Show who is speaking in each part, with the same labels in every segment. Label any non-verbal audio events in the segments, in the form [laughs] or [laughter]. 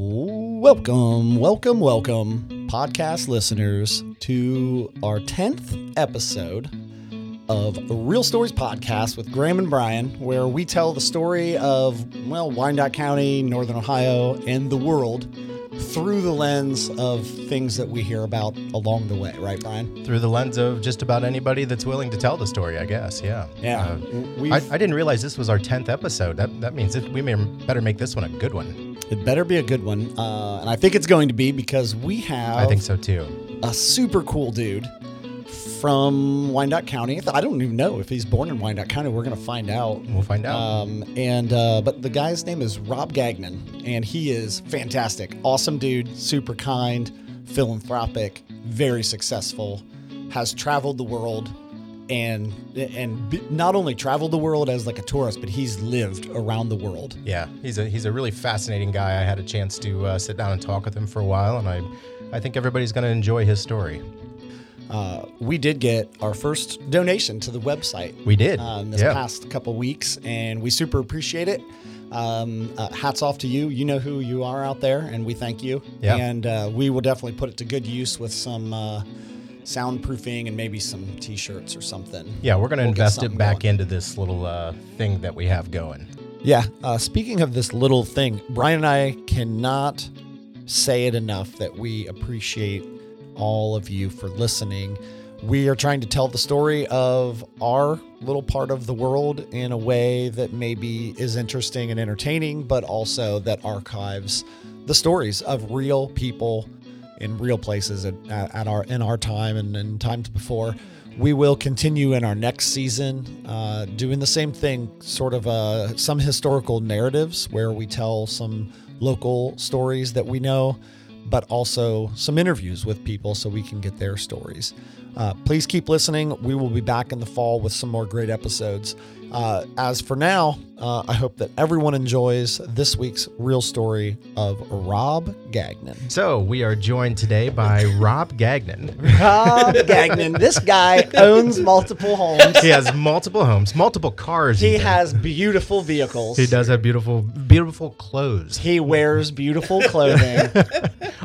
Speaker 1: Welcome, welcome, welcome, podcast listeners, to our 10th episode of Real Stories Podcast with Graham and Brian, where we tell the story of, well, Wyandotte County, Northern Ohio, and the world through the lens of things that we hear about along the way, right, Brian?
Speaker 2: through the lens of just about anybody that's willing to tell the story, I guess. Yeah.
Speaker 1: Yeah.
Speaker 2: Uh,
Speaker 1: we
Speaker 2: I, I didn't realize this was our 10th episode. That, that means that we may better make this one a good one.
Speaker 1: it better be a good one. Uh, and I think it's going to be because we have
Speaker 2: I think so too.
Speaker 1: a super cool dude from Wyandotte County. I don't even know if he's born in Wyandotte County. We're gonna find out.
Speaker 2: We'll find out.
Speaker 1: Um, and uh, but the guy's name is Rob Gagnon, and he is fantastic, awesome dude, super kind, philanthropic, very successful, has traveled the world, and and b- not only traveled the world as like a tourist, but he's lived around the world.
Speaker 2: yeah. He's a he's a really fascinating guy. I had a chance to uh, sit down and talk with him for a while, and I I think everybody's going to enjoy his story.
Speaker 1: Uh, we did get our first donation to the website.
Speaker 2: We did.
Speaker 1: um, this
Speaker 2: yeah.
Speaker 1: past couple weeks, and we super appreciate it. Um, uh, hats off to you. You know who you are out there, and we thank you.
Speaker 2: Yeah.
Speaker 1: And uh, we will definitely put it to good use with some uh, soundproofing and maybe some T-shirts or something.
Speaker 2: yeah, we're going to
Speaker 1: We'll get
Speaker 2: invest it
Speaker 1: something
Speaker 2: back
Speaker 1: going.
Speaker 2: into this little uh, thing that we have going.
Speaker 1: Yeah. Uh, speaking of this little thing, Brian and I cannot say it enough that we appreciate all of you for listening. We are trying to tell the story of our little part of the world in a way that maybe is interesting and entertaining, but also that archives the stories of real people in real places at, at at our in our time and, and times before. We will continue in our next season uh, doing the same thing, sort of uh, some historical narratives where we tell some local stories that we know, but also some interviews with people so we can get their stories. Uh, please keep listening. We will be back in the fall with some more great episodes. Uh, as for now, uh, I hope that everyone enjoys this week's real story of Rob Gagnon.
Speaker 2: So we are joined today by [laughs] Rob Gagnon.
Speaker 1: Rob Gagnon. This guy owns multiple homes.
Speaker 2: He has multiple homes, multiple cars.
Speaker 1: He
Speaker 2: even.
Speaker 1: has beautiful vehicles.
Speaker 2: He does have beautiful, beautiful clothes.
Speaker 1: He wears beautiful clothing.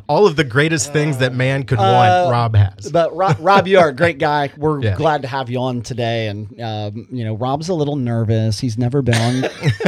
Speaker 2: All of the greatest things that man could want, Rob has.
Speaker 1: Uh, But Rob, Rob, you are a great guy. We're
Speaker 2: Yeah.
Speaker 1: glad to have you on today. And um, you know, Rob's a little nervous. He's never been on.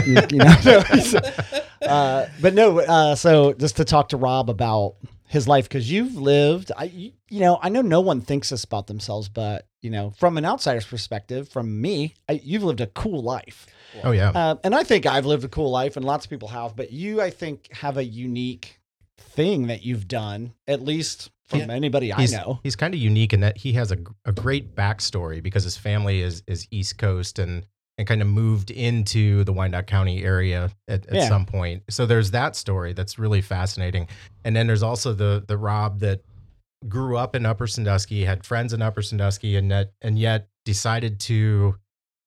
Speaker 1: you, you know, so he's- uh, but no. Uh, so just to talk to Rob about his life because you've lived. I you know I know no one thinks this about themselves, but you know, from an outsider's perspective, from me, I, you've lived a cool life.
Speaker 2: Oh yeah,
Speaker 1: Uh, and I think I've lived a cool life, and lots of people have. But you, I think, have a unique thing that you've done, at least from
Speaker 2: Yeah.
Speaker 1: anybody I
Speaker 2: he's,
Speaker 1: know.
Speaker 2: He's kind of unique in that he has a, gr- a great backstory because his family is is East Coast and and kind of moved into the Wyandotte County area at, at
Speaker 1: Yeah.
Speaker 2: some point. So there's that story that's really fascinating. And then there's also the the Rob that grew up in Upper Sandusky, had friends in Upper Sandusky, and that and yet decided to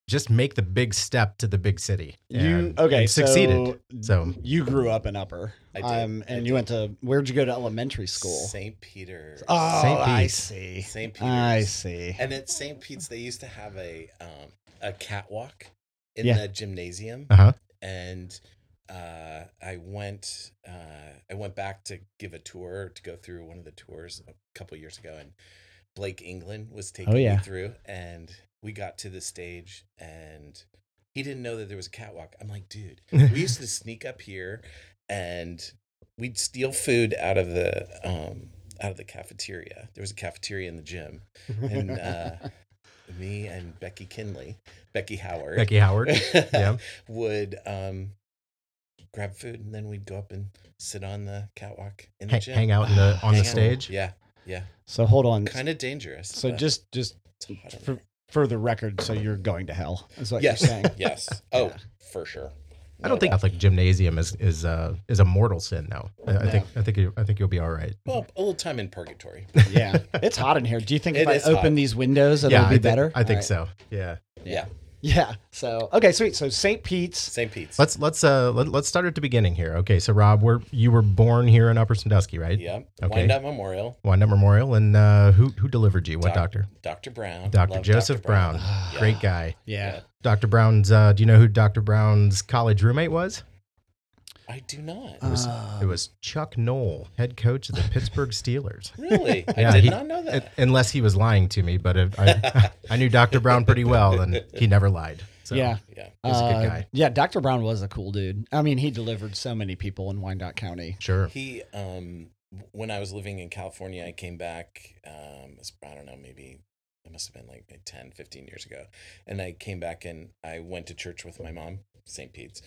Speaker 2: just make the big step to the big city.
Speaker 1: you
Speaker 2: and-
Speaker 1: okay?
Speaker 2: and succeeded. So-
Speaker 1: you grew up in Upper,
Speaker 3: I did.
Speaker 1: um, and
Speaker 3: I
Speaker 1: you went to where'd you go to elementary school?
Speaker 3: St. Peter's.
Speaker 1: Oh,
Speaker 2: Saint
Speaker 1: I
Speaker 2: Pete's.
Speaker 1: see.
Speaker 3: St. Peter's.
Speaker 1: I see.
Speaker 3: And at St. Pete's, they used to have a um, a catwalk in
Speaker 1: Yeah.
Speaker 3: the gymnasium,
Speaker 2: Uh-huh.
Speaker 3: and uh, I went uh, I went back to give a tour to go through one of the tours a couple years ago, and Blake England was taking
Speaker 1: Oh, yeah.
Speaker 3: me through, and we got to the stage and. He didn't know that there was a catwalk. I'm like, dude, we used to sneak up here and we'd steal food out of the um out of the cafeteria. There was a cafeteria in the gym,
Speaker 2: [laughs]
Speaker 3: and uh, me and Becky Kinley, Becky Howard, [laughs]
Speaker 2: Becky Howard. yeah.
Speaker 3: would um grab food and then we'd go up and sit on the catwalk in the
Speaker 2: Hang,
Speaker 3: gym,
Speaker 2: hang out in the on the
Speaker 3: Hang out.
Speaker 2: stage.
Speaker 3: Yeah, yeah,
Speaker 1: So hold on.
Speaker 3: kind of dangerous.
Speaker 1: so
Speaker 3: but
Speaker 1: just just
Speaker 3: it's hot in
Speaker 1: for
Speaker 3: there.
Speaker 1: for the record, so you're going to hell. Is what
Speaker 3: yes,
Speaker 1: you're saying?
Speaker 3: yes.
Speaker 2: [laughs]
Speaker 3: Oh, for sure.
Speaker 2: I don't think Catholic gymnasium is is uh, is a mortal sin though. I, I think I think you, I think you'll be all right.
Speaker 3: Well, a little time in
Speaker 2: [laughs]
Speaker 3: purgatory.
Speaker 1: yeah, it's hot in here. Do you think if
Speaker 3: It
Speaker 1: I
Speaker 3: is
Speaker 1: open
Speaker 3: hot.
Speaker 1: these windows, it'll
Speaker 2: yeah, I
Speaker 1: be
Speaker 2: think,
Speaker 1: better?
Speaker 2: I think
Speaker 1: Alright.
Speaker 2: so. Yeah.
Speaker 3: yeah,
Speaker 1: Yeah. So okay, sweet. So St. Pete's.
Speaker 3: St. Pete's.
Speaker 2: Let's let's uh let, let's start at the beginning here. Okay, so Rob, we're you were born here in Upper Sandusky, right?
Speaker 3: yeah,
Speaker 2: Okay.
Speaker 3: Wyandotte Memorial.
Speaker 2: Wanda Memorial, and uh, who who delivered you? What
Speaker 3: Doc-
Speaker 2: doctor?
Speaker 3: Dr. Brown.
Speaker 2: Doctor
Speaker 3: Love
Speaker 2: Joseph Brown.
Speaker 3: Yeah.
Speaker 2: Great guy.
Speaker 1: [sighs] Yeah.
Speaker 3: Yeah.
Speaker 2: Doctor Brown's. Uh, do you know who Doctor Brown's college roommate was?
Speaker 3: I do not.
Speaker 2: was-
Speaker 1: Uh,
Speaker 2: It was Chuck Knoll, head coach of the
Speaker 1: [laughs]
Speaker 2: Pittsburgh Steelers.
Speaker 3: Really?
Speaker 2: [laughs] Yeah,
Speaker 3: I did
Speaker 2: he-
Speaker 3: not know
Speaker 2: Un-
Speaker 3: that.
Speaker 2: Unless he was lying to me, but if I, [laughs] I knew Dr. Brown pretty well, and he never lied. So
Speaker 1: yeah.
Speaker 3: yeah.
Speaker 2: He's a good
Speaker 1: Uh,
Speaker 2: guy.
Speaker 1: Yeah, Dr. Brown was a cool dude. I mean, he delivered so many people in Wyandotte County.
Speaker 2: sure.
Speaker 3: He um when I was living in California, I came back um it's- I don't know, maybe it must have been like 10, 15 years ago. And I came back and I went to church with my mom, St. Pete's.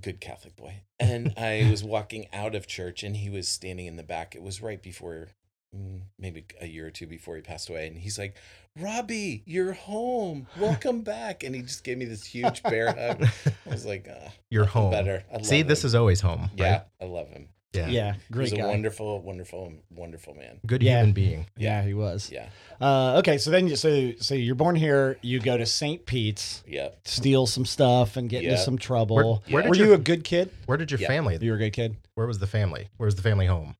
Speaker 3: Good Catholic boy. And
Speaker 2: [laughs]
Speaker 3: I was walking out of church and he was standing in the back. It was right before mm, maybe a year or two before he passed away and he's like robbie you're home
Speaker 2: [laughs]
Speaker 3: welcome back and he just gave me this huge bear hug i was like ah,
Speaker 2: You're
Speaker 3: nothing
Speaker 2: home.
Speaker 3: better I
Speaker 2: See,
Speaker 3: love
Speaker 2: this
Speaker 3: him.
Speaker 2: is always home.
Speaker 3: yeah
Speaker 2: Right?
Speaker 3: i love him
Speaker 2: Yeah.
Speaker 1: great
Speaker 3: He's
Speaker 1: guy.
Speaker 3: a wonderful, wonderful, wonderful man.
Speaker 2: Good
Speaker 1: Yeah.
Speaker 2: human being.
Speaker 1: yeah, he was.
Speaker 3: Yeah.
Speaker 1: Uh, okay, so then you, so so you're born here. You go to St. Pete's,
Speaker 3: Yeah.
Speaker 1: steal some stuff, and get
Speaker 3: Yeah.
Speaker 1: into some trouble.
Speaker 2: Where, where
Speaker 3: Yeah.
Speaker 2: did
Speaker 1: Were
Speaker 2: your,
Speaker 1: you a good kid?
Speaker 2: where did your
Speaker 3: Yeah.
Speaker 2: family?
Speaker 1: You were a good kid.
Speaker 2: Where was the family? Where's the family home?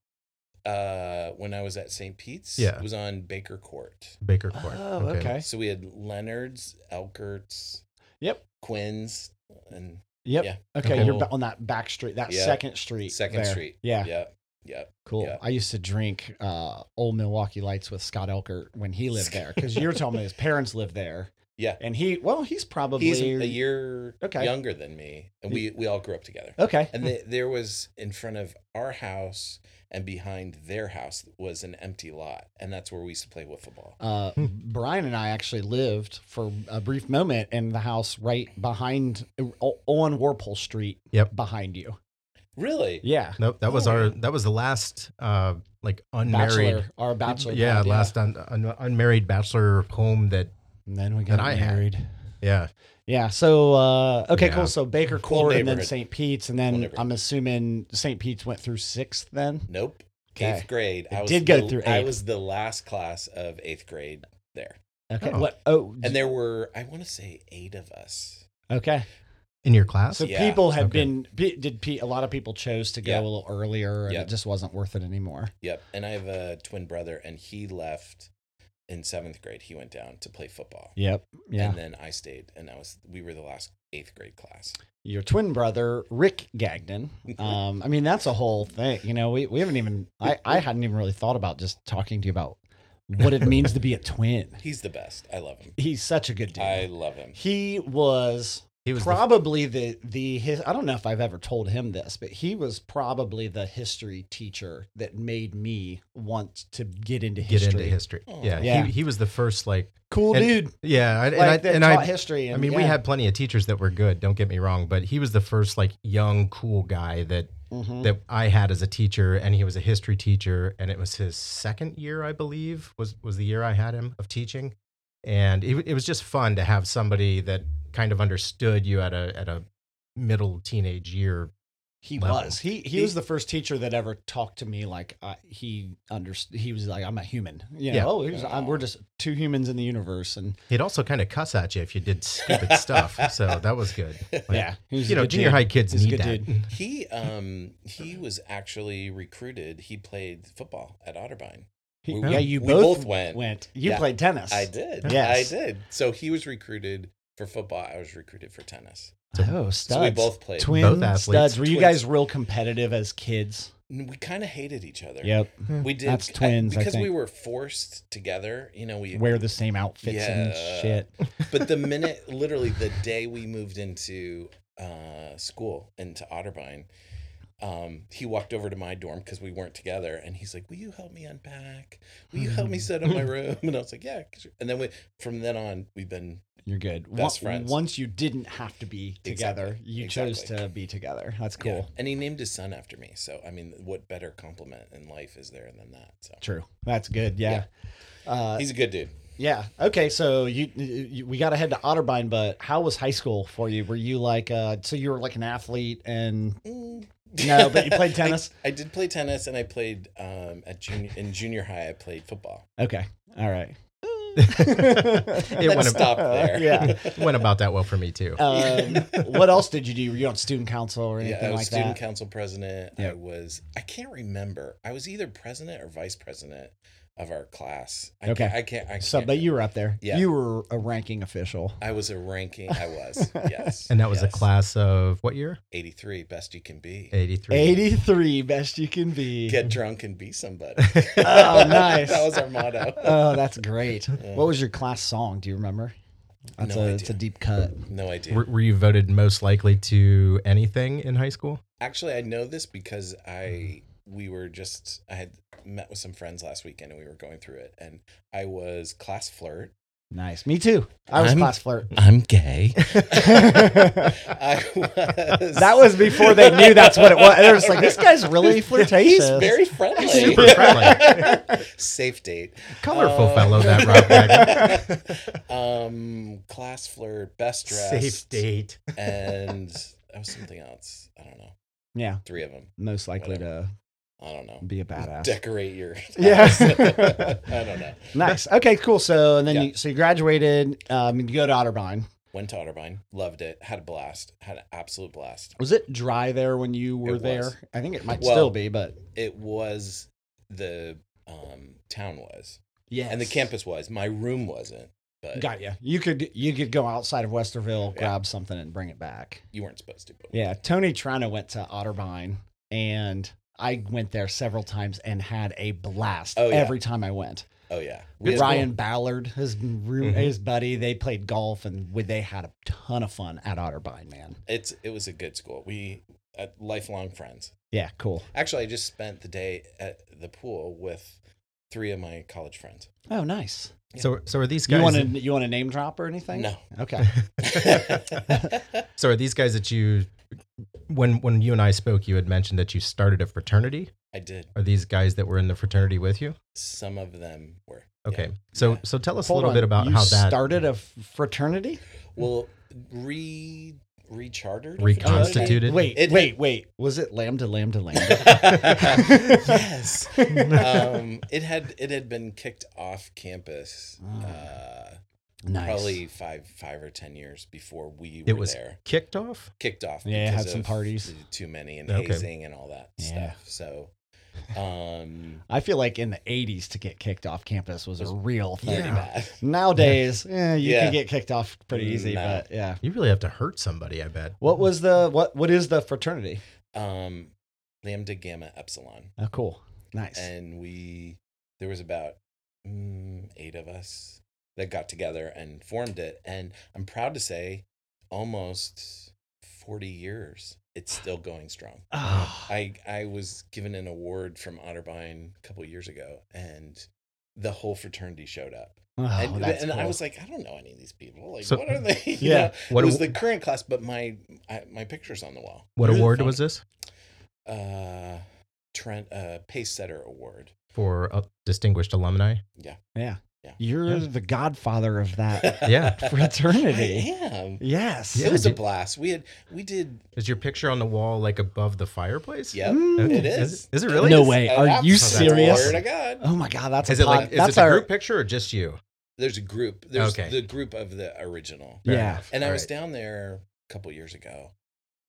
Speaker 3: Uh, when I was at St. Pete's,
Speaker 2: Yeah.
Speaker 3: it was on Baker Court.
Speaker 2: Baker Court.
Speaker 1: Oh, okay.
Speaker 3: So we had Leonard's, Elkert's,
Speaker 1: Yep.
Speaker 3: Quinn's, and
Speaker 1: Yep.
Speaker 3: Yeah.
Speaker 1: Okay,
Speaker 2: Okay.
Speaker 1: you're ba- on that back street, that
Speaker 3: Yeah.
Speaker 1: second street.
Speaker 3: Second
Speaker 1: there.
Speaker 3: Street.
Speaker 1: Yeah,
Speaker 3: yeah, yeah.
Speaker 1: cool.
Speaker 3: yeah.
Speaker 1: I used to drink uh, old Milwaukee Lights with Scott Elkert when he lived there because you were telling me his parents lived there.
Speaker 3: Yeah.
Speaker 1: And he, well, he's probably.
Speaker 3: He's a year
Speaker 1: Okay.
Speaker 3: younger than me, and we we all grew up together.
Speaker 1: Okay.
Speaker 3: And the, there was in front of our house and behind their house was an empty lot, and that's where we used to play wiffle ball.
Speaker 1: uh, Brian and I actually lived for a brief moment in the house right behind o- on Warpole Street.
Speaker 2: Yep.
Speaker 1: behind you.
Speaker 3: Really?
Speaker 1: Yeah,
Speaker 2: Nope. That was
Speaker 3: Oh.
Speaker 2: our. That was the last, uh, like unmarried.
Speaker 1: bachelor, our bachelor.
Speaker 2: yeah,
Speaker 1: pad,
Speaker 2: last un, un, unmarried bachelor home. That
Speaker 1: And then we got
Speaker 2: that I had.
Speaker 1: married.
Speaker 2: yeah.
Speaker 1: Yeah. So uh, okay,
Speaker 2: Yeah.
Speaker 1: cool. So Baker
Speaker 3: Cool
Speaker 1: Court and then
Speaker 3: neighborhood.
Speaker 1: St. Pete's, and
Speaker 3: Cool
Speaker 1: then
Speaker 3: neighborhood.
Speaker 1: I'm assuming St. Pete's went through sixth. Then
Speaker 3: Nope.
Speaker 1: Okay.
Speaker 3: Eighth grade.
Speaker 1: It did go
Speaker 3: the-
Speaker 1: through
Speaker 3: I
Speaker 1: eighth.
Speaker 3: was the last class of eighth grade there,
Speaker 1: okay.
Speaker 2: Oh.
Speaker 1: What? Oh,
Speaker 3: and there were I want to say eight of us.
Speaker 1: okay.
Speaker 2: In your class.
Speaker 1: So
Speaker 3: Yeah.
Speaker 1: people had
Speaker 2: Okay.
Speaker 1: been pe- did pe- a lot of people chose to go
Speaker 3: Yeah.
Speaker 1: a little earlier, and
Speaker 3: Yeah.
Speaker 1: it just wasn't worth it anymore.
Speaker 3: Yep. And I have a twin brother, and he left in seventh grade. He went down to play football.
Speaker 1: Yep. Yeah.
Speaker 3: And then I stayed, and I was we were the last eighth grade class.
Speaker 1: your twin brother Rick Gagnon.
Speaker 2: Mm-hmm.
Speaker 1: Um, I mean, that's a whole thing. You know, we, we haven't even I, I hadn't even really thought about just talking to you about what it means to
Speaker 2: [laughs]
Speaker 1: be a twin.
Speaker 3: He's the best. I love him.
Speaker 1: He's such a good dude.
Speaker 3: I love him.
Speaker 1: he was
Speaker 2: he was. the-
Speaker 1: probably the the his, I don't know if I've ever told him this, but he was probably the history teacher that made me want to get into
Speaker 2: get
Speaker 1: history.
Speaker 2: into history.
Speaker 3: Oh.
Speaker 2: Yeah,
Speaker 1: Yeah.
Speaker 2: He, he was the first like
Speaker 1: Cool
Speaker 2: And-
Speaker 1: dude.
Speaker 2: yeah, I- and,
Speaker 1: like that
Speaker 2: I and
Speaker 1: taught
Speaker 2: I
Speaker 1: history. And,
Speaker 2: I mean we
Speaker 1: yeah.
Speaker 2: had plenty of teachers that were good. Don't get me wrong, but he was the first like young cool guy that
Speaker 1: Mhm.
Speaker 2: that I had as a teacher, and he was a history teacher, and it was his second year I believe was was the year I had him of teaching, and it, it was just fun to have somebody that kind of understood you at a at a middle teenage year.
Speaker 1: He
Speaker 2: level.
Speaker 1: was. He, he
Speaker 3: He-
Speaker 1: was the first teacher that ever talked to me like uh, he understood. He was like, I'm a human. You know,
Speaker 2: Yeah.
Speaker 1: oh, he was, I'm, we're just two humans in the universe, and
Speaker 2: He'd also kind of cuss at you if you did stupid
Speaker 1: [laughs]
Speaker 2: stuff, so that was good. Like,
Speaker 1: yeah, he was
Speaker 2: you
Speaker 1: a
Speaker 2: know,
Speaker 1: good
Speaker 2: junior
Speaker 1: dude.
Speaker 2: high kids
Speaker 1: He's a
Speaker 2: need
Speaker 1: good [laughs]
Speaker 2: that.
Speaker 3: He um he was actually recruited. He played football at Otterbein.
Speaker 1: He- Oh,
Speaker 3: We-
Speaker 1: yeah, you
Speaker 3: we
Speaker 1: both,
Speaker 3: both went.
Speaker 1: You
Speaker 3: Yeah.
Speaker 1: played tennis.
Speaker 3: I did.
Speaker 1: Yes.
Speaker 3: I did. So he was recruited for football. I was recruited for tennis.
Speaker 1: Oh, studs.
Speaker 3: So we both played.
Speaker 1: twin
Speaker 2: Both athletes.
Speaker 1: studs. Were you
Speaker 3: Twins.
Speaker 1: guys real competitive as kids?
Speaker 3: And we kind of hated each other.
Speaker 1: Yep.
Speaker 3: We did
Speaker 1: That's twins, I
Speaker 3: because we
Speaker 1: think.
Speaker 3: were forced together. You know, we
Speaker 1: Wear the same outfits
Speaker 3: Yeah.
Speaker 1: and shit.
Speaker 3: but the minute, literally, the day we moved into uh, school into Otterbein, um, he walked over to my dorm because we weren't together, and he's like, "Will you help me unpack? Will you
Speaker 1: Mm.
Speaker 3: help me set up my room?" [laughs] And I was like, "Yeah." sure." And then we, from then on, we've been
Speaker 1: You're good.
Speaker 3: Best
Speaker 1: Once-
Speaker 3: friends.
Speaker 1: Once you didn't have to be together,
Speaker 3: Exactly.
Speaker 1: you chose
Speaker 3: Exactly.
Speaker 1: to be together. That's
Speaker 3: yeah.
Speaker 1: cool.
Speaker 3: And he named his son after me, so I mean, what better compliment in life is there than that? So
Speaker 1: True. That's good. Yeah. Uh,
Speaker 3: he's a good dude.
Speaker 1: Yeah. Okay. So you, you we got to head to Otterbein, but how was high school for you? Were you like uh so you were like an athlete and
Speaker 3: Mm.
Speaker 1: [laughs] no, but you played tennis?
Speaker 3: [laughs] I, I did play tennis, and I played um, at junior in junior high. I played football.
Speaker 1: Okay. All
Speaker 3: [laughs]
Speaker 1: right.
Speaker 2: [laughs]
Speaker 1: [laughs]
Speaker 2: It
Speaker 3: Let's
Speaker 2: went ab-
Speaker 3: stop there.
Speaker 1: uh,
Speaker 3: [laughs]
Speaker 1: yeah.
Speaker 2: went about that well for me too.
Speaker 1: Um, what else did you do? Were you on student council or anything
Speaker 3: yeah, I was
Speaker 1: like
Speaker 3: student
Speaker 1: that?
Speaker 3: council president.
Speaker 1: Yeah.
Speaker 3: I was I can't remember. I was either president or vice president of our class. I
Speaker 1: Okay.
Speaker 3: Can't, I can't. I can't
Speaker 1: So, but you were up there.
Speaker 3: Yeah.
Speaker 1: You were a ranking official.
Speaker 3: I was a ranking.
Speaker 1: [laughs]
Speaker 3: I was. Yes.
Speaker 2: And that was a
Speaker 3: yes.
Speaker 2: class of what year?
Speaker 3: 83, best you can be.
Speaker 2: 83.
Speaker 1: 83, best you can be.
Speaker 3: Get drunk and be somebody.
Speaker 1: [laughs] Oh, nice.
Speaker 3: [laughs] that was our motto.
Speaker 1: Oh, that's great.
Speaker 3: Yeah.
Speaker 1: What was your class song? Do you remember? That's
Speaker 3: No
Speaker 1: a,
Speaker 3: idea.
Speaker 1: it's a deep cut.
Speaker 3: No idea.
Speaker 2: Were, were you voted most likely to anything in high school?
Speaker 3: Actually, I know this because I we were just I had met with some friends last weekend and we were going through it and I was class flirt.
Speaker 1: Nice. Me too. I was
Speaker 3: I'm-
Speaker 1: class
Speaker 3: [laughs]
Speaker 1: flirt.
Speaker 3: I'm gay.
Speaker 1: that
Speaker 3: I
Speaker 1: [laughs]
Speaker 3: was.
Speaker 1: was before they knew that's what it was. They're just like, this guy's really flirtatious.
Speaker 3: He's very friendly.
Speaker 2: Super friendly.
Speaker 3: Safe date.
Speaker 2: Colorful
Speaker 3: Uh,
Speaker 2: fellow, that Rob
Speaker 3: [laughs]
Speaker 2: Wagner.
Speaker 3: um, class flirt, best dressed,
Speaker 2: Safe date.
Speaker 3: and that was something else. I don't know.
Speaker 1: yeah,
Speaker 3: Three of them.
Speaker 1: most likely to
Speaker 3: I don't know.
Speaker 1: be a badass.
Speaker 3: Decorate your.
Speaker 1: Yeah.
Speaker 3: house. [laughs] I don't know.
Speaker 1: Nice. Okay, cool. So, and then
Speaker 3: Yeah.
Speaker 1: you, so you graduated. Um, you go to Otterbein.
Speaker 3: Went to Otterbein. Loved it. Had a blast. Had an absolute blast.
Speaker 1: Was it dry there when you were
Speaker 3: It was.
Speaker 1: there? I think it might
Speaker 3: Well,
Speaker 1: still be, but
Speaker 3: It was the um, town was
Speaker 1: yeah,
Speaker 3: and the campus was. My room wasn't, but
Speaker 1: Got you. You could you could go outside of Westerville,
Speaker 3: Yeah.
Speaker 1: grab something, and bring it back.
Speaker 3: you weren't supposed to. But
Speaker 1: Yeah, Tony Trano went to Otterbein, and I went there several times and had a blast
Speaker 3: Oh, yeah.
Speaker 1: every time I went.
Speaker 3: Oh yeah. We had-
Speaker 1: Ryan Ballard, his room,
Speaker 2: Mhm.
Speaker 1: his buddy, they played golf, and we, they had a ton of fun at Otterbein. Man,
Speaker 3: It's it was a good school. We uh, lifelong friends.
Speaker 1: yeah, cool.
Speaker 3: Actually, I just spent the day at the pool with three of my college friends.
Speaker 1: Oh, nice.
Speaker 2: So, so are these
Speaker 1: You
Speaker 2: guys?
Speaker 1: want to you want to name drop or anything? [laughs]
Speaker 3: No. [laughs]
Speaker 1: Okay.
Speaker 2: so are these guys that you? When when you and I spoke, you had mentioned that you started a fraternity.
Speaker 3: I did.
Speaker 2: Are these guys that were in the fraternity with you?
Speaker 3: Some of them were. yeah.
Speaker 2: Okay. So
Speaker 3: Yeah.
Speaker 2: so tell us
Speaker 1: Hold
Speaker 2: a little
Speaker 1: on.
Speaker 2: bit about
Speaker 1: You
Speaker 2: how that
Speaker 1: started a fraternity.
Speaker 3: Well, re rechartered.
Speaker 2: reconstituted.
Speaker 1: Wait,
Speaker 3: It-
Speaker 1: wait, wait. Was it lambda lambda lambda?
Speaker 3: [laughs] yes. [laughs] um, it had it had been kicked off campus. Uh,
Speaker 1: Ah, nice.
Speaker 3: Probably five, five or ten years before we were
Speaker 2: It was
Speaker 3: there,
Speaker 2: [laughs] kicked off.
Speaker 3: kicked off.
Speaker 1: Yeah,
Speaker 3: because
Speaker 1: had some
Speaker 3: of
Speaker 1: parties.
Speaker 3: too many and
Speaker 2: Okay.
Speaker 3: hazing and all that
Speaker 1: Yeah.
Speaker 3: stuff. So, um,
Speaker 1: [laughs] I feel like in the 80s to get kicked off campus was a real thing.
Speaker 3: pretty
Speaker 2: Yeah.
Speaker 3: bad.
Speaker 1: Nowadays, eh, you
Speaker 3: Yeah.
Speaker 1: can get kicked off pretty easy,
Speaker 3: No.
Speaker 1: but yeah.
Speaker 2: You really have to hurt somebody. I bet.
Speaker 1: What was the what what is the fraternity?
Speaker 3: Um, Lambda Gamma Epsilon.
Speaker 1: Oh cool. Nice.
Speaker 3: and we there was about mm, eight of us that got together and formed it and i'm proud to say almost 40 years it's still going strong
Speaker 1: Ah,
Speaker 3: i i was given an award from otterbein a couple years ago and the whole fraternity showed up
Speaker 1: oh,
Speaker 3: and,
Speaker 1: that's
Speaker 3: and i
Speaker 1: cool.
Speaker 3: was like i don't know any of these people like
Speaker 2: So-
Speaker 3: what are they [laughs] You
Speaker 1: Yeah.
Speaker 3: know,
Speaker 2: What
Speaker 3: it was
Speaker 2: a-
Speaker 3: the current class but my I, my picture's on the wall
Speaker 2: What
Speaker 3: Really
Speaker 2: award
Speaker 3: funny.
Speaker 2: was this
Speaker 3: uh trent uh pace setter award
Speaker 2: for uh, distinguished alumni?
Speaker 1: yeah.
Speaker 3: Yeah.
Speaker 1: You're the godfather of
Speaker 3: [laughs]
Speaker 1: that
Speaker 2: Yeah.
Speaker 1: fraternity.
Speaker 3: I am.
Speaker 1: yes.
Speaker 2: Yeah,
Speaker 3: it was a
Speaker 2: dude.
Speaker 3: blast. We had we did.
Speaker 2: Is your picture on the wall like above the fireplace?
Speaker 3: Yep,
Speaker 1: Mm.
Speaker 3: it
Speaker 2: Is
Speaker 3: is.
Speaker 2: it- is it really?
Speaker 1: No
Speaker 3: is.
Speaker 1: way.
Speaker 3: Oh,
Speaker 1: Are you
Speaker 3: absolutely.
Speaker 1: serious?
Speaker 3: Swear to God.
Speaker 1: Oh my god, that's
Speaker 2: Is
Speaker 1: a
Speaker 2: it
Speaker 1: pod-
Speaker 3: Uh,
Speaker 2: like is
Speaker 1: that's
Speaker 2: this a
Speaker 1: our,
Speaker 2: group picture or just you?
Speaker 3: There's a group. There's
Speaker 2: Okay.
Speaker 3: the group of the original.
Speaker 1: Yeah.
Speaker 2: enough.
Speaker 3: And I
Speaker 2: All
Speaker 3: was
Speaker 2: right.
Speaker 3: down there a couple years ago,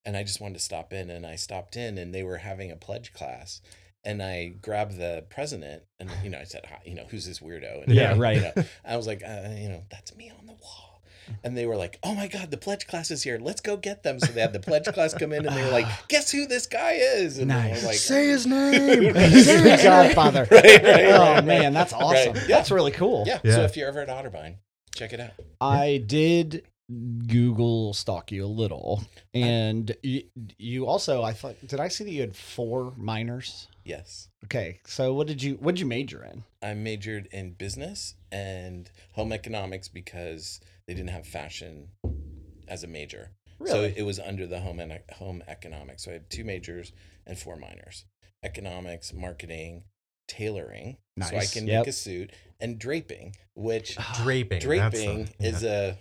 Speaker 3: and I just wanted to stop in, and I stopped in, and they were having a pledge class. And I grabbed the president, and you know, I said, "Hi, "You know, who's this weirdo?" And,
Speaker 1: Yeah,
Speaker 3: [laughs] you know,
Speaker 1: right.
Speaker 3: I was like, uh, "You know, that's me on the wall." And they were like, "Oh my God, the pledge class is here! Let's go get them!" So they had the pledge class come in, and they were like, "Guess who this guy is?" And I
Speaker 1: Nice.
Speaker 3: was like, [laughs]
Speaker 2: his name.
Speaker 1: You're the godfather.
Speaker 3: Right, right,
Speaker 1: Oh
Speaker 3: right.
Speaker 1: man, that's awesome.
Speaker 3: Right, yeah.
Speaker 1: That's really cool.
Speaker 3: Yeah.
Speaker 2: Yeah.
Speaker 3: So if you're ever at Otterbein, check it out.
Speaker 1: I did Google stalk you a little, and you, you also I thought did I see that you had four minors?
Speaker 3: Yes.
Speaker 1: Okay, so what did you what did you major in?
Speaker 3: I majored in business and home economics because they didn't have fashion as a major. So it was under the home and home economics. So I had two majors and four minors. Economics, marketing, tailoring. So I
Speaker 1: Nice.
Speaker 3: can
Speaker 1: Yep.
Speaker 3: make a suit and draping, which
Speaker 2: [sighs] Draping. Ah, that's the-
Speaker 3: draping
Speaker 2: [laughs]
Speaker 3: is
Speaker 2: yeah.
Speaker 3: a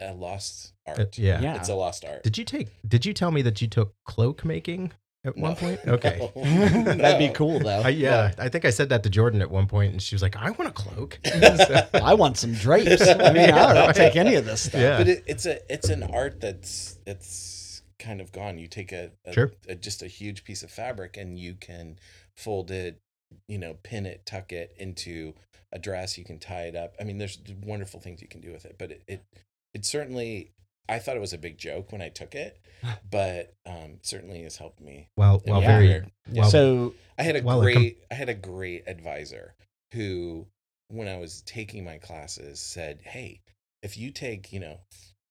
Speaker 3: a lost art.
Speaker 2: Uh, yeah.
Speaker 1: Yeah.
Speaker 3: It's a lost art.
Speaker 2: Did you take? Did you tell me that you took cloak making at one
Speaker 3: [laughs] No.
Speaker 2: point? Okay. [laughs]
Speaker 3: No.
Speaker 1: That'd be cool though.
Speaker 3: [laughs]
Speaker 2: I, yeah, I think I said that to Jordan at one point, and she was like, "I want a cloak."
Speaker 3: [laughs]
Speaker 2: [laughs]
Speaker 1: I want some drapes. I mean, I'll, I'll take any of this stuff.
Speaker 2: Yeah.
Speaker 3: but it, it's a it's an art that's it's kind of gone. You take a, a,
Speaker 2: Sure.
Speaker 3: a- just a huge piece of fabric and you can fold it you know, pin it, tuck it into a dress. You can tie it up. I mean, there's wonderful things you can do with it, but it it, it certainly. I thought it was a big joke when I took it,
Speaker 2: [laughs]
Speaker 3: but um, certainly has helped me.
Speaker 2: Well, well,
Speaker 3: Yeah.
Speaker 2: very.
Speaker 1: Yeah.
Speaker 2: Well,
Speaker 1: so
Speaker 3: I had a
Speaker 2: Well, it com-
Speaker 3: great I had a great advisor who when I was taking my classes said, "Hey, if you take, you know,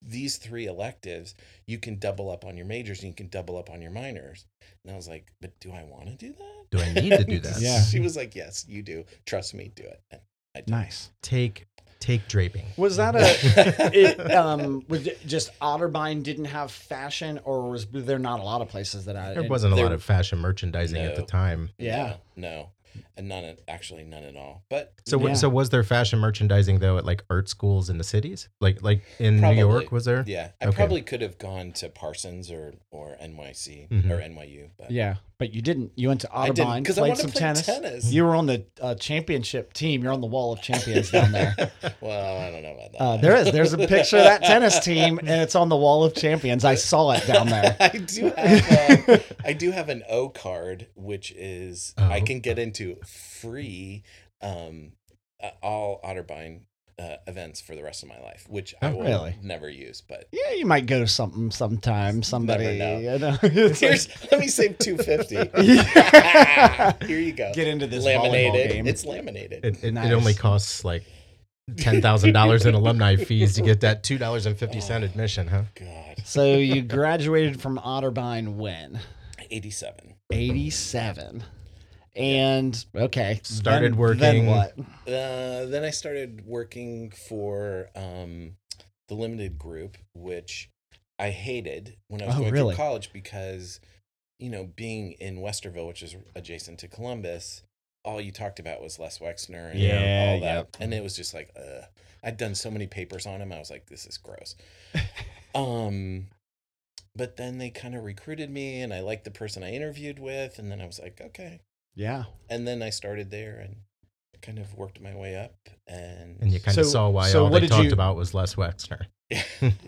Speaker 3: these three electives, you can double up on your majors and you can double up on your minors." And I was like, "But do I want to do that?
Speaker 2: Do I need to
Speaker 3: [laughs]
Speaker 2: do that?
Speaker 1: Yeah.
Speaker 3: She was like, "Yes, you do. Trust me, do it." And I did. [laughs]
Speaker 1: nice.
Speaker 2: take take draping.
Speaker 1: Was that a?
Speaker 3: [laughs]
Speaker 1: it, um, was it just Otterbein didn't have fashion, or was there not a lot of places that I?
Speaker 2: [laughs] There wasn't a
Speaker 3: there-
Speaker 2: lot of fashion merchandising at the
Speaker 3: No.
Speaker 2: time.
Speaker 1: Yeah.
Speaker 3: No. no. And none at, actually none at all. But
Speaker 2: So, wa-
Speaker 1: Yeah.
Speaker 2: so was there fashion merchandising though at like art schools in the cities, like like in
Speaker 3: Probably.
Speaker 2: New York? Was there?
Speaker 3: yeah, I
Speaker 2: Okay.
Speaker 3: probably could have gone to Parsons or or NYC
Speaker 2: Mhm.
Speaker 3: or NYU, but
Speaker 1: Yeah, but you didn't. You went to
Speaker 3: I didn't
Speaker 1: Audubon,
Speaker 3: because
Speaker 1: played
Speaker 3: I wanted to
Speaker 1: some
Speaker 3: play
Speaker 1: tennis.
Speaker 3: tennis.
Speaker 1: You were on the uh, championship team. You're on the wall of champions down there.
Speaker 3: Well, I don't know about that.
Speaker 1: Uh, there
Speaker 3: [laughs]
Speaker 1: is. There's a picture of that tennis team, and it's on the wall of champions. I saw it down there. [laughs]
Speaker 3: I do have. um, I do have an O card, which is I
Speaker 2: Oh.
Speaker 3: can get into free um, uh, all Otterbein uh, events for the rest of my life, which I
Speaker 2: Oh,
Speaker 3: will
Speaker 1: really?
Speaker 3: never use. But
Speaker 1: Yeah, you might go to something sometime. Somebody,
Speaker 3: know.
Speaker 1: you know, [laughs] [laughs] it's like-
Speaker 3: here's let me save two fifty.
Speaker 1: [laughs] Yeah.
Speaker 3: [laughs] Here you go.
Speaker 1: get into this volleyball
Speaker 3: laminated.
Speaker 1: game.
Speaker 3: It's laminated.
Speaker 2: It, it,
Speaker 1: Nice.
Speaker 2: it only costs like ten thousand dollars in alumni fees to get that two dollars and fifty cent admission, huh?
Speaker 3: God,
Speaker 1: so you graduated from Otterbein when
Speaker 3: eighty-seven.
Speaker 1: eighty-seven, and okay,
Speaker 2: Started
Speaker 1: then-
Speaker 2: working.
Speaker 1: Then what?
Speaker 3: Uh, then I started working for um, the limited group, which I hated when I was
Speaker 1: Oh,
Speaker 3: going
Speaker 1: really?
Speaker 3: through college because, you know, being in Westerville, which is adjacent to Columbus, all you talked about was Les Wexner and
Speaker 1: Yeah,
Speaker 3: all that,
Speaker 1: yep.
Speaker 3: and it was just like, ugh. I'd done so many papers on him. I was like, this
Speaker 1: [laughs]
Speaker 3: is gross. um, but then they kind of recruited me, and I liked the person I interviewed with, and then I was like, okay,
Speaker 1: Yeah,
Speaker 3: and then I started there and kind of worked my way up and,
Speaker 2: And you kind of
Speaker 1: So-
Speaker 2: saw why
Speaker 1: so
Speaker 2: all
Speaker 1: what
Speaker 2: they
Speaker 1: did
Speaker 2: talked
Speaker 1: you-
Speaker 2: about was Les Wexner.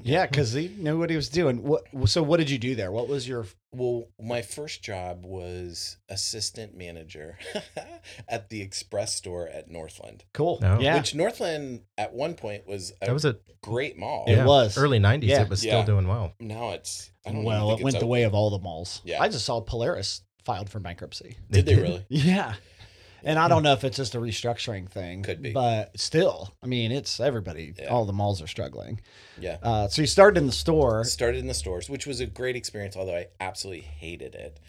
Speaker 1: yeah, because he knew what he was doing. What? So what did you do there? What was your?
Speaker 3: [laughs] well my first job was assistant manager [laughs] at the express store at Northland
Speaker 1: Cool.
Speaker 2: No.
Speaker 1: Yeah,
Speaker 3: which Northland at one point was a
Speaker 2: That was a
Speaker 3: great mall
Speaker 1: it
Speaker 2: yeah,
Speaker 1: was
Speaker 2: early '90s.
Speaker 1: Yeah.
Speaker 2: It was
Speaker 3: Yeah.
Speaker 2: still doing well.
Speaker 3: now it's I don't
Speaker 1: Well,
Speaker 3: even think
Speaker 1: it went
Speaker 3: it's
Speaker 1: the
Speaker 3: open.
Speaker 1: way of all the malls.
Speaker 3: Yeah.
Speaker 1: I just saw Polaris filed for bankruptcy.
Speaker 3: did they really
Speaker 1: Yeah. And I don't know if it's just a restructuring thing.
Speaker 3: Could be.
Speaker 1: But still, I mean, it's everybody,
Speaker 3: Yeah.
Speaker 1: all the malls are struggling.
Speaker 3: yeah
Speaker 1: Uh, so you started in the store.
Speaker 3: started in the stores which was a great experience although I absolutely
Speaker 1: [laughs]
Speaker 3: hated it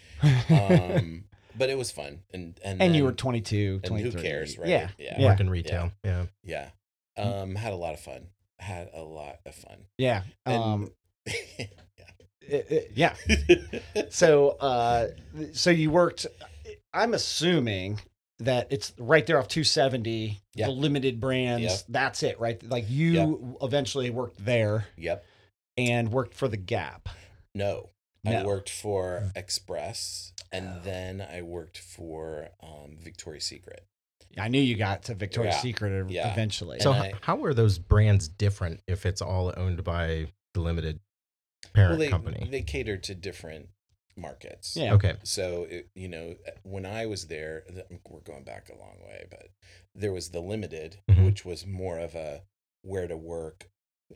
Speaker 3: um but it was fun and and,
Speaker 1: [laughs] And you
Speaker 3: then-
Speaker 1: were 22,
Speaker 3: um, and
Speaker 1: 23.
Speaker 3: who cares right
Speaker 1: Yeah.
Speaker 3: yeah
Speaker 1: Yeah. Mm.
Speaker 2: Work in retail. Yeah.
Speaker 3: yeah um had a lot of fun had a lot of fun
Speaker 1: Yeah.
Speaker 3: And-
Speaker 1: Um, it- it- yeah.
Speaker 3: yeah.
Speaker 1: So, uh, so you worked, I'm assuming that it's right there off 270,
Speaker 3: Yeah.
Speaker 1: the limited brands.
Speaker 3: Yeah.
Speaker 1: That's it, right? Like you eventually worked there
Speaker 3: [laughs] yep.
Speaker 1: and worked for the Gap.
Speaker 3: No. I
Speaker 1: No.
Speaker 3: worked
Speaker 2: Hmm.
Speaker 3: for Express and
Speaker 2: Oh.
Speaker 3: then I worked for um, Victoria's Secret.
Speaker 1: I knew you got to Victoria's
Speaker 3: Yeah.
Speaker 1: Secret
Speaker 3: Yeah.
Speaker 1: eventually.
Speaker 2: So
Speaker 3: And
Speaker 2: h-
Speaker 3: I-
Speaker 2: how are those brands different if it's all owned by the limited parent
Speaker 3: they,
Speaker 2: company?
Speaker 3: they cater to different markets.
Speaker 1: yeah.
Speaker 2: okay.
Speaker 3: So, it, you know, uh, when I was there, th- we're going back a long way, but there was the limited,
Speaker 2: Mhm.
Speaker 3: which was more of a where to work.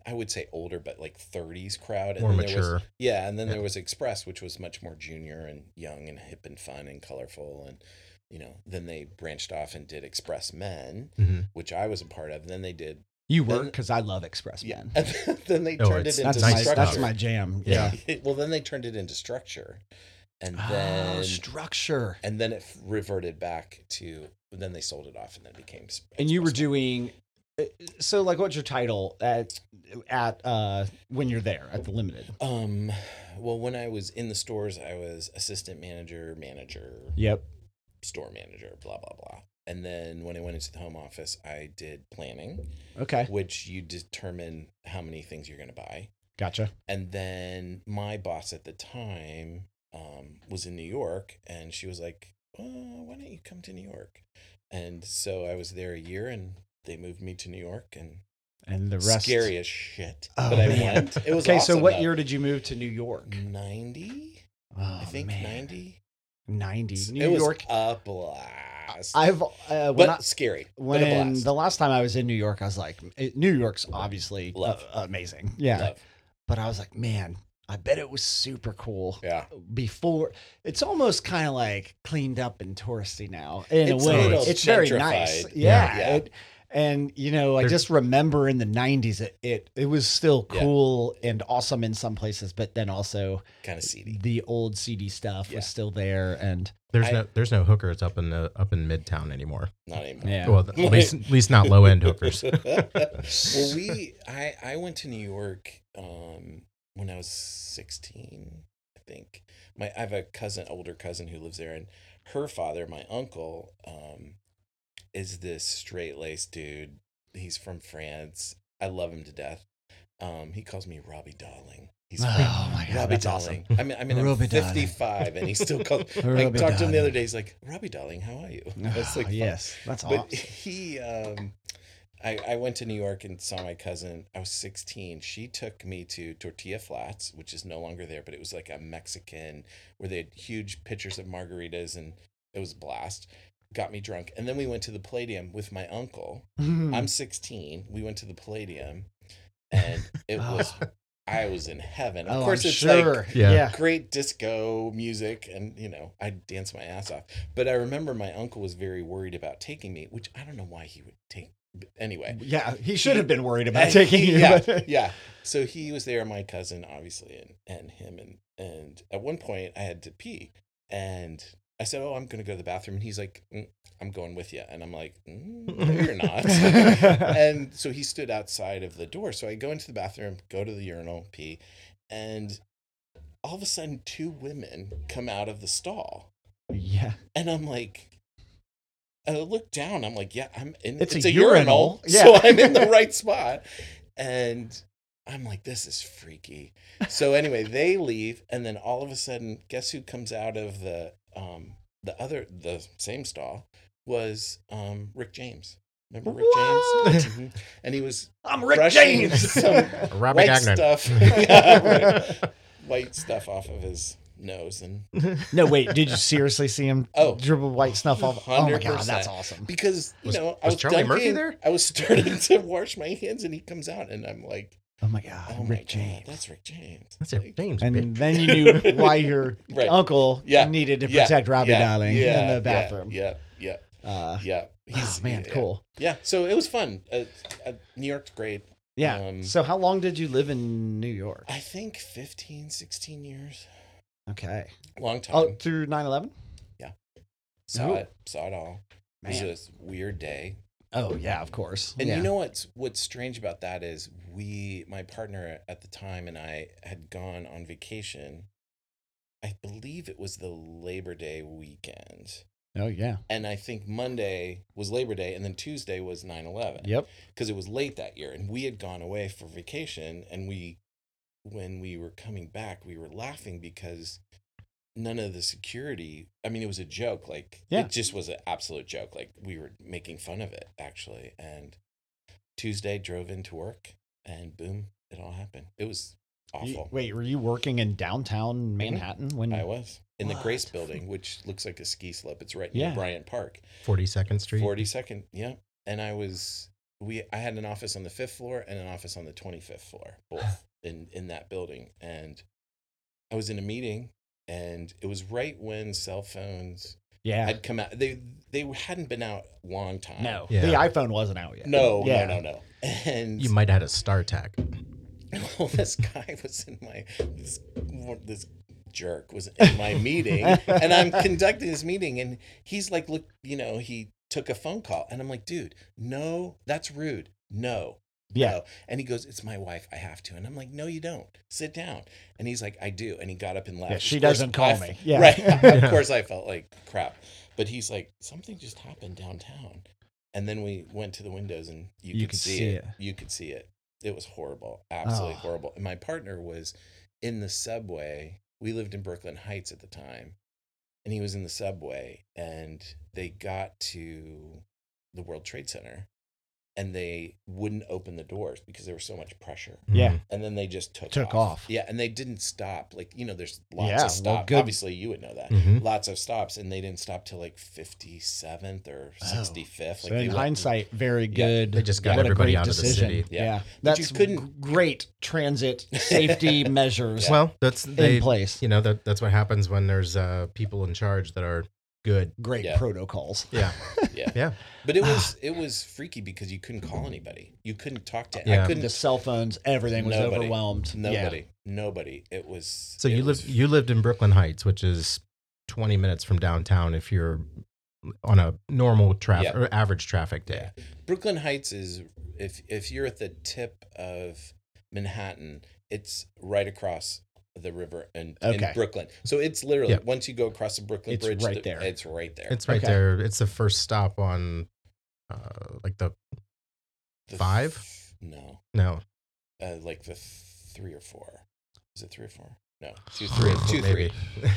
Speaker 3: I would say older, but like 30s crowd.
Speaker 2: More
Speaker 3: then there was-
Speaker 2: mature.
Speaker 3: Yeah, and then
Speaker 2: Yeah.
Speaker 3: there was Express, which was much more junior and young and hip and fun and colorful, and you know, then they branched off and did Express Men,
Speaker 2: hmm
Speaker 3: which I was a part of. And then they did,
Speaker 1: You
Speaker 3: Then-
Speaker 1: were because I love Express
Speaker 3: yeah,
Speaker 1: Man.
Speaker 3: [laughs] and then they
Speaker 2: Oh,
Speaker 3: turned it
Speaker 2: it's-
Speaker 3: into
Speaker 1: That's
Speaker 2: Nice
Speaker 1: my
Speaker 3: structure.
Speaker 1: that's my jam. [laughs] Yeah.
Speaker 2: Yeah.
Speaker 3: well, then they turned it into structure, and
Speaker 1: Oh,
Speaker 3: then
Speaker 1: structure.
Speaker 3: and then it reverted back to. Then they sold it off, and then it became.
Speaker 1: And you were
Speaker 3: Express Men.
Speaker 1: doing uh, so like what's your title at at uh when you're there at the limited?
Speaker 3: Um, well, when I was in the stores, I was assistant manager, manager,
Speaker 1: Yep.
Speaker 3: store manager, blah blah blah. And then when I went into the home office, I did planning,
Speaker 1: Okay.
Speaker 3: which you determine how many things you're going to buy.
Speaker 1: Gotcha.
Speaker 3: And then my boss at the time um, was in New York, and she was like, uh, "Why don't you come to New York?" And so I was there a year, and they moved me to New York, and
Speaker 1: And the rest
Speaker 3: scary as shit.
Speaker 1: Oh,
Speaker 3: but I
Speaker 1: man.
Speaker 3: went. It was
Speaker 1: Okay, so
Speaker 3: awesome,
Speaker 1: what
Speaker 3: though.
Speaker 1: year did you move to New York?
Speaker 3: Ninety,
Speaker 1: Oh,
Speaker 3: I think
Speaker 1: man.
Speaker 3: ninety.
Speaker 1: 90.
Speaker 3: It
Speaker 1: New
Speaker 3: was
Speaker 1: York
Speaker 3: a blast. fast,
Speaker 1: I've uh, when
Speaker 3: but
Speaker 1: I,
Speaker 3: scary. but a
Speaker 1: when
Speaker 3: blast.
Speaker 1: the last time I was in New York, I was like, eh, New York's obviously
Speaker 3: Love.
Speaker 1: a- amazing, yeah.
Speaker 3: Love.
Speaker 1: But I was like, man, I bet it was super cool
Speaker 3: yeah,
Speaker 1: before. It's almost kind of like cleaned up and touristy now in
Speaker 3: It's
Speaker 1: a
Speaker 3: a
Speaker 1: way.
Speaker 3: little
Speaker 1: it's very
Speaker 3: gentrified.
Speaker 1: nice, yeah.
Speaker 3: Yeah. Yeah.
Speaker 1: It- and you know, I
Speaker 2: There's-
Speaker 1: just remember in the '90s, it it, it was still
Speaker 3: Yeah.
Speaker 1: cool and awesome in some places, but then also
Speaker 3: kind of seedy.
Speaker 1: the old CD stuff
Speaker 3: Yeah.
Speaker 1: was still there, and
Speaker 2: There's
Speaker 3: I-
Speaker 2: no there's no hookers up in the up in Midtown anymore.
Speaker 3: Not anymore.
Speaker 1: yeah,
Speaker 2: Well, at least at least not low
Speaker 1: [laughs]
Speaker 2: end hookers.
Speaker 3: [laughs] well, we I I went to New York um when I was 16, I think. My I have a cousin, older cousin who lives there and her father, my uncle, um is this straight-laced dude. He's from France. I love him to death. Um he calls me Robbie Darling. He's
Speaker 1: oh
Speaker 3: [sighs]
Speaker 1: my god,
Speaker 3: Robbie
Speaker 1: that's awesome.
Speaker 3: Darling. I mean, I mean, I'm
Speaker 1: Robbie Darling.
Speaker 3: 55 and he
Speaker 1: [laughs]
Speaker 3: still calls. I
Speaker 1: Robbie
Speaker 3: talked to him
Speaker 1: Darling.
Speaker 3: the other day. He's like, Robbie Darling, how are you? [laughs]
Speaker 1: [sighs]
Speaker 3: It's like,
Speaker 1: Oh, yes, that's
Speaker 3: but
Speaker 1: awesome.
Speaker 3: [laughs] he um I, I went to New York and saw my cousin. I was 16. She took me to Tortilla Flats, which is no longer there, but it was like a Mexican where they had huge pictures of margaritas and it was a blast. Got me drunk. And then we went to the Palladium with my uncle.
Speaker 1: Hmm.
Speaker 3: I'm 16. We went to the Palladium and
Speaker 1: [laughs]
Speaker 3: it
Speaker 1: Oh.
Speaker 3: was, I was in heaven. Of
Speaker 1: Oh,
Speaker 3: course,
Speaker 1: I'm
Speaker 3: it's
Speaker 1: sure.
Speaker 3: like
Speaker 2: Yeah.
Speaker 1: yeah.
Speaker 3: [laughs] great disco music and you know i danced my ass off but i remember my uncle was very worried about taking me which i don't know why he would take but anyway
Speaker 1: Yeah, he should have been worried about
Speaker 3: [laughs] And
Speaker 1: taking
Speaker 3: he-
Speaker 1: you.
Speaker 3: yeah,
Speaker 1: but- [laughs]
Speaker 3: yeah so he was there my cousin obviously and and him and and at one point i had to pee and i said oh i'm gonna go to the bathroom and he's like "Mm, i'm going with you and i'm like "Mm, no, you're not
Speaker 1: [laughs]
Speaker 3: [laughs] and so he stood outside of the door. So I go into the bathroom, go to the urinal, pee, and all of a sudden, two women come out of the stall,
Speaker 1: yeah,
Speaker 3: and I'm like, I look down. I'm like, yeah, I'm in.
Speaker 1: It's
Speaker 3: It's,
Speaker 1: a
Speaker 3: a, urinal,
Speaker 1: urinal.
Speaker 3: so
Speaker 1: Yeah.
Speaker 3: I'm in the right
Speaker 1: [laughs]
Speaker 3: spot, and I'm like, this is freaky. So anyway, they leave, and then all of a sudden, guess who comes out of the um the other the same stall was um Rick James. Remember Rick James? Mhm. And he was
Speaker 1: I'm [laughs] Rick
Speaker 3: brushing
Speaker 1: James.
Speaker 3: [laughs] some
Speaker 2: Robbie
Speaker 3: white
Speaker 2: Gagnon. [laughs]
Speaker 3: stuff, [laughs] Yeah, right. white stuff off of his nose, and
Speaker 1: [laughs] no, wait, did you seriously see him
Speaker 3: Oh.
Speaker 1: dribble white snuff off? Oh my god,
Speaker 3: 100%.
Speaker 1: that's awesome.
Speaker 3: because you
Speaker 2: Was-
Speaker 3: know I
Speaker 2: was
Speaker 3: was,
Speaker 2: Charlie Murphy
Speaker 3: dunking,
Speaker 2: there?
Speaker 3: I was [laughs] starting to wash my hands, and he comes out, and I'm like,
Speaker 1: Oh my god,
Speaker 3: "Oh my
Speaker 1: Rick
Speaker 3: God,
Speaker 1: James.
Speaker 3: that's Rick James."
Speaker 2: That's it.
Speaker 3: Like,
Speaker 2: James.
Speaker 1: and then
Speaker 3: [laughs]
Speaker 1: you knew why your
Speaker 3: Right.
Speaker 1: uncle
Speaker 3: Yeah.
Speaker 1: needed to
Speaker 3: Yeah.
Speaker 1: protect Robbie
Speaker 3: yeah,
Speaker 1: Darling
Speaker 3: yeah,
Speaker 1: in the bathroom.
Speaker 3: Yeah, yeah,
Speaker 1: Uh,
Speaker 3: yeah. yeah.
Speaker 1: oh man,
Speaker 3: yeah,
Speaker 1: cool.
Speaker 3: Yeah, so it was fun. Uh, uh, New York's great.
Speaker 1: Yeah.
Speaker 3: Um,
Speaker 1: so, how long did you live in New York?
Speaker 3: I think 15, 16 years,
Speaker 1: Okay.
Speaker 3: long time.
Speaker 1: Oh, through 9 11?
Speaker 3: saw
Speaker 1: ooh.
Speaker 3: it, saw it all. It was this weird day.
Speaker 1: Oh, yeah, of course.
Speaker 3: And
Speaker 1: yeah.
Speaker 3: you know what's what's strange about that is we my partner at the time and I had gone on vacation. I believe it was the Labor Day weekend.
Speaker 1: oh, yeah.
Speaker 3: And I think Monday was Labor Day and then Tuesday was 9/11
Speaker 1: Yep.
Speaker 3: because it was late that year and we had gone away for vacation and we when we were coming back we were laughing because none of the security i mean it was a joke like
Speaker 1: Yeah.
Speaker 3: it just was an absolute joke like we were making fun of it actually and tuesday drove into work and boom it all happened it was
Speaker 1: You-
Speaker 3: awful Mm-hmm.
Speaker 1: wait, mm. were you working in downtown Manhattan when
Speaker 3: i was in the
Speaker 1: What?
Speaker 3: grace building which looks like a ski slope it's right near
Speaker 1: Yeah.
Speaker 3: bryant park
Speaker 2: Forty Second Street.
Speaker 3: Forty second, yeah. And I was we I had an office on the fifth floor and an office on the twenty fifth floor, both in in that building. And I was in a meeting, and it was right when cell phones
Speaker 1: Yeah.
Speaker 3: had come out. They they hadn't been out a long time.
Speaker 1: no.
Speaker 2: Yeah.
Speaker 1: The iPhone wasn't out yet.
Speaker 3: no,
Speaker 1: Yeah.
Speaker 3: no, no, no. And
Speaker 2: You might have had a star tech.
Speaker 3: well, [laughs] this guy was in my this, this jerk was in my meeting and
Speaker 1: [laughs]
Speaker 3: i'm conducting this meeting and he's like look you know he took a phone call and i'm like dude no that's rude no
Speaker 1: Yeah.
Speaker 3: no." and he goes it's my wife i have to and i'm like no you don't sit down and he's like i do and he got up and left
Speaker 1: Yeah, she
Speaker 3: Of course,
Speaker 1: doesn't call
Speaker 3: I- [laughs]
Speaker 1: me. Yeah. [laughs]
Speaker 3: right
Speaker 2: Yeah.
Speaker 3: of course i felt like crap but he's like something just happened downtown and then we went to the windows and you, could, see, it. You could see it. It was horrible, absolutely
Speaker 1: Oh.
Speaker 3: horrible. And my partner was in the subway. We lived in Brooklyn Heights at the time, and he was in the subway, and they got to the World Trade Center, and they wouldn't open the doors because there was so much pressure.
Speaker 1: Yeah.
Speaker 3: And then they just took
Speaker 1: Took off.
Speaker 3: Yeah, and they didn't stop. Like you know, there's lots
Speaker 1: Yeah, well,
Speaker 3: of stops.
Speaker 1: good. Mm-hmm.
Speaker 3: Obviously, you would know that.
Speaker 2: Mhm.
Speaker 3: Lots of stops, and they didn't stop till like 57th or 65th. Like
Speaker 1: Oh. So
Speaker 3: they
Speaker 1: in
Speaker 3: went-
Speaker 1: hindsight, very
Speaker 3: Yeah,
Speaker 1: good.
Speaker 2: they just got
Speaker 1: What a
Speaker 2: everybody
Speaker 1: great
Speaker 2: out of the
Speaker 1: decision.
Speaker 2: city.
Speaker 1: Yeah.
Speaker 3: Yeah.
Speaker 1: That's
Speaker 3: you couldn't-
Speaker 1: great
Speaker 3: [laughs]
Speaker 1: transit safety measures
Speaker 2: Well, that's they,
Speaker 1: in place.
Speaker 2: you know that that's what happens when there's uh, people in charge that are good.
Speaker 1: Great
Speaker 3: Yeah.
Speaker 1: protocols.
Speaker 2: Yeah,
Speaker 3: [laughs] Yeah.
Speaker 2: yeah.
Speaker 1: [sighs]
Speaker 3: But it was it was freaky because you couldn't call anybody. You couldn't talk to.
Speaker 2: Yeah.
Speaker 3: I
Speaker 1: The
Speaker 3: couldn't.
Speaker 1: cell phones, everything was
Speaker 3: Nobody.
Speaker 1: overwhelmed. Yeah.
Speaker 3: Nobody. Nobody. It was.
Speaker 2: So you
Speaker 3: it
Speaker 2: live
Speaker 3: was-
Speaker 2: you lived in Brooklyn Heights, which is 20 minutes from downtown if you're on a normal traffic
Speaker 3: Yeah.
Speaker 2: or average traffic day.
Speaker 3: Brooklyn Heights is if if you're at the tip of Manhattan, it's right across the river and in,
Speaker 1: Okay.
Speaker 3: Brooklyn. So it's literally
Speaker 2: Yeah.
Speaker 3: once you go across the Brooklyn
Speaker 1: It's
Speaker 3: Bridge,
Speaker 1: right
Speaker 3: the-
Speaker 1: there.
Speaker 3: It's right there.
Speaker 2: It's right
Speaker 1: Okay.
Speaker 2: there. It's the first stop on uh, like the
Speaker 3: The
Speaker 2: five?
Speaker 3: f- no,
Speaker 2: no
Speaker 3: uh, like the three or four. Is it three or four?
Speaker 2: [sighs]
Speaker 3: No, two, three, [laughs] two, three.
Speaker 2: [laughs]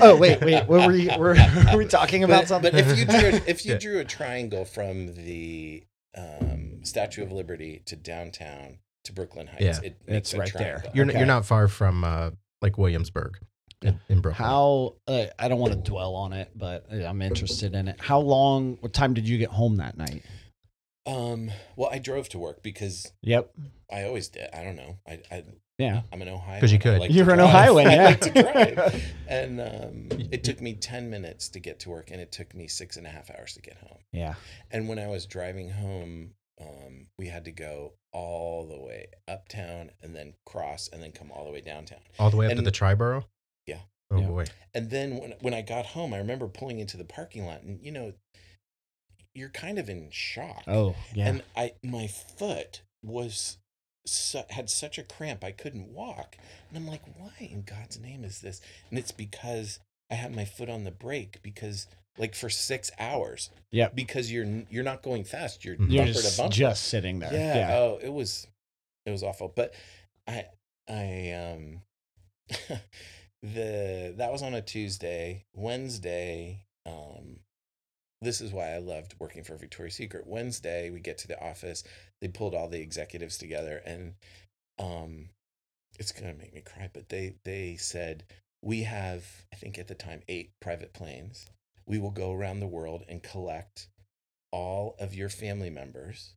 Speaker 1: Oh wait, wait. Were we were, were [laughs] we talking about
Speaker 3: but,
Speaker 1: something?
Speaker 3: but if you drew, if
Speaker 2: [laughs]
Speaker 3: you
Speaker 2: Yeah.
Speaker 3: drew a triangle from the um, Statue of Liberty to downtown to Brooklyn Heights,
Speaker 2: Yeah.
Speaker 3: it
Speaker 1: It's
Speaker 3: makes a
Speaker 1: right there.
Speaker 3: triangle.
Speaker 2: [laughs] You're n
Speaker 1: Okay.
Speaker 2: you're not far from uh, like Williamsburg in, in Brooklyn.
Speaker 1: How uh, I don't want to dwell on it, but uh, I'm interested in it. How long? What time did you get home that night?
Speaker 3: Um, well, I drove to work because
Speaker 1: Yep.
Speaker 3: I always did. I don't know. I, I
Speaker 1: Yeah.
Speaker 3: I'm an Ohio.
Speaker 2: 'Cause you could.
Speaker 1: You're an Ohioan,
Speaker 3: [laughs] I
Speaker 1: yeah.
Speaker 3: like to drive.
Speaker 1: [laughs]
Speaker 3: And um,
Speaker 2: You-
Speaker 3: it took me ten minutes to get to work, and it took me six and a half hours to get home.
Speaker 1: Yeah.
Speaker 3: And when I was driving home, um, we had to go all the way uptown and then cross and then come all the way downtown.
Speaker 2: All the way up to
Speaker 3: and-
Speaker 2: the Triborough.
Speaker 3: Yeah.
Speaker 2: Oh
Speaker 1: Yeah.
Speaker 2: boy.
Speaker 3: And then when when I got home, I remember pulling into the parking lot, and you know, you're kind of in shock.
Speaker 1: Oh yeah.
Speaker 3: and I my foot was su- had such a cramp I couldn't walk, and I'm like, why in God's name is this? And it's because I had my foot on the brake because like for six hours.
Speaker 1: Yep. Mm-hmm.
Speaker 3: Because you're n- you're not going fast. You're
Speaker 2: Mhm.
Speaker 1: You're
Speaker 3: bumper to
Speaker 1: just,
Speaker 3: bumper.
Speaker 1: just sitting there.
Speaker 3: yeah, Oh, it was it was awful. But I I um [laughs] the that was on a Tuesday. Wednesday, um this is why I loved working for Victoria's Secret. Wednesday, we get to the office. They pulled all the executives together and um it's going to make me cry, but they they said we have I think at the time 8 private planes. We will go around the world and collect all of your family members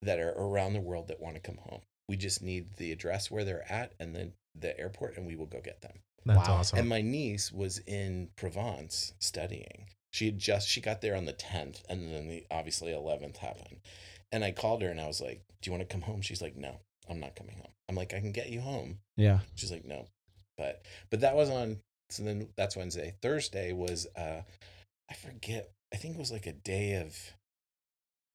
Speaker 3: that are around the world that want to come home. We just need the address where they're at and then the airport, and we will go get them.
Speaker 2: That's
Speaker 1: Wow.
Speaker 2: awesome.
Speaker 3: And my niece was in Provence studying. She had just she got there on the tenth, and then the obviously eleventh happened. And I called her and I was like, "Do you want to come home?" She's like, "No, I'm not coming home." I'm like, "I can get you home."
Speaker 1: Yeah.
Speaker 3: She's like, "No," but but that was on. So then that's Wednesday. Thursday was uh, I forget. I think it was like a day of.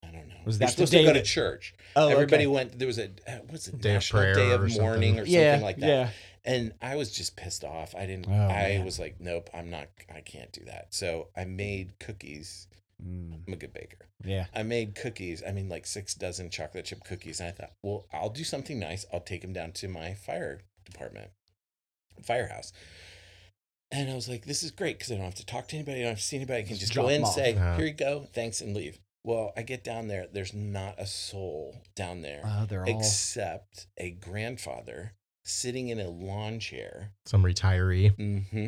Speaker 3: I don't know.
Speaker 1: Was
Speaker 3: You're
Speaker 1: that the
Speaker 3: supposed
Speaker 1: day
Speaker 3: to go to
Speaker 1: that-
Speaker 3: church?
Speaker 1: Oh,
Speaker 3: Everybody went. There was a uh, what's it?
Speaker 2: Day of
Speaker 3: National Day
Speaker 2: prayer
Speaker 3: of
Speaker 2: or something.
Speaker 3: mourning or something
Speaker 1: yeah.
Speaker 3: like that.
Speaker 1: Yeah.
Speaker 3: And I was just pissed off. I didn't.
Speaker 1: Oh,
Speaker 3: I
Speaker 1: man.
Speaker 3: was like, nope. I'm not. I can't do that. So I made cookies.
Speaker 1: Mm,
Speaker 3: I'm a good baker.
Speaker 1: yeah.
Speaker 3: I made cookies. I mean, like six dozen chocolate chip cookies. And I thought, well, I'll do something nice. I'll take them down to my fire department, firehouse. And I was like, this is great because I don't have to talk to anybody. I don't have to see anybody. I can
Speaker 1: Just
Speaker 3: just
Speaker 1: drop
Speaker 3: go in,
Speaker 1: 'em off.
Speaker 3: say,
Speaker 2: Yeah.
Speaker 3: here you go, thanks, and leave. Well, I get down there. There's not a soul down there
Speaker 1: Oh, they're all. [laughs]
Speaker 3: except a grandfather sitting in a lawn chair.
Speaker 2: Some
Speaker 3: [laughs]
Speaker 2: retiree.
Speaker 1: Mm-hmm.
Speaker 3: hmm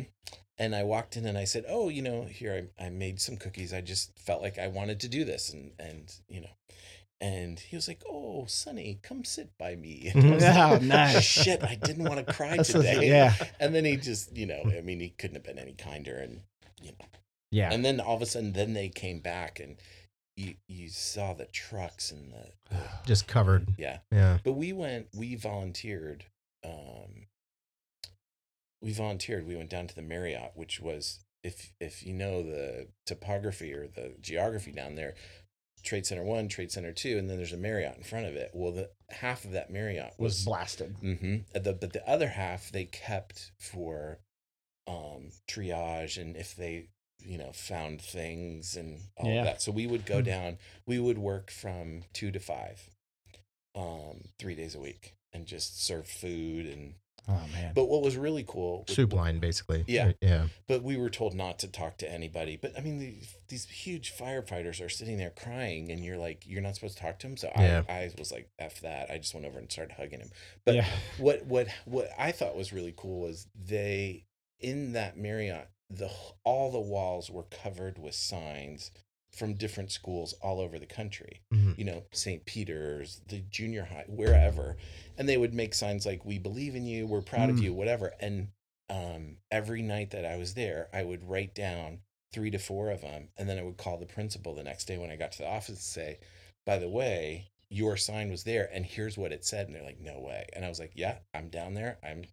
Speaker 3: And I walked in and I said, "Oh, you know, here I, I made some cookies. I just felt like I wanted to do this, and and you know." And he was like, "Oh, Sonny, come sit
Speaker 2: [laughs]
Speaker 3: by me."
Speaker 1: [laughs]
Speaker 3: And I was
Speaker 1: Yeah,
Speaker 3: like,
Speaker 1: Oh, nice.
Speaker 3: Shit, I didn't want to cry
Speaker 1: This is- [laughs]
Speaker 3: today.
Speaker 1: yeah. Hmm.
Speaker 3: And then he just, you know, I mean, he couldn't have been any kinder. And you know,
Speaker 1: Yeah.
Speaker 3: and then all of a sudden, then they came back, and you you saw the trucks
Speaker 1: [sighs]
Speaker 3: and the
Speaker 2: Just covered.
Speaker 3: yeah.
Speaker 2: Yeah.
Speaker 3: But we went, we volunteered. Um, we volunteered. We went down to the Marriott, which was, if if you know the topography or the geography down there, Trade Center One, Trade Center Two, and then there's a Marriott in front of it. Well, the half of that Marriott
Speaker 1: [laughs]
Speaker 3: was,
Speaker 1: was blasted.
Speaker 2: Mm-hmm.
Speaker 3: hmm The, but the other half they kept for um, triage and if they, you know, found things and all
Speaker 1: Yeah.
Speaker 3: of that. So we would
Speaker 2: Hmm.
Speaker 3: go down, we would work from two to five, um, three days a week and just serve food and
Speaker 1: Oh man.
Speaker 3: But what was really cool,
Speaker 2: Soup line, basically. Uh,
Speaker 3: Yeah.
Speaker 2: Yeah.
Speaker 3: but we were told not to talk to anybody. But I mean, the, these huge firefighters are sitting there crying, and you're like, you're not supposed to talk to him. So
Speaker 2: Yeah.
Speaker 3: I, I was like, f that. I just went over and started hugging him. But
Speaker 1: yeah.
Speaker 3: what what what I thought was really cool was they in that Marriott the wh- all the walls were covered with signs from different schools all over the country.
Speaker 2: Mhm.
Speaker 3: You know, St. Peter's, the junior high, wherever, and they would make signs like "We believe in you," "We're proud of
Speaker 2: Mm.
Speaker 3: you," whatever. And um, every night that I was there, I would write down three to four of them, and then I would call the principal the next day when I got to the office and say, by the way, your sign was there and here's what it said. And they're like, no way. And I was like, yeah, I'm down there. I'm,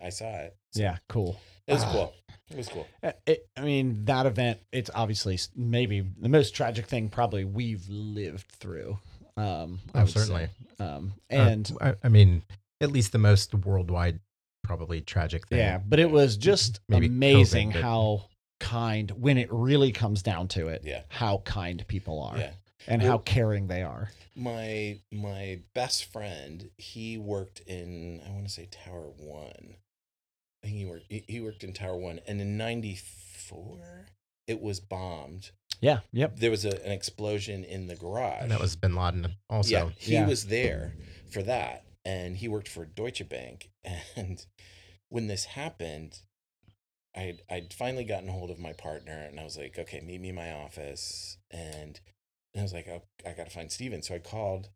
Speaker 3: I saw it.
Speaker 1: Yeah. Cool.
Speaker 3: It was
Speaker 1: Ah.
Speaker 3: cool. It was cool.
Speaker 1: Uh, It, I mean, that event, it's obviously s- maybe the most tragic thing probably we've lived through. Um, I
Speaker 2: Oh,
Speaker 1: would say.
Speaker 2: certainly.
Speaker 1: Um,
Speaker 2: Uh,
Speaker 1: and
Speaker 2: I, I mean, at least the most worldwide, probably tragic thing.
Speaker 1: yeah, but it was just
Speaker 2: Maybe
Speaker 1: amazing
Speaker 2: COVID, but-
Speaker 1: how kind, when it really comes down to it,
Speaker 3: Yeah.
Speaker 1: how kind people are
Speaker 3: Yeah.
Speaker 1: and
Speaker 3: Well-
Speaker 1: how caring they are.
Speaker 3: My, my best friend, he worked in, I want to say Tower One. I think he worked, he he worked in Tower One. And in 94, it was bombed.
Speaker 1: Yeah. Yep.
Speaker 3: There was a, an explosion in the garage.
Speaker 2: And that was Bin Laden also.
Speaker 3: Yeah, [laughs] he
Speaker 1: Yeah.
Speaker 3: was there for that, and he worked for Deutsche Bank. [laughs] And when this happened, I had, I'd finally gotten hold of my partner, and I was like, "Okay, meet me in my office." And, and I was like, oh, "I got to find Steven. So I called.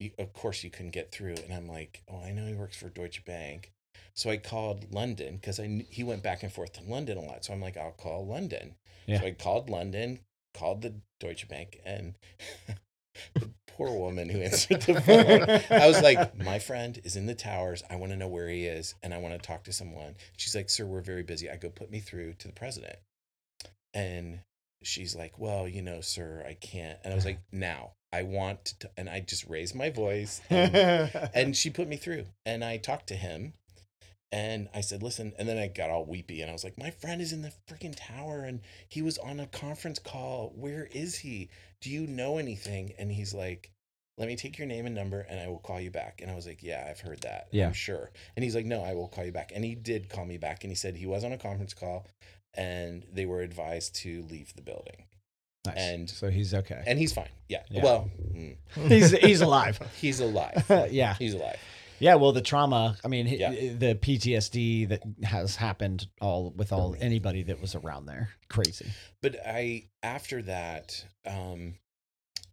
Speaker 3: You- Of course, you couldn't get through, and I'm like, "Oh, I know he works for Deutsche Bank." So I called London because I kn- he went back and forth to London a lot. So I'm like, "I'll call London."
Speaker 1: Yeah.
Speaker 3: So I called London, called the Deutsche Bank, and [laughs] the poor woman who answered
Speaker 2: [laughs]
Speaker 3: the phone. I was like, my friend is in the towers. I want to know where he is and I want to talk to someone. She's like, sir, we're very busy. I go, put me through to the president. And she's like, well, you know, sir, I can't. And I was like, now I want to. And I just raised my voice. And and she put me through and i talked to him and i said listen and then i got all weepy and i was like my friend is in the freaking tower and he was on a conference call where is he do you know anything and he's like let me take your name and number and i will call you back and i was like yeah i've heard that
Speaker 1: Yeah.
Speaker 3: i'm sure and he's like no i will call you back and he did call me back and he said he was on a conference call and they were advised to leave the building
Speaker 1: Nice.
Speaker 3: and-
Speaker 1: so he's okay.
Speaker 3: and he's fine yeah,
Speaker 1: Yeah.
Speaker 3: well mm,
Speaker 1: [laughs] he's, he's
Speaker 3: [laughs]
Speaker 1: alive.
Speaker 3: he's alive
Speaker 1: [laughs] yeah.
Speaker 3: he's alive
Speaker 1: Yeah, well, the trauma. I mean, h-
Speaker 3: Yeah.
Speaker 1: the PTSD that has happened all with all anybody that was around there. Crazy.
Speaker 3: but i after that um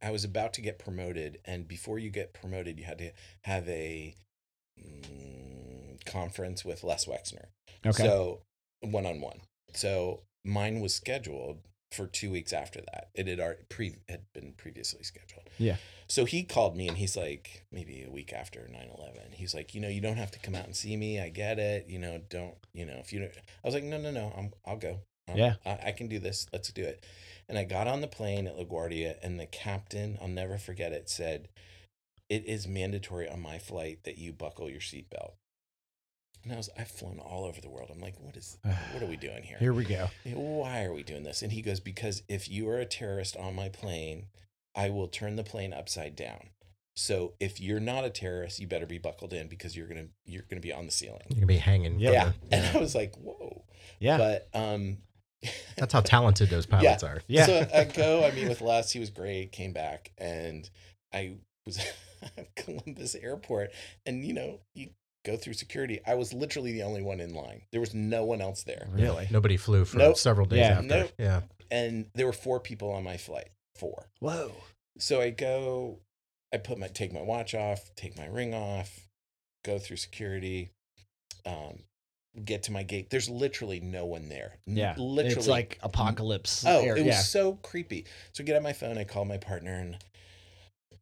Speaker 3: i was about to get promoted and before you get promoted you had to have a mm, conference with les wexner
Speaker 1: Okay.
Speaker 3: so one on one so mine was scheduled for two weeks after that it had already pre had been previously scheduled
Speaker 1: Yeah.
Speaker 3: so he called me and he's like maybe a week after 9-11 he's like you know you don't have to come out and see me i get it you know don't you know if you don't i was like no no no I'm, i'll go I'm-
Speaker 1: Yeah.
Speaker 3: I, I can do this let's do it and i got on the plane at laguardia and the captain i'll never forget it said it is mandatory on my flight that you buckle your seatbelt and i was i've flown all over the world i'm like [sighs] what is what are we doing here
Speaker 1: Here we go.
Speaker 3: yeah, why are we doing this? And he goes, because if you are a terrorist on my plane, I will turn the plane upside down. So if you're not a terrorist, you better be buckled in because you're gonna you're gonna be on the ceiling.
Speaker 2: You're gonna be hanging. from
Speaker 1: Yeah.
Speaker 2: the-
Speaker 3: [laughs] And I was like, whoa.
Speaker 1: Yeah.
Speaker 3: But um, [laughs]
Speaker 2: That's how talented those pilots are.
Speaker 1: yeah.
Speaker 3: So I go, I meet with Les. He was great. Came back, and I was [laughs] at Columbus Airport, and you know you go through security. I was literally the only one in line. There was no one else there.
Speaker 1: really.
Speaker 2: Nobody flew for
Speaker 3: Nope.
Speaker 2: several days
Speaker 1: Yeah.
Speaker 2: after.
Speaker 3: Nope.
Speaker 2: Yeah.
Speaker 3: and there were four people on my flight. Four.
Speaker 1: Whoa.
Speaker 3: So I go, I put my take my watch off, take my ring off, go through security, um, get to my gate. There's literally no one there. N-
Speaker 1: Yeah.
Speaker 3: literally.
Speaker 1: It's like apocalypse.
Speaker 3: oh,
Speaker 1: era.
Speaker 3: it was
Speaker 1: yeah.
Speaker 3: so creepy. So I get on my phone, I call my partner, and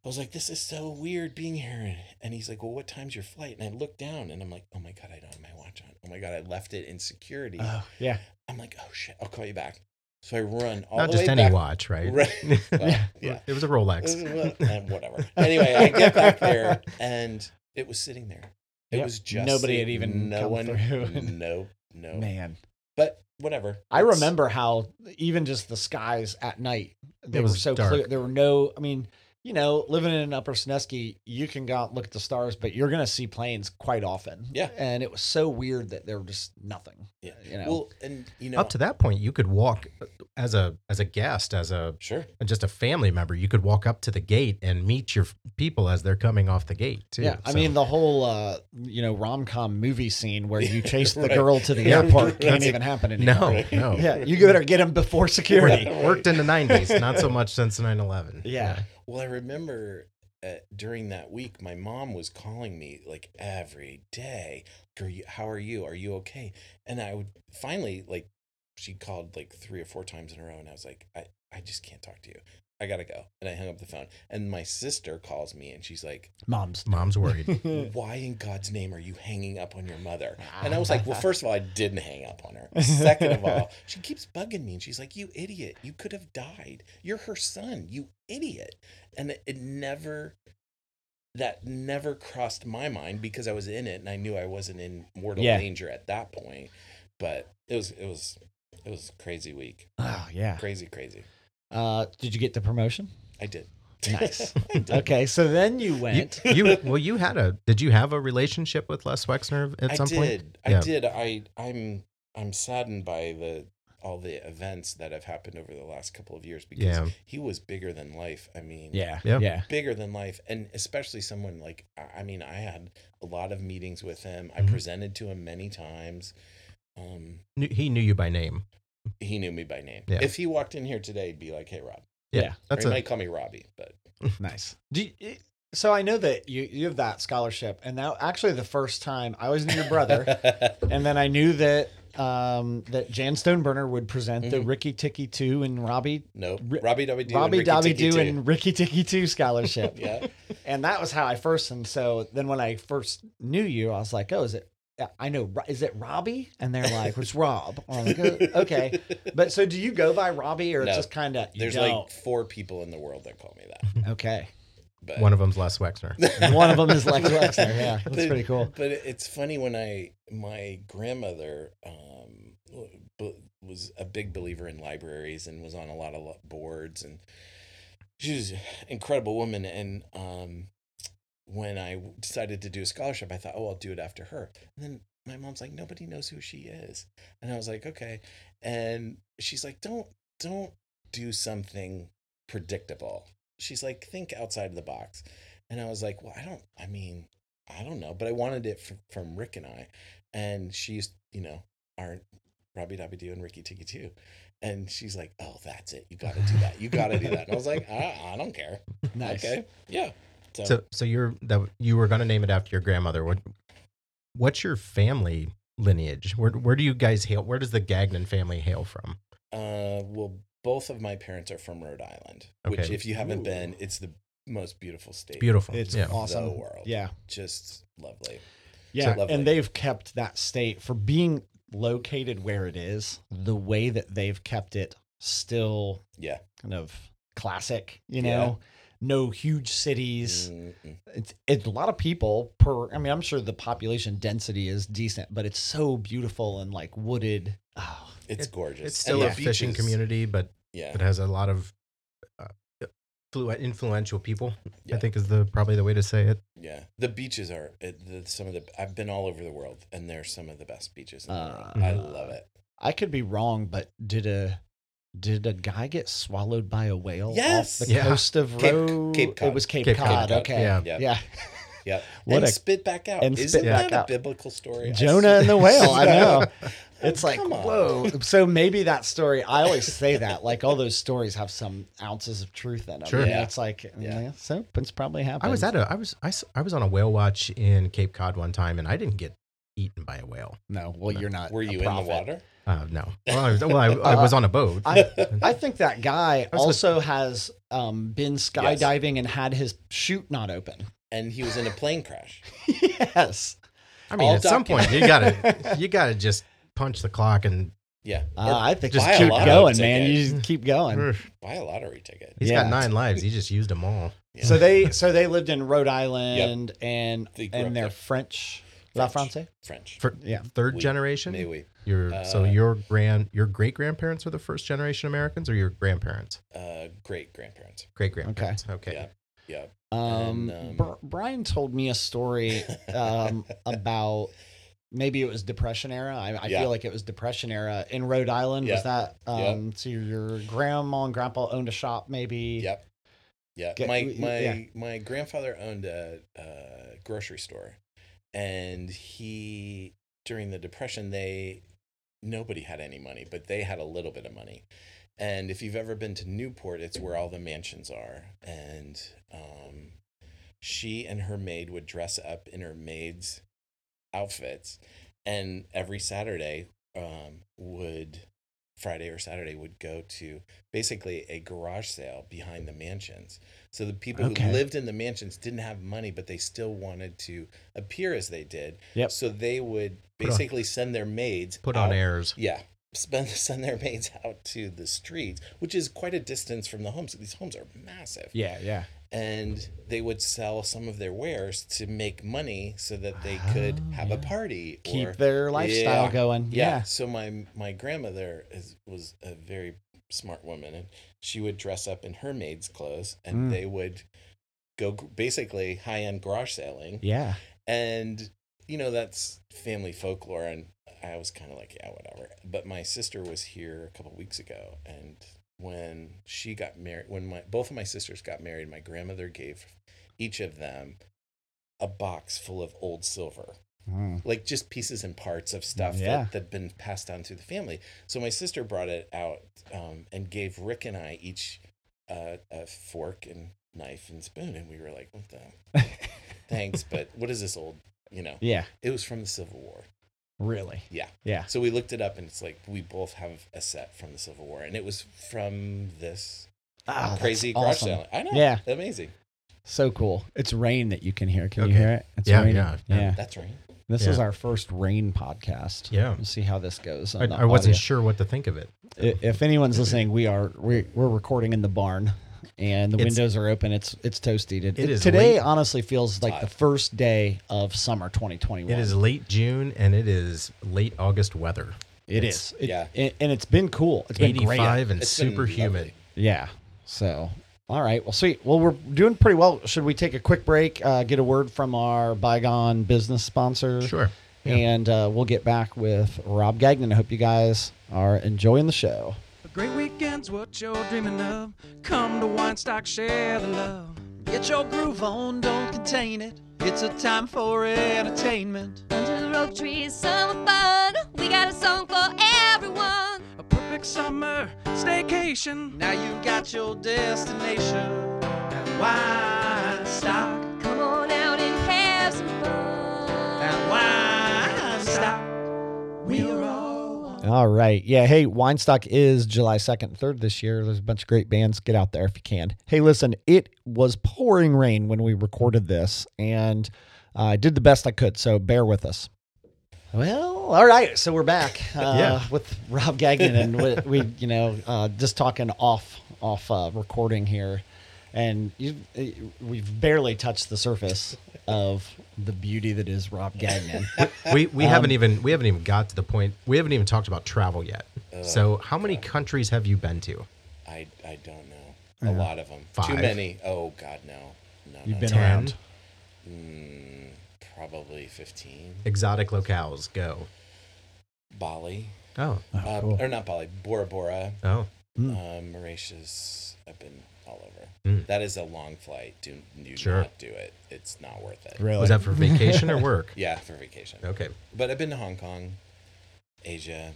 Speaker 3: I was like, "This is so weird being here." And he's like, "Well, what time's your flight?" And I look down, and I'm like, "Oh my god, I don't have my watch on. Oh my god, I left it in security."
Speaker 1: Oh, yeah.
Speaker 3: I'm like, "Oh shit, I'll call you back." So I run all
Speaker 2: Not
Speaker 3: the
Speaker 2: just
Speaker 3: way
Speaker 2: any
Speaker 3: back.
Speaker 2: watch, right? [laughs]
Speaker 3: Right. Well,
Speaker 1: Yeah.
Speaker 3: yeah.
Speaker 2: It was a Rolex.
Speaker 3: Uh, well, whatever. Anyway, I get back
Speaker 1: [laughs]
Speaker 3: there and it was sitting there. It
Speaker 1: Yep.
Speaker 3: was just
Speaker 1: Nobody
Speaker 3: sitting-
Speaker 1: had even
Speaker 3: no
Speaker 1: come
Speaker 3: one. [laughs]
Speaker 1: through.
Speaker 3: No, no.
Speaker 1: Man,
Speaker 3: But whatever.
Speaker 1: I
Speaker 3: It's-
Speaker 1: remember how even just the skies at night they
Speaker 2: It
Speaker 1: were
Speaker 2: was
Speaker 1: so
Speaker 2: dark.
Speaker 1: clear. There were no. I mean, you know, living in Upper Sandusky, you can go out and look at the stars, but you're going to see planes quite often.
Speaker 3: Yeah.
Speaker 1: And it was so weird that there were just nothing.
Speaker 3: Yeah.
Speaker 1: You know.
Speaker 3: Well, and you know,
Speaker 2: Up to that point, you could walk uh, as a as a guest, as a
Speaker 3: sure.
Speaker 2: just a family member. You could walk up to the gate and meet your people as they're coming off the gate too.
Speaker 1: yeah, I
Speaker 2: So- [laughs]
Speaker 1: mean the whole uh, you know rom com movie scene where
Speaker 3: [laughs]
Speaker 1: you chase the
Speaker 3: Right.
Speaker 1: girl to the
Speaker 3: Yeah.
Speaker 1: airport can't
Speaker 3: [laughs] That's-
Speaker 1: even happen anymore.
Speaker 2: no,
Speaker 3: Right.
Speaker 2: no.
Speaker 1: Yeah, you better get him before security.
Speaker 3: Yeah.
Speaker 2: Worked in the '90s, not so much since
Speaker 3: [laughs]
Speaker 2: 9/11.
Speaker 1: Yeah.
Speaker 3: Well, I remember uh, during that week, my mom was calling me like every day. Are you, how are you? Are you okay? And I would finally like, she called like three or four times in a row, and I was like, I, I just can't talk to you. I gotta go. And I hung up the phone. And my sister calls me, and she's like,
Speaker 1: Mom's
Speaker 2: Mom's worried.
Speaker 3: [laughs]
Speaker 1: Mm.
Speaker 3: Why in God's name are you hanging up on your mother? And I was like,
Speaker 1: [laughs]
Speaker 3: Well, first of all, I didn't hang up on her. Second of all, she keeps bugging me, and she's like, You idiot! You could have died. You're her son. You idiot! And it, it never. That never crossed my mind because I was in it and I knew I wasn't in mortal
Speaker 1: Yeah.
Speaker 3: danger at that point. But it was it was it was a crazy week,
Speaker 1: Oh yeah.
Speaker 3: crazy crazy.
Speaker 1: Uh, did you get the promotion?
Speaker 3: I did.
Speaker 1: Nice.
Speaker 3: I did.
Speaker 1: Okay, so then you
Speaker 2: You,
Speaker 1: went.
Speaker 2: you well, you had a did you have a relationship with Les Wexner at
Speaker 3: I
Speaker 2: some
Speaker 3: did.
Speaker 2: point?
Speaker 3: I
Speaker 2: Yeah.
Speaker 3: did. I I'm I'm saddened by the all the events that have happened over the last couple of years because
Speaker 2: Yeah.
Speaker 3: he was bigger than life. I
Speaker 1: [laughs]
Speaker 3: mean,
Speaker 1: Yeah.
Speaker 2: Yeah.
Speaker 1: Yeah.
Speaker 3: bigger than life, and especially someone like I- I mean, I had a lot of meetings with him. I
Speaker 2: Mhm.
Speaker 3: presented to him many times. Um,
Speaker 2: Knew- He knew you by name.
Speaker 3: he knew me by name.
Speaker 2: Yeah.
Speaker 3: If he walked in here today, he'd be like, "Hey, Rob."
Speaker 1: Yeah.
Speaker 2: That's
Speaker 3: or he
Speaker 2: a
Speaker 3: might call me Robbie, but
Speaker 1: Nice. Do you, so I know that you you have that scholarship, and now actually the first time I always knew your
Speaker 3: [laughs]
Speaker 1: brother, and then I knew that um that Jan Stoneburner would present the
Speaker 3: Mhm.
Speaker 1: Ricky Ticky Two and Robbie
Speaker 3: no,
Speaker 1: Ri-
Speaker 3: Robbie Dobby Doo. and
Speaker 1: Robbie
Speaker 3: Ricky
Speaker 1: Dobby
Speaker 3: Tikki
Speaker 1: Doo
Speaker 3: Too.
Speaker 1: and Ricky Ticky Two scholarship,
Speaker 2: [laughs]
Speaker 3: yeah,
Speaker 1: and that was how I first. And so then when I first knew you, I was like, oh, is it? I know. Ro- Is it Robbie? And they're like, it's Rob. I'm like, "Oh,
Speaker 3: [laughs]
Speaker 1: okay. But so do you go by Robbie, or it's
Speaker 3: No.
Speaker 1: just kind of
Speaker 3: There's like four people in the world that call me
Speaker 2: [laughs]
Speaker 3: [laughs] that,
Speaker 1: okay.
Speaker 3: but
Speaker 2: one of them's Les Wexner.
Speaker 1: One of them is Lex Wexner. Yeah,
Speaker 3: [laughs]
Speaker 1: that's pretty cool.
Speaker 3: But it- it's funny when I my grandmother um, b- was a big believer in libraries and was on a lot of lo- boards and she was an incredible woman and um, when I w- decided to do a scholarship, I thought, oh, I'll do it after her. And then my mom's like, nobody knows who she is, and I was like, okay. And she's like, don't don't do something predictable. She's like, think outside the box. And I was like, well, I don't, I mean, I don't know, but I wanted it from, from Rick and I. And she's, you know, aren't Robbie Dobby Doo and Ricky Tikki too. And she's like, oh, that's it. You got to do that. You got to do that. And I
Speaker 2: [laughs]
Speaker 3: was like, "Uh, I, I don't care.
Speaker 1: Nice.
Speaker 3: Okay. Yeah. So,
Speaker 2: So, so you're that you were going to name it after your grandmother. What, what's your family lineage? Where, where do you guys hail? Where does the Gagnon family hail from?
Speaker 3: uh, well, both of my parents are from Rhode Island, which,
Speaker 2: Okay.
Speaker 3: if you haven't
Speaker 1: Ooh.
Speaker 3: been, it's the most beautiful state.
Speaker 2: Beautiful.
Speaker 1: It's
Speaker 2: yeah.
Speaker 1: awesome.
Speaker 3: The world.
Speaker 1: Yeah.
Speaker 3: Just lovely.
Speaker 1: Yeah.
Speaker 3: lovely.
Speaker 1: and they've kept that state for being located where it is, the way that they've kept it still
Speaker 3: Yeah.
Speaker 1: kind of classic, you
Speaker 3: Yeah. Mm.
Speaker 1: know, no huge cities.
Speaker 3: Mm-mm.
Speaker 1: It's, it's a lot of people per, I mean, I'm sure the population density is decent, but it's so beautiful and like wooded. Oh,
Speaker 3: It's
Speaker 2: It-
Speaker 3: gorgeous.
Speaker 2: It's
Speaker 3: And
Speaker 2: still
Speaker 3: the
Speaker 2: a fishing
Speaker 3: beaches-
Speaker 2: community, but
Speaker 3: Yeah.
Speaker 2: it has a lot of uh, flu- influential people.
Speaker 3: Yeah.
Speaker 2: I think is the probably the way to say it.
Speaker 3: Yeah, the beaches are uh, the, some of the. I've been all over the world, and they're some of the best beaches in the world. I
Speaker 1: Uh,
Speaker 3: love it.
Speaker 1: I could be wrong, but did a did a guy get swallowed by a whale
Speaker 3: Yes.
Speaker 1: off the
Speaker 2: Yeah.
Speaker 1: coast of
Speaker 3: Cape-
Speaker 1: Ro-
Speaker 3: Cape Cod.
Speaker 1: It was Cape,
Speaker 2: Cape
Speaker 1: Cod.
Speaker 2: Cod,
Speaker 1: Okay.
Speaker 2: yeah.
Speaker 3: Yeah,
Speaker 1: yeah.
Speaker 3: yeah.
Speaker 1: What
Speaker 3: and
Speaker 1: a-
Speaker 3: spit back out.
Speaker 1: and
Speaker 3: Isn't
Speaker 1: spit back
Speaker 3: that a
Speaker 1: out.
Speaker 3: biblical story? I
Speaker 1: Jonah
Speaker 3: [laughs]
Speaker 1: and the whale. I know. It's
Speaker 3: Oh,
Speaker 1: like,
Speaker 3: come on.
Speaker 1: whoa. So maybe that story, I always say that, like all those stories have some ounces of truth in them.
Speaker 2: Sure.
Speaker 1: You know,
Speaker 3: Yeah.
Speaker 1: It's like,
Speaker 3: Yeah.
Speaker 1: yeah. so it's probably happened.
Speaker 2: I was at a I was I, s- I was on a whale watch in Cape Cod one time, and I didn't get eaten by a whale.
Speaker 1: No, well, you're not.
Speaker 3: Were
Speaker 1: a
Speaker 3: you in the
Speaker 1: prophet.
Speaker 3: water?
Speaker 2: Uh, no. Well, I, well, I, I was on a
Speaker 3: [laughs]
Speaker 2: boat.
Speaker 1: I, I think that
Speaker 2: [laughs]
Speaker 1: guy
Speaker 2: was
Speaker 1: also has um, been skydiving and had his chute not open. [laughs]
Speaker 3: And he was in a plane crash.
Speaker 1: yes.
Speaker 2: I mean,
Speaker 3: all
Speaker 2: at some point, you gotta you gotta just punch the clock and
Speaker 3: Yeah,
Speaker 1: Uh, I think
Speaker 2: Just
Speaker 1: just
Speaker 2: buy a
Speaker 1: keep
Speaker 2: lotto
Speaker 1: going,
Speaker 3: ticket.
Speaker 1: man. You just keep going.
Speaker 2: He's
Speaker 3: buy a lottery ticket.
Speaker 1: Yeah.
Speaker 2: got nine lives. He just used them all.
Speaker 3: Yeah.
Speaker 1: So they so they lived in Rhode Island and
Speaker 3: They grew up
Speaker 1: and they're
Speaker 3: there.
Speaker 1: French. La
Speaker 3: French.
Speaker 1: France.
Speaker 3: French.
Speaker 2: For
Speaker 1: Yeah.
Speaker 2: third
Speaker 3: We-
Speaker 2: generation.
Speaker 3: May we?
Speaker 2: Your so
Speaker 3: Uh,
Speaker 2: your grand your great grandparents were the first generation Americans, or your grandparents,
Speaker 3: Uh, great grandparents.
Speaker 2: great grandparents. Okay.
Speaker 3: Yeah. Yeah.
Speaker 1: Um,
Speaker 3: And, um,
Speaker 1: Br- Brian told me a story
Speaker 3: [laughs]
Speaker 1: um, about maybe it was Depression era. I, I
Speaker 3: Yeah.
Speaker 1: feel like it was Depression era in Rhode Island.
Speaker 3: Yeah.
Speaker 1: Was that
Speaker 3: Yeah.
Speaker 1: um, so? Your grandma and grandpa owned a shop, maybe.
Speaker 3: Yep. Yeah.
Speaker 1: Get-
Speaker 3: my
Speaker 1: w-
Speaker 3: my
Speaker 1: yeah.
Speaker 3: my grandfather owned a, uh grocery store, and he during the depression they nobody had any money, but they had a little bit of money. And if you've ever been to Newport, it's where all the mansions are, and um, she and her maid would dress up in her maid's outfits, and every Saturday um, would Friday or Saturday would go to basically a garage sale behind the mansions. So the people
Speaker 1: Okay.
Speaker 3: who lived in the mansions didn't have money, but they still wanted to appear as they did.
Speaker 1: Yep.
Speaker 3: So they would
Speaker 2: Put on-
Speaker 3: basically send their maids
Speaker 2: Put on
Speaker 3: out-
Speaker 2: airs.
Speaker 3: Yeah. Spend, [laughs] send their maids out to the streets, which is quite a distance from the homes. These homes are massive
Speaker 1: Yeah. Yeah.
Speaker 3: and they would sell some of their wares to make money so that they could
Speaker 1: Oh,
Speaker 3: have a
Speaker 1: yeah.
Speaker 3: party
Speaker 1: Keep
Speaker 3: or
Speaker 1: their lifestyle
Speaker 3: Yeah.
Speaker 1: going.
Speaker 3: yeah.
Speaker 1: Yeah.
Speaker 3: So my my grandmother is, was a very smart woman, and she would dress up in her maid's clothes, and
Speaker 1: Mm.
Speaker 3: they would go gr- basically high end garage selling,
Speaker 1: Yeah.
Speaker 3: and you know that's family folklore, and I was kind of like yeah whatever. But my sister was here a couple weeks ago, and when she got married, when my both of my sisters got married, my grandmother gave each of them a box full of old silver
Speaker 1: Mm.
Speaker 3: like just pieces and parts of stuff
Speaker 1: Yeah.
Speaker 3: that had been passed down through the family. So my sister brought it out um, and gave Rick and I each uh, a fork and knife and spoon, and we were like, "What the?
Speaker 1: [laughs]
Speaker 3: Thanks, but what is this old? You know,
Speaker 1: Yeah.
Speaker 3: it was from the Civil War."
Speaker 1: Really.
Speaker 3: Yeah.
Speaker 1: Yeah.
Speaker 3: So we looked it up, and it's like we both have a set from the Civil War, and it was from this
Speaker 1: Ah, that's
Speaker 3: crazy garage
Speaker 1: awesome.
Speaker 3: sale. I know.
Speaker 1: Yeah.
Speaker 3: Amazing.
Speaker 1: So cool. It's rain that you can hear. Can you
Speaker 2: Okay.
Speaker 1: hear it? It's
Speaker 2: Yeah,
Speaker 1: raining.
Speaker 2: yeah,
Speaker 1: Yeah.
Speaker 2: yeah.
Speaker 3: That's right.
Speaker 1: This
Speaker 2: Yeah.
Speaker 1: is our first rain podcast.
Speaker 2: Yeah.
Speaker 1: We'll see how this goes. on
Speaker 2: I,
Speaker 1: the
Speaker 2: I wasn't
Speaker 1: audio.
Speaker 2: sure what to think of it.
Speaker 1: I- if anyone's listening, we are we, we're recording in the barn, and the
Speaker 2: It's-
Speaker 1: windows are open. It's it's toasty. It,
Speaker 2: is
Speaker 1: today.
Speaker 2: late.
Speaker 1: Honestly, feels like the
Speaker 3: hot.
Speaker 1: first day of summer 2021.
Speaker 2: It is late June and it is late August weather.
Speaker 1: It
Speaker 2: it's-
Speaker 1: is. It-
Speaker 3: yeah.
Speaker 1: and- and it's been cool. It's been great.
Speaker 2: 85 and
Speaker 3: It's been
Speaker 2: super humid.
Speaker 3: lovely.
Speaker 1: Yeah. So. All right. Well, sweet. Well, we're doing pretty well. Should we take a quick break? Uh, get a word from our bygone business sponsor.
Speaker 2: Sure. Yeah.
Speaker 1: And uh, we'll get back with Rob Gagnon. I hope you guys are enjoying the show.
Speaker 4: A great weekend's what you're dreaming of. Come to Weinstock, share the love. Get your groove on, don't contain it. It's a time for entertainment.
Speaker 5: Under the oak trees, summer fun. We got a song for everyone.
Speaker 4: A perfect summer staycation. Now you've got your destination at Weinstock.
Speaker 5: Come on out and have some fun.
Speaker 4: At Weinstock, we're all one.
Speaker 1: All right. Yeah. Hey, Weinstock is July 2nd and 3rd this year. There's a bunch of great bands. Get out there if you can. Hey, listen, it was pouring rain when we recorded this, and uh, I did the best I could. So bear with us. Well, all right. So we're
Speaker 2: [laughs]
Speaker 1: back uh,
Speaker 2: Yeah.
Speaker 1: with Rob Gagnon, and
Speaker 2: [laughs]
Speaker 1: we, we you know, uh, just talking off off uh, recording here. And you, uh, we've barely touched the surface of the beauty that is Rob
Speaker 2: [laughs]
Speaker 1: Gagnon.
Speaker 2: We
Speaker 3: [laughs] Um,
Speaker 2: we haven't even we haven't even got to the point. We haven't even talked about travel yet.
Speaker 3: Uh,
Speaker 2: so, how many countries have you been to?
Speaker 3: I I don't know. A lot of them. Too
Speaker 2: Five.
Speaker 3: many. Oh God, no. No.
Speaker 1: You've
Speaker 3: no,
Speaker 1: been
Speaker 3: no.
Speaker 1: around.
Speaker 3: Mm, probably 15.
Speaker 2: Exotic locales. Go.
Speaker 3: Bali.
Speaker 2: Oh.
Speaker 3: Uh,
Speaker 1: cool.
Speaker 3: Or not Bali, Bora Bora,
Speaker 2: Oh.
Speaker 3: um, Mauritius. I've been all over.
Speaker 2: Mm.
Speaker 3: That is a long flight. Do, do
Speaker 2: Sure.
Speaker 3: not do it. It's not worth it.
Speaker 1: Really?
Speaker 2: Was that for
Speaker 1: [laughs]
Speaker 2: vacation or
Speaker 3: [laughs]
Speaker 2: work?
Speaker 3: Yeah, for vacation.
Speaker 2: Okay.
Speaker 3: But I've been to Hong Kong, Asia,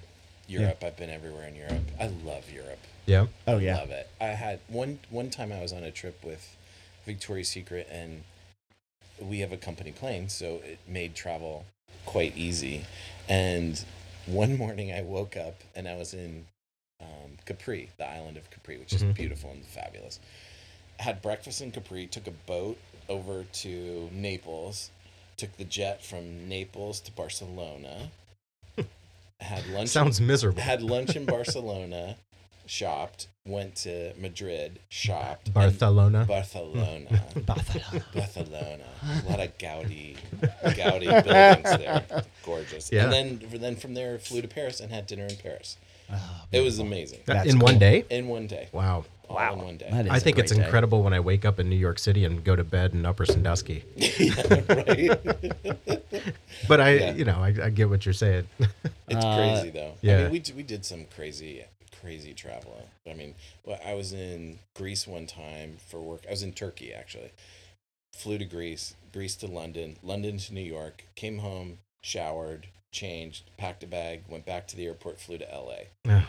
Speaker 3: Europe. I've been everywhere in Europe. I love Europe.
Speaker 2: Yeah.
Speaker 1: oh,
Speaker 3: I
Speaker 1: yeah.
Speaker 3: Love it. I had one one time I was on a trip with Victoria's Secret and we have a company plane, so it made travel quite easy. And one [laughs] morning I woke up and I was in um, Capri, the island of Capri, which
Speaker 1: Mm-hmm.
Speaker 3: is beautiful and fabulous. Had breakfast in Capri, took a boat over to Naples, took the jet from Naples to
Speaker 1: [laughs]
Speaker 3: Barcelona. Had lunch.
Speaker 2: Sounds miserable.
Speaker 3: had lunch in Barcelona, shopped, went to Madrid, shopped. and-
Speaker 2: Barcelona.
Speaker 3: Barcelona. [laughs]
Speaker 1: Barcelona.
Speaker 3: Barcelona. A lot of Gaudi, Gaudi buildings there. Gorgeous.
Speaker 2: Yeah.
Speaker 3: And then, then from
Speaker 2: Oh,
Speaker 3: there, flew to Paris and had dinner in Paris. it was amazing.
Speaker 1: That's
Speaker 2: in one
Speaker 1: cool.
Speaker 2: day.
Speaker 3: In one day.
Speaker 2: Wow.
Speaker 3: all
Speaker 1: Wow.
Speaker 3: in one day.
Speaker 1: That is
Speaker 2: I think
Speaker 1: a
Speaker 2: it's
Speaker 1: great day.
Speaker 2: incredible when I wake up in New York City and go to bed in Upper Sandusky.
Speaker 3: [laughs] Yeah, right?
Speaker 2: But I,
Speaker 3: Yeah.
Speaker 2: you know, I, I get what you're saying.
Speaker 3: It's
Speaker 1: Uh,
Speaker 3: crazy though. I
Speaker 2: yeah.
Speaker 3: mean, we d- we did some crazy crazy traveling. I mean, well, I was in Greece one time for work. I was in Turkey actually. Flew to Greece, Greece to London, London to New York. Came home, showered, changed, packed a bag, went back to the airport, flew to L.A.
Speaker 2: Yeah.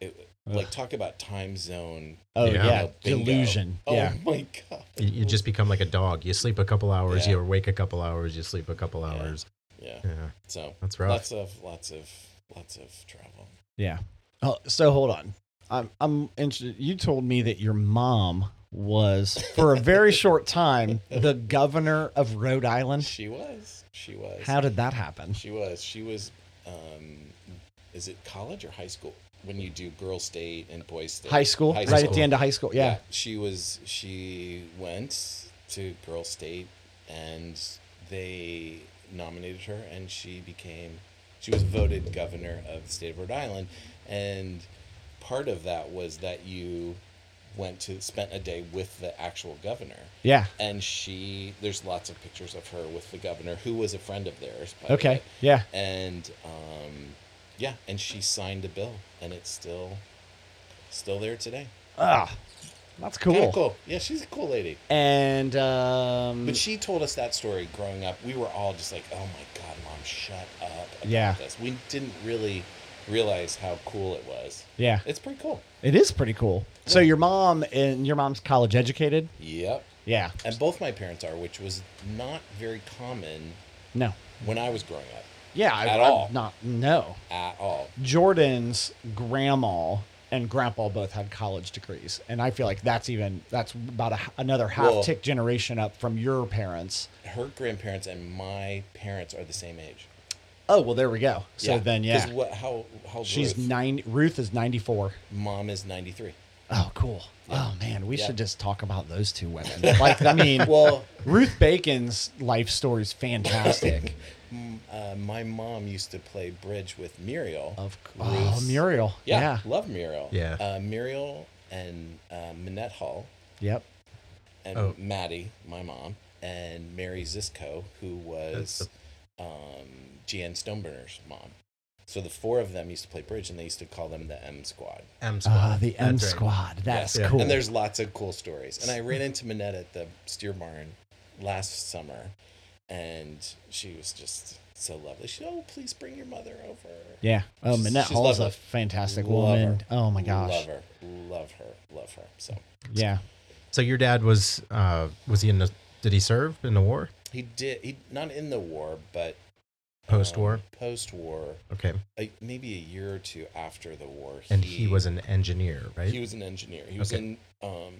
Speaker 3: It, like talk about time zone.
Speaker 1: Oh
Speaker 2: Yeah.
Speaker 1: yeah,
Speaker 3: Bingo.
Speaker 1: delusion.
Speaker 3: Oh
Speaker 1: yeah.
Speaker 3: my god.
Speaker 2: You, you just become like a dog. You sleep a couple hours,
Speaker 3: Yeah.
Speaker 2: you wake a couple hours, you sleep a couple
Speaker 3: Yeah.
Speaker 2: hours.
Speaker 3: Yeah.
Speaker 2: Yeah,
Speaker 3: So
Speaker 2: that's rough.
Speaker 3: lots of lots of lots of travel.
Speaker 1: Yeah.
Speaker 6: Oh, so hold on. I'm I'm interested. You told me that your mom was
Speaker 1: For a
Speaker 3: [laughs]
Speaker 1: very short time, the governor of Rhode Island.
Speaker 3: She was. She was.
Speaker 1: How did that happen?
Speaker 3: She was. She was. Um, is it college or high school? When you do girl state and boy state.
Speaker 1: High school,
Speaker 3: High
Speaker 1: right
Speaker 3: school.
Speaker 1: at the end of high school. Yeah.
Speaker 3: She was. She went to girl state, and they nominated her, and she became. She was voted governor of the state of Rhode Island, and part of that was that you went to spent a day with the actual governor
Speaker 1: Yeah.
Speaker 3: and she there's lots of pictures of her with the governor who was a friend of theirs by the
Speaker 1: Okay.
Speaker 3: way
Speaker 1: Yeah.
Speaker 3: and um, yeah, and she signed a bill, and it's still still there today.
Speaker 1: Ah, that's cool.
Speaker 3: Kinda cool. Yeah, she's a cool lady.
Speaker 1: And um,
Speaker 3: But she told us that story growing up. We were all just like, "Oh my god, mom, shut up!" About
Speaker 1: Yeah.
Speaker 3: this. We didn't really realize how cool it was.
Speaker 1: yeah,
Speaker 3: It's pretty cool.
Speaker 1: it is pretty cool. So your mom and your mom's college educated.
Speaker 3: Yep.
Speaker 1: Yeah.
Speaker 3: And both my parents are, which was not very common
Speaker 1: No.
Speaker 3: when I was growing up
Speaker 1: Yeah. I,
Speaker 3: At
Speaker 1: I'm
Speaker 3: all.
Speaker 1: Not. No.
Speaker 3: at all.
Speaker 1: Jordan's grandma and grandpa both had college degrees, and I feel like that's even that's about a, another half
Speaker 3: Well-
Speaker 1: tick generation up from your parents.
Speaker 3: Her grandparents and my parents are the same age.
Speaker 1: Oh well, there we go. So then,
Speaker 3: 'Cause
Speaker 1: yeah,
Speaker 3: What, how how old
Speaker 1: she's
Speaker 3: Ruth?
Speaker 1: nine. Ruth is ninety four.
Speaker 3: Mom is ninety three.
Speaker 1: Oh, cool. Oh man, we
Speaker 3: Yeah.
Speaker 1: should just talk about those two women. Like, I mean,
Speaker 3: [laughs] Well,
Speaker 1: Ruth Bacon's life story is
Speaker 3: [laughs]
Speaker 1: fantastic.
Speaker 3: uh, my mom used to play bridge with Muriel.
Speaker 1: of oh, Muriel.
Speaker 3: yeah,
Speaker 1: Yeah.
Speaker 3: love Muriel.
Speaker 2: Yeah.
Speaker 3: uh, Muriel and uh, Minette Hall
Speaker 1: Yep.
Speaker 3: and
Speaker 2: Oh.
Speaker 3: Maddie, my mom, and Mary Zisco, who was um, Jan Stoneburner's mom. So the four of them used to play bridge, and they used to call them the M Squad.
Speaker 2: M squad.
Speaker 1: Ah, the M
Speaker 2: That's right.
Speaker 1: Squad. That's
Speaker 2: Yeah.
Speaker 1: cool.
Speaker 3: And there's lots of cool stories. And I ran into Minette at the steer barn last summer, and she was just so lovely. She said, "Oh, please bring your mother over."
Speaker 1: yeah. Oh,
Speaker 3: She's-
Speaker 1: Minette
Speaker 3: she's
Speaker 1: Hall's a
Speaker 3: lovely.
Speaker 1: fantastic
Speaker 3: Love her.
Speaker 1: woman. Oh my gosh.
Speaker 3: Love her, love her, love her. So
Speaker 1: Yeah.
Speaker 2: So your dad was uh was he in the did he serve in the war?
Speaker 3: he did. He not in the war, but
Speaker 2: Post war?
Speaker 3: post war,
Speaker 2: Okay.
Speaker 3: maybe a year or two after the war.
Speaker 2: And he, was an engineer, right?
Speaker 3: he was an engineer. He was
Speaker 2: Okay.
Speaker 3: in um,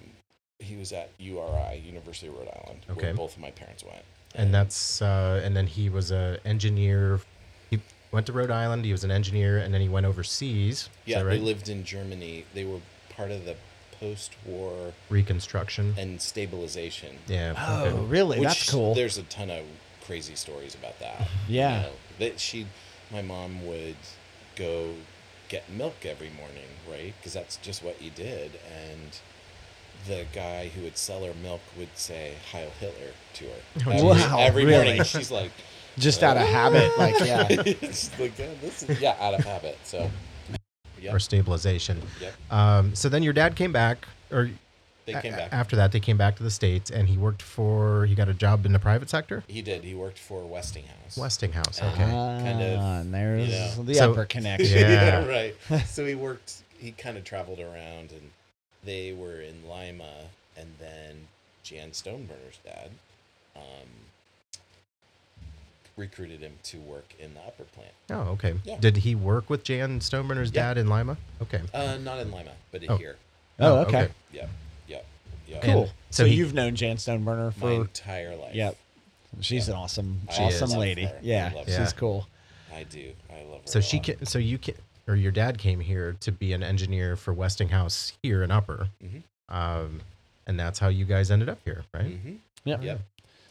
Speaker 3: he was at URI, University of Rhode Island,
Speaker 2: Okay.
Speaker 3: where both of my parents went.
Speaker 2: and that's uh and then he was a engineer he went to Rhode Island, he was an engineer and then he went overseas. Is
Speaker 3: yeah,
Speaker 2: that right?
Speaker 3: they lived in Germany. They were part of the post war
Speaker 2: Reconstruction.
Speaker 3: and stabilization.
Speaker 2: yeah. okay.
Speaker 1: Oh, really?
Speaker 3: Which
Speaker 1: that's cool.
Speaker 3: There's a ton of crazy stories about that.
Speaker 1: Yeah.
Speaker 3: know, that she, my mom would go get milk every morning, right? Because that's just what you did. And the guy who would sell her milk would say Heil Hitler to her every,
Speaker 1: geez. Wow,
Speaker 3: every
Speaker 1: really?
Speaker 3: morning. She's like, [laughs]
Speaker 1: Just out of habit. Like, yeah.
Speaker 3: she's like "Yeah, this is yeah, out of habit. So, yeah,
Speaker 2: Or stabilization.
Speaker 3: Yep.
Speaker 2: Um so then your dad came back or
Speaker 3: they came
Speaker 2: a-
Speaker 3: back.
Speaker 2: after that they came back to the states and he worked for he got a job in the private sector?
Speaker 3: He did. He worked for Westinghouse. [laughs]
Speaker 2: Westinghouse.
Speaker 3: Uh,
Speaker 2: Okay.
Speaker 3: Kind of,
Speaker 1: Ah, and there's
Speaker 3: know.
Speaker 1: the
Speaker 2: So-
Speaker 1: upper connection.
Speaker 2: Yeah.
Speaker 1: [laughs]
Speaker 3: right. So he worked. He kind of traveled around, and they were in Lima, and then Jan Stoneburner's dad um, recruited him to work in the upper plant.
Speaker 2: Oh, okay.
Speaker 3: Yeah.
Speaker 2: Did he work with Jan Stoneburner's
Speaker 3: Yeah.
Speaker 2: dad in Lima? Okay.
Speaker 3: Uh, not in Lima, but
Speaker 2: Oh.
Speaker 3: here.
Speaker 1: Oh, okay.
Speaker 3: Yep. Yep. Yep.
Speaker 2: And
Speaker 1: Cool.
Speaker 2: so
Speaker 1: so
Speaker 2: he-
Speaker 1: you've known Jan Stoneburner
Speaker 3: My
Speaker 1: for
Speaker 3: entire life.
Speaker 1: Yep. She's an awesome,
Speaker 3: I
Speaker 1: awesome
Speaker 3: love
Speaker 1: lady.
Speaker 3: her. I
Speaker 1: Yeah,
Speaker 3: love
Speaker 1: she's
Speaker 2: her.
Speaker 1: cool.
Speaker 3: I do. I love her.
Speaker 2: So
Speaker 3: a
Speaker 2: she
Speaker 3: lot.
Speaker 2: can, so you can, or your dad came here to be an engineer for Westinghouse here in Upper,
Speaker 3: Mhm.
Speaker 2: um, and that's how you guys ended up here, right?
Speaker 3: Mhm.
Speaker 1: Yeah.
Speaker 3: Yep.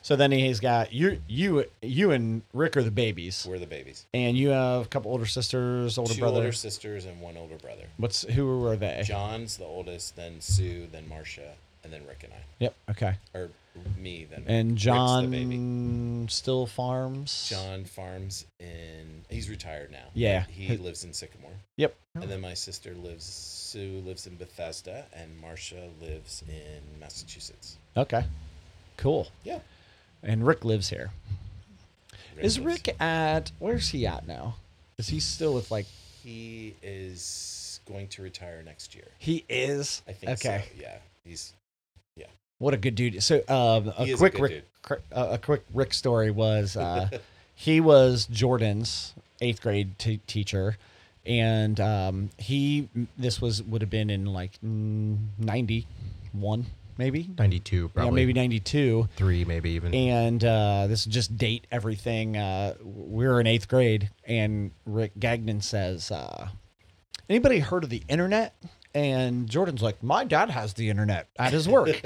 Speaker 1: So then he's got you, you, you, and Rick are the babies,
Speaker 3: We're the babies.
Speaker 1: and you have a couple older sisters, older
Speaker 3: Two
Speaker 1: brother.
Speaker 3: older sisters and one older brother.
Speaker 1: What's who are they?
Speaker 3: John's the oldest, then Sue, then Marcia, and then Rick and I,
Speaker 1: Yep. Okay.
Speaker 3: or me. Then
Speaker 1: And
Speaker 3: Rick's the baby.
Speaker 1: John still farms.
Speaker 3: John farms in. He's retired now.
Speaker 1: Yeah.
Speaker 3: He lives in Sycamore.
Speaker 1: Yep.
Speaker 3: And then my sister lives. Sue lives in Bethesda, and Marcia lives in Massachusetts.
Speaker 1: Okay. Cool.
Speaker 3: Yeah.
Speaker 1: And Rick lives here. Is
Speaker 3: lives-
Speaker 1: Rick at where's he at now? Is he still with like
Speaker 3: He is going to retire next year.
Speaker 1: he is?
Speaker 3: I think.
Speaker 1: okay.
Speaker 3: So. Yeah. He's
Speaker 1: What a good dude. So um,
Speaker 3: He
Speaker 1: a
Speaker 3: is a
Speaker 1: quick
Speaker 3: good
Speaker 1: Rick,
Speaker 3: dude.
Speaker 1: cr- uh, a quick Rick story was
Speaker 3: [laughs]
Speaker 1: uh, he was Jordan's eighth grade t- teacher, and um, he this was would have been in like ninety one maybe
Speaker 2: 92 probably
Speaker 1: yeah maybe ninety two.
Speaker 2: three maybe even
Speaker 1: and uh, this is just date everything. Uh, we were in eighth grade, and Rick Gagnon says, uh, "Anybody heard of the internet?" And Jordan's like, "My dad has the internet at his work,"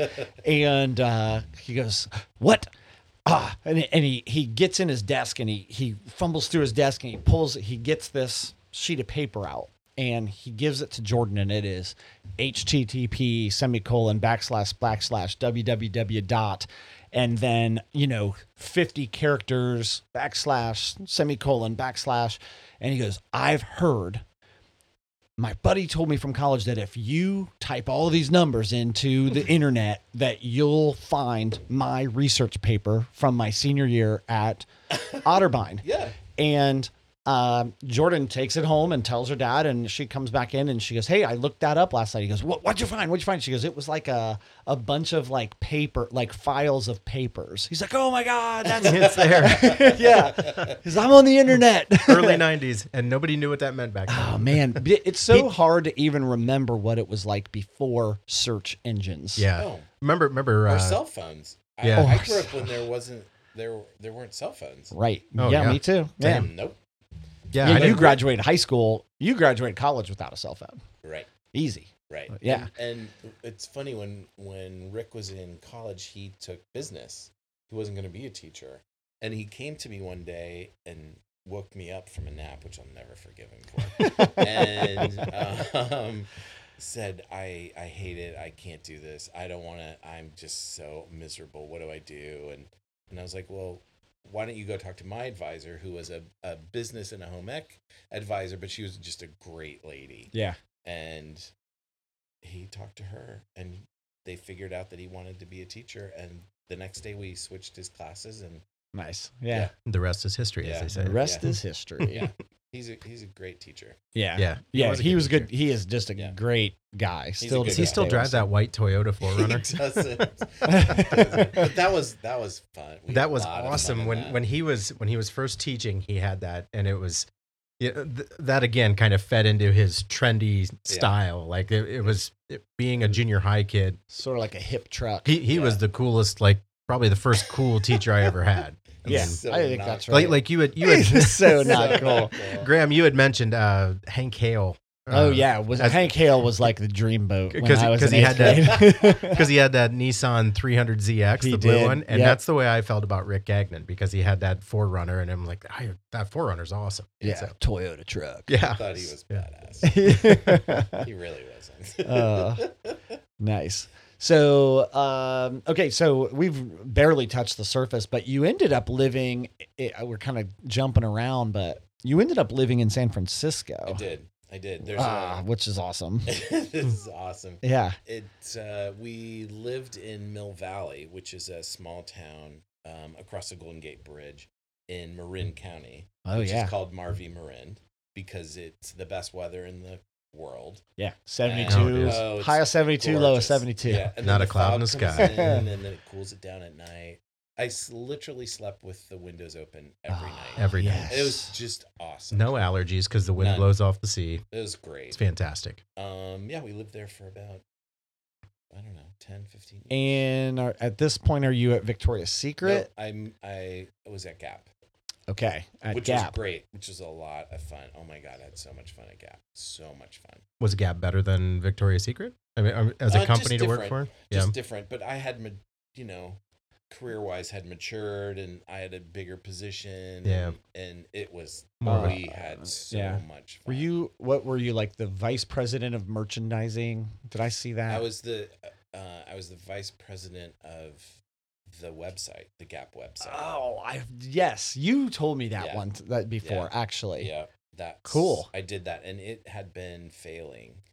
Speaker 1: and uh, he goes, "What?" Ah, and, and he he gets in his desk and he he fumbles through his desk and he pulls he gets this sheet of paper out and he gives it to Jordan and it is http semicolon backslash backslash www dot and then you know 50 characters backslash semicolon backslash and he goes I've heard my buddy told me from college that if you type all these numbers into the internet that you'll find my research paper from my senior year at otterbein
Speaker 3: yeah.
Speaker 1: and um, jordan takes it home and tells her dad and she comes back in and she goes hey i looked that up last night he goes what, what'd you find what'd you find she goes it was like a, a bunch of like paper like files of papers he's like oh my god
Speaker 2: [laughs]
Speaker 1: that's
Speaker 2: [laughs]
Speaker 1: [laughs]
Speaker 2: it's there
Speaker 1: yeah he's i'm on the internet [laughs]
Speaker 2: early 90s and nobody knew what that meant back then
Speaker 1: Oh
Speaker 2: [laughs]
Speaker 1: man, But it- it's so hard to even remember what it was like before search engines.
Speaker 2: yeah
Speaker 3: Oh.
Speaker 2: remember remember
Speaker 3: Or
Speaker 2: uh,
Speaker 3: cell phones. I,
Speaker 2: yeah.
Speaker 1: Oh,
Speaker 3: I grew up when there wasn't there there weren't cell phones.
Speaker 1: Right.
Speaker 2: Oh,
Speaker 1: yeah,
Speaker 2: yeah.
Speaker 1: me too. Yeah.
Speaker 2: Damn.
Speaker 3: Nope.
Speaker 2: yeah,
Speaker 1: Yeah,
Speaker 2: I
Speaker 1: you
Speaker 2: didn't-
Speaker 1: graduated high school, you graduated college without a cell phone.
Speaker 3: Right.
Speaker 1: Easy.
Speaker 3: Right.
Speaker 1: Yeah.
Speaker 3: And it's funny when when Rick was in college, he took business. He wasn't going to be a teacher, and he came to me one day and woke me up from a nap, which I'll never forgive him for, and um, said, "I I hate it. I can't do this. I don't want to. I'm just so miserable. What do I do?" And and I was like, "Well." Why don't you go talk to my advisor, who was a, a business and a home ec advisor, but she was just a great lady
Speaker 1: Yeah.
Speaker 3: and he talked to her and they figured out that he wanted to be a teacher and the next day we switched his classes and
Speaker 1: Nice. Yeah.
Speaker 2: the rest is history as
Speaker 3: Yeah.
Speaker 2: they say
Speaker 1: The rest
Speaker 2: [laughs]
Speaker 3: Yeah.
Speaker 1: is history.
Speaker 3: yeah he's a he's a great teacher [laughs]
Speaker 1: Yeah.
Speaker 2: yeah
Speaker 1: Yeah,
Speaker 2: was a
Speaker 1: he was
Speaker 2: teacher.
Speaker 1: good. He is just a
Speaker 3: Yeah.
Speaker 1: great guy.
Speaker 3: a
Speaker 1: Still, to
Speaker 3: good
Speaker 2: does he
Speaker 1: this
Speaker 2: still
Speaker 1: day,
Speaker 2: drive that white toyota
Speaker 1: [laughs]
Speaker 2: [laughs]
Speaker 3: he
Speaker 2: 4runner
Speaker 3: doesn't, but that was that was fun We had
Speaker 2: that
Speaker 3: a
Speaker 2: was
Speaker 3: lot of fun
Speaker 2: awesome
Speaker 3: in
Speaker 2: when
Speaker 3: that. [laughs]
Speaker 2: when he was when he was first teaching he had that and it was yeah, th- that again kind of fed into his trendy style like it, it was it- being a junior high kid
Speaker 1: Sort of like a hip truck.
Speaker 2: he, he was the coolest like probably the first cool teacher i ever had
Speaker 1: [laughs]
Speaker 2: I
Speaker 1: yeah,
Speaker 2: mean,
Speaker 3: So
Speaker 1: I think
Speaker 3: not
Speaker 1: that's
Speaker 2: like
Speaker 1: right.
Speaker 2: like you had you
Speaker 1: [laughs] He's
Speaker 2: had [laughs]
Speaker 1: so
Speaker 3: So
Speaker 1: not
Speaker 2: "Oh,
Speaker 3: [laughs]
Speaker 1: cool.
Speaker 3: cool.
Speaker 2: graham you had mentioned uh hank hale uh,
Speaker 1: Oh yeah, was
Speaker 2: as-
Speaker 1: Hank Hale was like the dream boat when
Speaker 2: [laughs] 'Cause-
Speaker 1: I was
Speaker 2: 'cause
Speaker 1: in
Speaker 2: he
Speaker 1: [laughs]
Speaker 2: had
Speaker 1: eighth
Speaker 2: [laughs]
Speaker 1: grade.
Speaker 2: because he had that Nissan 300ZX,
Speaker 1: He
Speaker 2: the blue
Speaker 1: did,
Speaker 2: one, and
Speaker 1: yep.
Speaker 2: that's the way I felt about Rick Gagnon because he had that Forerunner, and I'm like, I, that Forerunner's awesome.
Speaker 1: yeah,
Speaker 2: So-
Speaker 1: Toyota [laughs] truck.
Speaker 2: yeah.
Speaker 3: I thought he was
Speaker 2: Yeah. [laughs]
Speaker 3: badass he really wasn't
Speaker 1: Uh, nice. So, um, okay, so we've barely touched the surface, but you ended up living. It, we're kind of jumping around, but you ended up living in San
Speaker 3: [laughs] i
Speaker 1: Francisco,
Speaker 3: did i did there's
Speaker 1: ah,
Speaker 3: a [laughs]
Speaker 1: which is awesome.
Speaker 3: this is awesome
Speaker 1: Yeah,
Speaker 3: it uh, we lived in mill valley which is a small town um, across the golden gate bridge in marin county
Speaker 1: Oh,
Speaker 3: which
Speaker 1: yeah.
Speaker 3: is called marvy marin because it's the best weather in the world
Speaker 1: yeah,
Speaker 2: And-
Speaker 1: seventy-two,
Speaker 3: Oh, it's
Speaker 1: high of seventy-two, low of
Speaker 3: Gorgeous.
Speaker 1: seventy-two.
Speaker 3: yeah. and
Speaker 2: Not
Speaker 3: then
Speaker 2: a cloud in the
Speaker 3: fog comes
Speaker 2: sky.
Speaker 1: [laughs]
Speaker 3: in, and then it cools it down at night i s- literally slept with the windows open every
Speaker 1: Ah,
Speaker 3: night
Speaker 2: Every night.
Speaker 3: it was just awesome
Speaker 2: No allergies because the wind
Speaker 3: None.
Speaker 2: blows off the sea.
Speaker 3: it was
Speaker 2: It's
Speaker 3: great
Speaker 2: fantastic.
Speaker 3: um yeah we lived there for about i don't know 10 15 years
Speaker 1: And are, at this point, are you at Victoria's Secret?
Speaker 3: No, i'm i was at gap
Speaker 1: Okay, at
Speaker 3: which
Speaker 1: Gap.
Speaker 3: was great, which was a lot of fun. Oh my god, I had so much fun at Gap. So much fun.
Speaker 2: Was Gap better than Victoria's Secret? I mean, um, as
Speaker 3: Uh,
Speaker 2: a
Speaker 3: just
Speaker 2: company to work for?
Speaker 3: different.
Speaker 2: Yeah.
Speaker 3: Just different, but I had ma- you know career wise had matured and I had a bigger position.
Speaker 2: Yeah.
Speaker 3: And, and it was,
Speaker 2: More of a-
Speaker 3: we had so
Speaker 1: yeah.
Speaker 3: much
Speaker 1: Were
Speaker 3: fun.
Speaker 1: you what were you like the vice president of merchandising? Did I see that?
Speaker 3: I was the, uh, I was the vice president of the website, the Gap website.
Speaker 1: Oh, I yes, you told me that
Speaker 3: Yeah.
Speaker 1: one that before actually.
Speaker 3: Yeah, that's
Speaker 1: Cool.
Speaker 3: I did that, and it had been failing.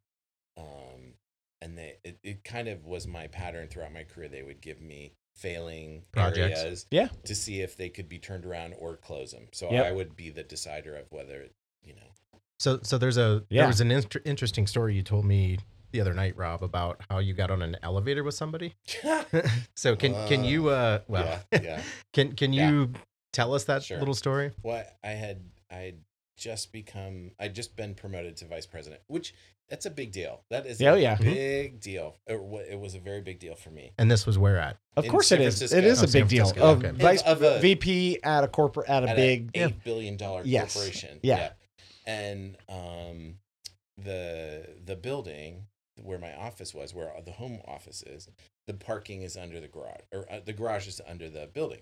Speaker 3: Um, and they it, it kind of was my pattern throughout my career. They would give me failing
Speaker 2: Projects.
Speaker 3: areas,
Speaker 1: Yeah.
Speaker 3: to see if they could be turned around or close them. So
Speaker 1: Yep.
Speaker 3: I would be the decider of whether it, you know.
Speaker 2: So, so there's a
Speaker 1: Yeah.
Speaker 2: there was an inter- interesting story you told me the other night, Rob, about how you got on an elevator with somebody.
Speaker 1: [laughs]
Speaker 2: so can can
Speaker 3: Uh,
Speaker 2: you uh well
Speaker 3: yeah, yeah.
Speaker 2: [laughs] can can
Speaker 3: Yeah.
Speaker 2: you tell us that
Speaker 3: Sure.
Speaker 2: little story?
Speaker 3: What I had, I had just become, I'd just been promoted to vice president, which that's a big deal. That is
Speaker 1: Oh,
Speaker 3: a
Speaker 1: yeah. Mhm.
Speaker 3: big deal. It wa- it was a very big deal for me.
Speaker 2: And this was where at?
Speaker 1: Of
Speaker 3: In
Speaker 1: course
Speaker 3: San
Speaker 1: it is.
Speaker 3: Francisco.
Speaker 1: It is
Speaker 2: Oh,
Speaker 1: a
Speaker 2: San
Speaker 1: big deal.
Speaker 2: Francisco,
Speaker 1: Of
Speaker 2: okay.
Speaker 1: vice
Speaker 3: Of a-
Speaker 1: VP at a corporate at a
Speaker 3: at a
Speaker 1: big
Speaker 2: Yeah.
Speaker 3: eight billion dollar
Speaker 1: Yes.
Speaker 3: corporation.
Speaker 1: Yeah.
Speaker 3: And um, the the building where my office was, where the home office is, the parking is under the garage, or uh, the garage is under the building.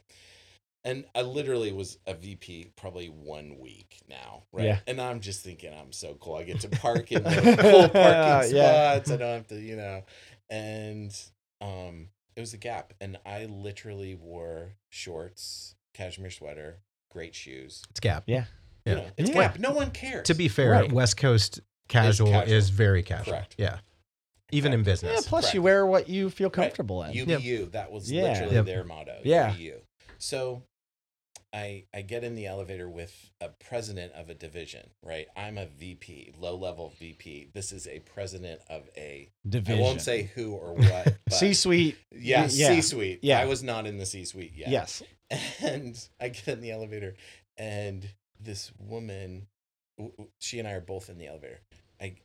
Speaker 3: And I literally was a VP probably one week now, right?
Speaker 1: Yeah.
Speaker 3: And I'm just thinking I'm so cool. I get
Speaker 1: [laughs]
Speaker 3: to park in the full parking
Speaker 1: Yeah.
Speaker 3: spots. I don't have to, you know. And um, it was a gap, and I literally wore shorts, cashmere sweater, great shoes.
Speaker 2: It's Gap.
Speaker 1: Yeah.
Speaker 2: Yeah.
Speaker 3: You know, it's
Speaker 1: Yeah.
Speaker 3: gap. No one cares.
Speaker 2: To be fair,
Speaker 1: Right.
Speaker 2: West Coast casual is,
Speaker 3: casual.
Speaker 2: very casual.
Speaker 3: Correct.
Speaker 2: Yeah. Even in
Speaker 3: Correct.
Speaker 1: Yeah,
Speaker 2: business.
Speaker 1: plus you
Speaker 3: Correct.
Speaker 1: wear what you feel
Speaker 3: Right.
Speaker 1: comfortable in.
Speaker 3: you
Speaker 2: Yep.
Speaker 3: be you. That was
Speaker 1: Yeah.
Speaker 3: literally
Speaker 2: Yep.
Speaker 3: their motto. you
Speaker 1: Yeah.
Speaker 3: be you. So I I get in the elevator with a president of a division, right? I'm a VP, low level VP. This is a president of a. I
Speaker 1: Division.
Speaker 3: won't say who or what.
Speaker 2: [laughs]
Speaker 3: But
Speaker 1: C-suite.
Speaker 3: Yeah,
Speaker 1: yeah.
Speaker 3: C suite.
Speaker 1: Yeah.
Speaker 3: I was not in the C suite yet.
Speaker 1: Yes.
Speaker 3: and I get in the elevator, and this woman, w- w- she and I are both in the elevator. I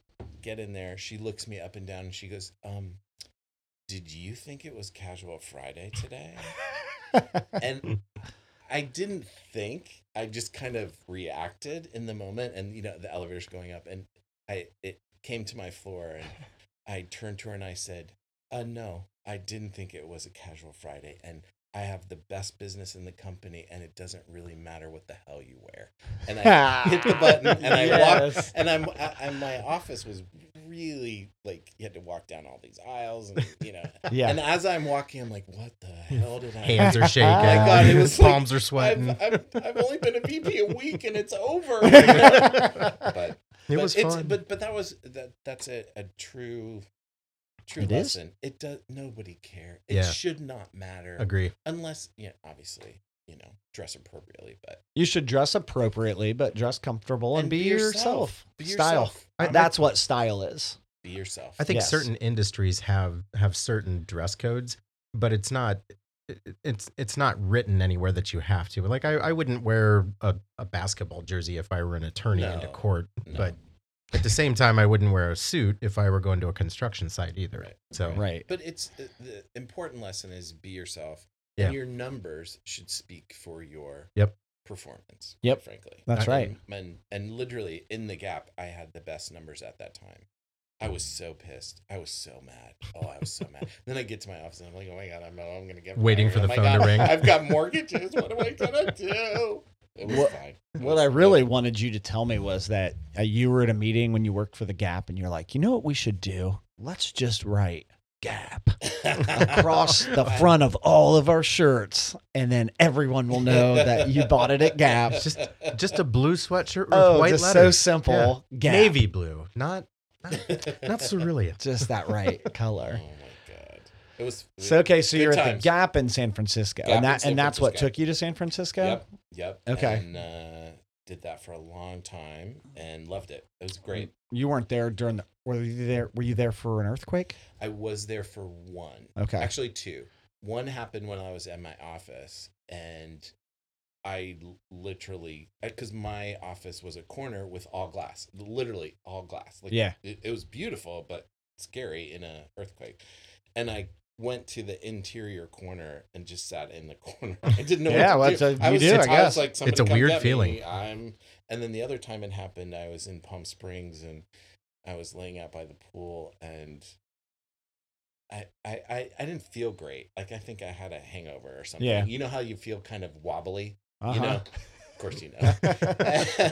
Speaker 3: get in there. She looks me up and down, and she goes, "Um, did you think it was Casual Friday today?" and I didn't think. I just kind of reacted in the moment, and you know, the elevator's going up, and I it came to my floor, and I turned to her and I said, "Uh, no." I didn't think it was a casual Friday, and I have the best business in the company, and it doesn't really matter what the hell you wear. And [laughs] I hit
Speaker 1: [laughs]
Speaker 3: the button, and I walk,
Speaker 1: Yes.
Speaker 3: and I'm, I, and my office was really like you had to walk down all these aisles, and you know.
Speaker 1: Yeah.
Speaker 3: And as I'm walking, I'm like, what the hell did I? [laughs]
Speaker 2: Hands are shaking.
Speaker 1: My
Speaker 3: Oh
Speaker 2: [laughs]
Speaker 3: God, it was like-
Speaker 2: palms are sweating.
Speaker 3: I've, I've, I've only been a VP a week, and it's
Speaker 2: [laughs]
Speaker 3: over. [laughs] but
Speaker 2: it
Speaker 3: but
Speaker 2: was
Speaker 3: it's,
Speaker 2: fun.
Speaker 3: But but that was that. That's a, a true, true
Speaker 1: It is?
Speaker 3: lesson. It does. Nobody care. It
Speaker 2: Yeah.
Speaker 3: should not matter
Speaker 2: Agree.
Speaker 3: unless yeah, obviously you know dress appropriately, but
Speaker 1: [laughs] You should dress appropriately, but dress comfortable and, be, yourself.
Speaker 3: Be
Speaker 1: style.
Speaker 3: yourself.
Speaker 2: I-
Speaker 1: That's what style is.
Speaker 3: Be yourself.
Speaker 2: I think
Speaker 1: Yes.
Speaker 2: certain industries have have certain dress codes, but it's not it- it's it's not written anywhere that you have to. Like I, I wouldn't wear a, a basketball jersey if I were an attorney into
Speaker 3: No,
Speaker 2: court,
Speaker 3: no.
Speaker 2: but at the same time I wouldn't wear a suit if I were going to a construction site either.
Speaker 3: Right,
Speaker 2: So
Speaker 1: Right.
Speaker 3: But it's the, the important lesson is be yourself, and
Speaker 2: Yeah.
Speaker 3: your numbers should speak for your
Speaker 2: Yep.
Speaker 3: performance.
Speaker 1: Yep.
Speaker 3: frankly,
Speaker 1: That's
Speaker 2: I-
Speaker 1: right.
Speaker 3: And and literally in the gap, I had the best numbers at that time. I was so pissed. I was so mad. Oh, I was so
Speaker 1: [laughs]
Speaker 3: mad. Then I get to my office and I'm like, oh my god, I'm I'm gonna get
Speaker 2: Waiting
Speaker 3: fired.
Speaker 2: for the
Speaker 3: Oh my
Speaker 2: phone to
Speaker 3: God,
Speaker 2: ring.
Speaker 1: [laughs]
Speaker 3: I've got mortgages. What am I gonna do? It was
Speaker 1: What-
Speaker 3: fine. It
Speaker 1: What
Speaker 3: was
Speaker 1: I
Speaker 3: fine. [laughs]
Speaker 1: really [laughs] wanted you to tell me was that uh, you were at a meeting when you worked for the Gap, and you're like, you know what we should do? Let's just write Gap
Speaker 3: [laughs]
Speaker 1: across the front of all of our shirts, and then everyone will
Speaker 3: [laughs]
Speaker 1: know that you bought [laughs] it at Gap.
Speaker 2: Just just a blue sweatshirt with
Speaker 1: oh,
Speaker 2: white
Speaker 1: just so
Speaker 2: letters.
Speaker 1: simple. Gap.
Speaker 2: Navy blue, not not,
Speaker 1: [laughs]
Speaker 2: not cerulean.
Speaker 1: Just that
Speaker 3: [laughs]
Speaker 1: right
Speaker 3: Oh
Speaker 1: color.
Speaker 3: my god. It was
Speaker 1: So okay, so
Speaker 3: Good
Speaker 1: you're at the
Speaker 3: times.
Speaker 1: Gap in San Francisco,
Speaker 3: Gap in
Speaker 1: and that
Speaker 3: San
Speaker 1: and that's what
Speaker 3: Francisco.
Speaker 1: took you to San Francisco.
Speaker 3: Yep. Yep.
Speaker 1: Okay.
Speaker 3: And uh, did that for a long time and loved it. It was great.
Speaker 1: You weren't there during the. Were you there? Were you there for an earthquake?
Speaker 3: I was there for one.
Speaker 1: Okay.
Speaker 3: Actually, two. One happened when I was at my office, and I l- literally, because my office was a corner with all glass, literally all glass. Like,
Speaker 1: Yeah.
Speaker 3: It, it was beautiful, but scary in a earthquake. And I went to the interior corner and just sat in the [laughs] corner. I didn't know.
Speaker 1: Yeah, well,
Speaker 3: what to
Speaker 1: that's
Speaker 3: do.
Speaker 1: what you do, I guess.
Speaker 3: like, somebody
Speaker 2: It's a
Speaker 3: come
Speaker 2: weird
Speaker 3: get me.
Speaker 2: feeling.
Speaker 3: I'm. And then the other time it happened, I was in Palm Springs and I was laying out by the pool and I, I, I, I didn't feel great. Like I think I had a hangover or something.
Speaker 1: Yeah.
Speaker 3: You know how you feel kind of wobbly?
Speaker 1: Uh-huh.
Speaker 3: You know? Of course you
Speaker 1: [laughs]
Speaker 3: know.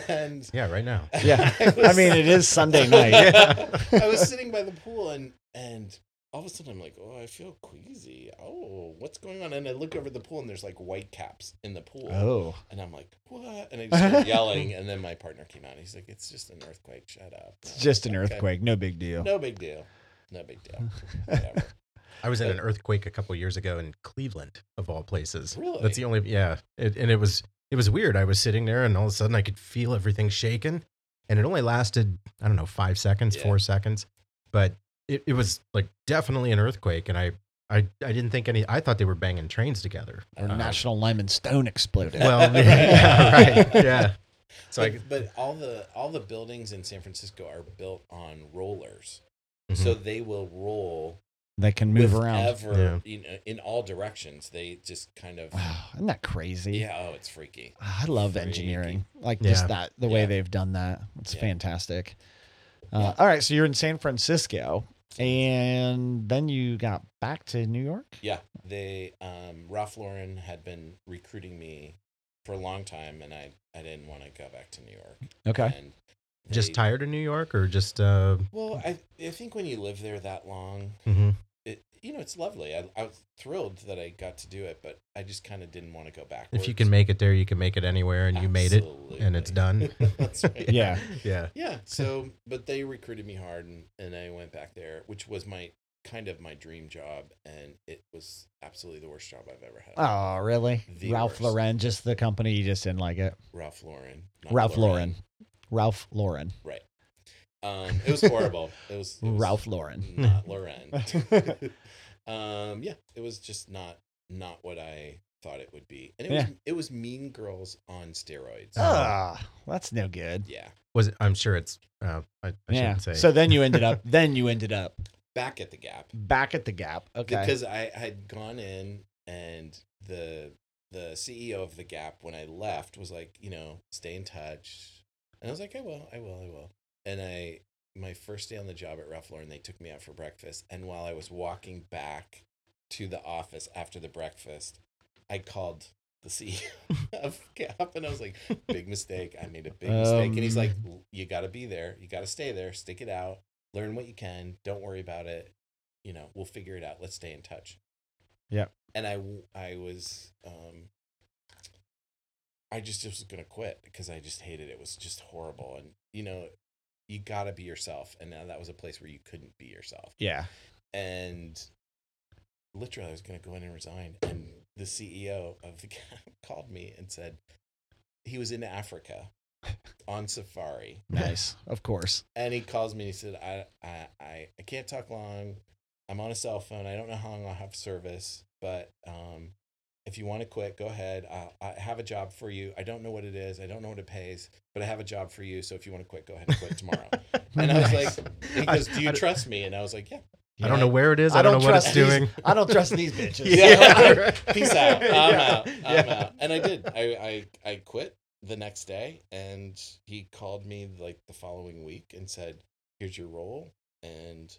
Speaker 3: and
Speaker 2: Yeah, right now.
Speaker 3: [laughs]
Speaker 1: Yeah. I
Speaker 3: was-
Speaker 1: mean, it is
Speaker 3: [laughs]
Speaker 1: Sunday [laughs] night.
Speaker 3: I was sitting by the pool and and all of a sudden I'm like, oh, I feel queasy. Oh, what's going on? And I look over the pool and there's like white caps in the pool.
Speaker 1: Oh.
Speaker 3: And I'm like, what? And I just started yelling. And then my partner came out. He's like, it's just an earthquake. Shut up.
Speaker 1: It's
Speaker 3: And I was
Speaker 1: just an
Speaker 3: like, "Okay,
Speaker 1: earthquake. No big deal.
Speaker 3: No big deal. No
Speaker 2: [laughs]
Speaker 3: big deal. Whatever.
Speaker 2: I was in an earthquake a couple years ago in Cleveland, of all places.
Speaker 3: Really?
Speaker 2: That's the only. Yeah, it, and it was it was weird. I was sitting there, and all of a sudden, I could feel everything shaking, and it only lasted I don't know five seconds,
Speaker 3: Yeah.
Speaker 2: four seconds, but it, it was like definitely an earthquake, and I. I, I didn't think any. I thought they were banging trains together.
Speaker 1: Or
Speaker 2: Uh,
Speaker 3: [laughs]
Speaker 1: National Lemon Stone exploded.
Speaker 2: Well, yeah, [laughs] right,
Speaker 3: [laughs]
Speaker 2: yeah. So I,
Speaker 3: but, but all the all the buildings in San Francisco are built on rollers,
Speaker 2: Mhm.
Speaker 3: so they will roll
Speaker 1: They can move around.
Speaker 3: ever
Speaker 2: Yeah.
Speaker 3: you know, in all directions. They just kind of
Speaker 1: Wow, isn't that crazy? Ah,
Speaker 3: yeah. Oh, it's freaky.
Speaker 1: I love
Speaker 3: Freaky.
Speaker 1: engineering. Like just
Speaker 2: Yeah.
Speaker 1: that, the way
Speaker 3: Yeah.
Speaker 1: they've done that. It's
Speaker 3: Yeah.
Speaker 1: fantastic. Uh, all right. So you're in San Francisco and then you got back to New York.
Speaker 3: Yeah, they um, Ralph Lauren had been recruiting me for a long time, and I I didn't want to go back to New York.
Speaker 1: Okay.
Speaker 3: And
Speaker 2: just
Speaker 3: they-
Speaker 2: tired of New York, or just uh,
Speaker 3: Well, I I think when you live there that long,
Speaker 2: mhm.
Speaker 3: it you know it's lovely. I, I was thrilled that I got to do it, but I just kind of didn't want to go back.
Speaker 2: if you can make it there, you can make it anywhere, and you made it. and it's done.
Speaker 3: [laughs]
Speaker 2: [laughs]
Speaker 3: That's right.
Speaker 1: Yeah.
Speaker 2: Yeah,
Speaker 3: Yeah. So, but they recruited me hard, and, and I went back there, which was my kind of my dream job, and it was absolutely the worst job I've ever had.
Speaker 1: Oh, really?
Speaker 3: The
Speaker 1: Ralph
Speaker 3: worst.
Speaker 1: Lauren, just the company you just didn't like it.
Speaker 3: Ralph Lauren. not
Speaker 1: Ralph Lauren. Ralph Lauren.
Speaker 3: Um, it was horrible. It was,
Speaker 2: [laughs]
Speaker 3: it was
Speaker 1: Ralph Lauren.
Speaker 3: [laughs] not Lauren. um, yeah, it was just not not what I thought it would be, and it was it was Mean Girls on steroids.
Speaker 1: Ah, that's no good.
Speaker 3: Yeah,
Speaker 2: was it, I'm sure it's. Uh, I, I
Speaker 1: yeah.
Speaker 2: shouldn't say.
Speaker 1: So then you ended up. then you ended up
Speaker 3: back at the Gap.
Speaker 1: back at the Gap. Okay.
Speaker 3: because I had gone in and the the CEO of the Gap when I left was like, you know, stay in touch, and I was like, I will, I will, I will. And I my first day on the job at Ralph Lauren, they took me out for breakfast, and while I was walking back to the office after the breakfast, I called the CEO of Gap, and I was like, big mistake, I made a big mistake, and he's like, you got to be there, you got to stay there, stick it out, learn what you can, don't worry about it, you know, we'll figure it out. Let's stay in touch.
Speaker 1: Yeah.
Speaker 3: And I, w- I was, um, I just, just was going to quit because I just hated it. It was just horrible. And, you know, you got to be yourself. And now that was a place where you couldn't be yourself.
Speaker 1: yeah.
Speaker 3: And literally, I was going to go in and resign. And the CEO of the camp [laughs] called me and said he was in Africa on safari [laughs]
Speaker 1: Nice. Of course.
Speaker 3: and he calls me and he said, I, I, I, I can't talk long. I'm on a cell phone. I don't know how long I'll have service, but um, if you want to quit, go ahead. I, I have a job for you. I don't know what it is. I don't know what it pays, but I have a job for you. So if you want to quit, go ahead and
Speaker 2: [laughs]
Speaker 3: quit tomorrow. and I was
Speaker 2: Nice. [laughs]
Speaker 3: like, he
Speaker 2: I-
Speaker 3: goes, Do you
Speaker 2: I-
Speaker 3: trust me? And I was like, Yeah.
Speaker 2: I don't know where it is.
Speaker 1: I
Speaker 2: I, don't,
Speaker 1: don't
Speaker 2: know what it's
Speaker 1: trust these-
Speaker 2: doing.
Speaker 1: [laughs] I don't trust these
Speaker 2: [laughs]
Speaker 1: bitches.
Speaker 3: Yeah.
Speaker 2: right.
Speaker 3: Peace out. I'm
Speaker 2: [laughs] Yeah.
Speaker 3: out. I'm
Speaker 2: Yeah.
Speaker 3: out. And I did. I, I, I quit the next day. And he called me like the following week and said, Here's your role. And,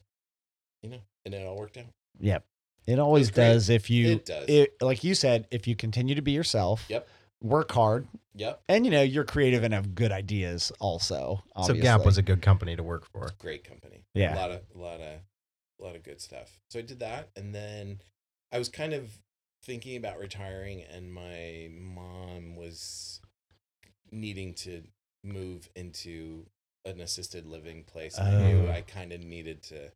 Speaker 3: you know, and it all worked out.
Speaker 1: Yep. It always
Speaker 3: That's great.
Speaker 1: does if you
Speaker 3: It does.
Speaker 1: it- like you said, if you continue to be yourself,
Speaker 3: Yep.
Speaker 1: work hard,
Speaker 3: Yep.
Speaker 1: and you know, you're creative and have good ideas also.
Speaker 2: So
Speaker 1: Obviously.
Speaker 2: Gap was a good company to work for.
Speaker 3: great company.
Speaker 1: Yeah.
Speaker 3: A lot of a lot of a lot of good stuff. So I did that and then I was kind of thinking about retiring and my mom was needing to move into an assisted living place. and I knew
Speaker 2: Oh.
Speaker 3: I kind of needed to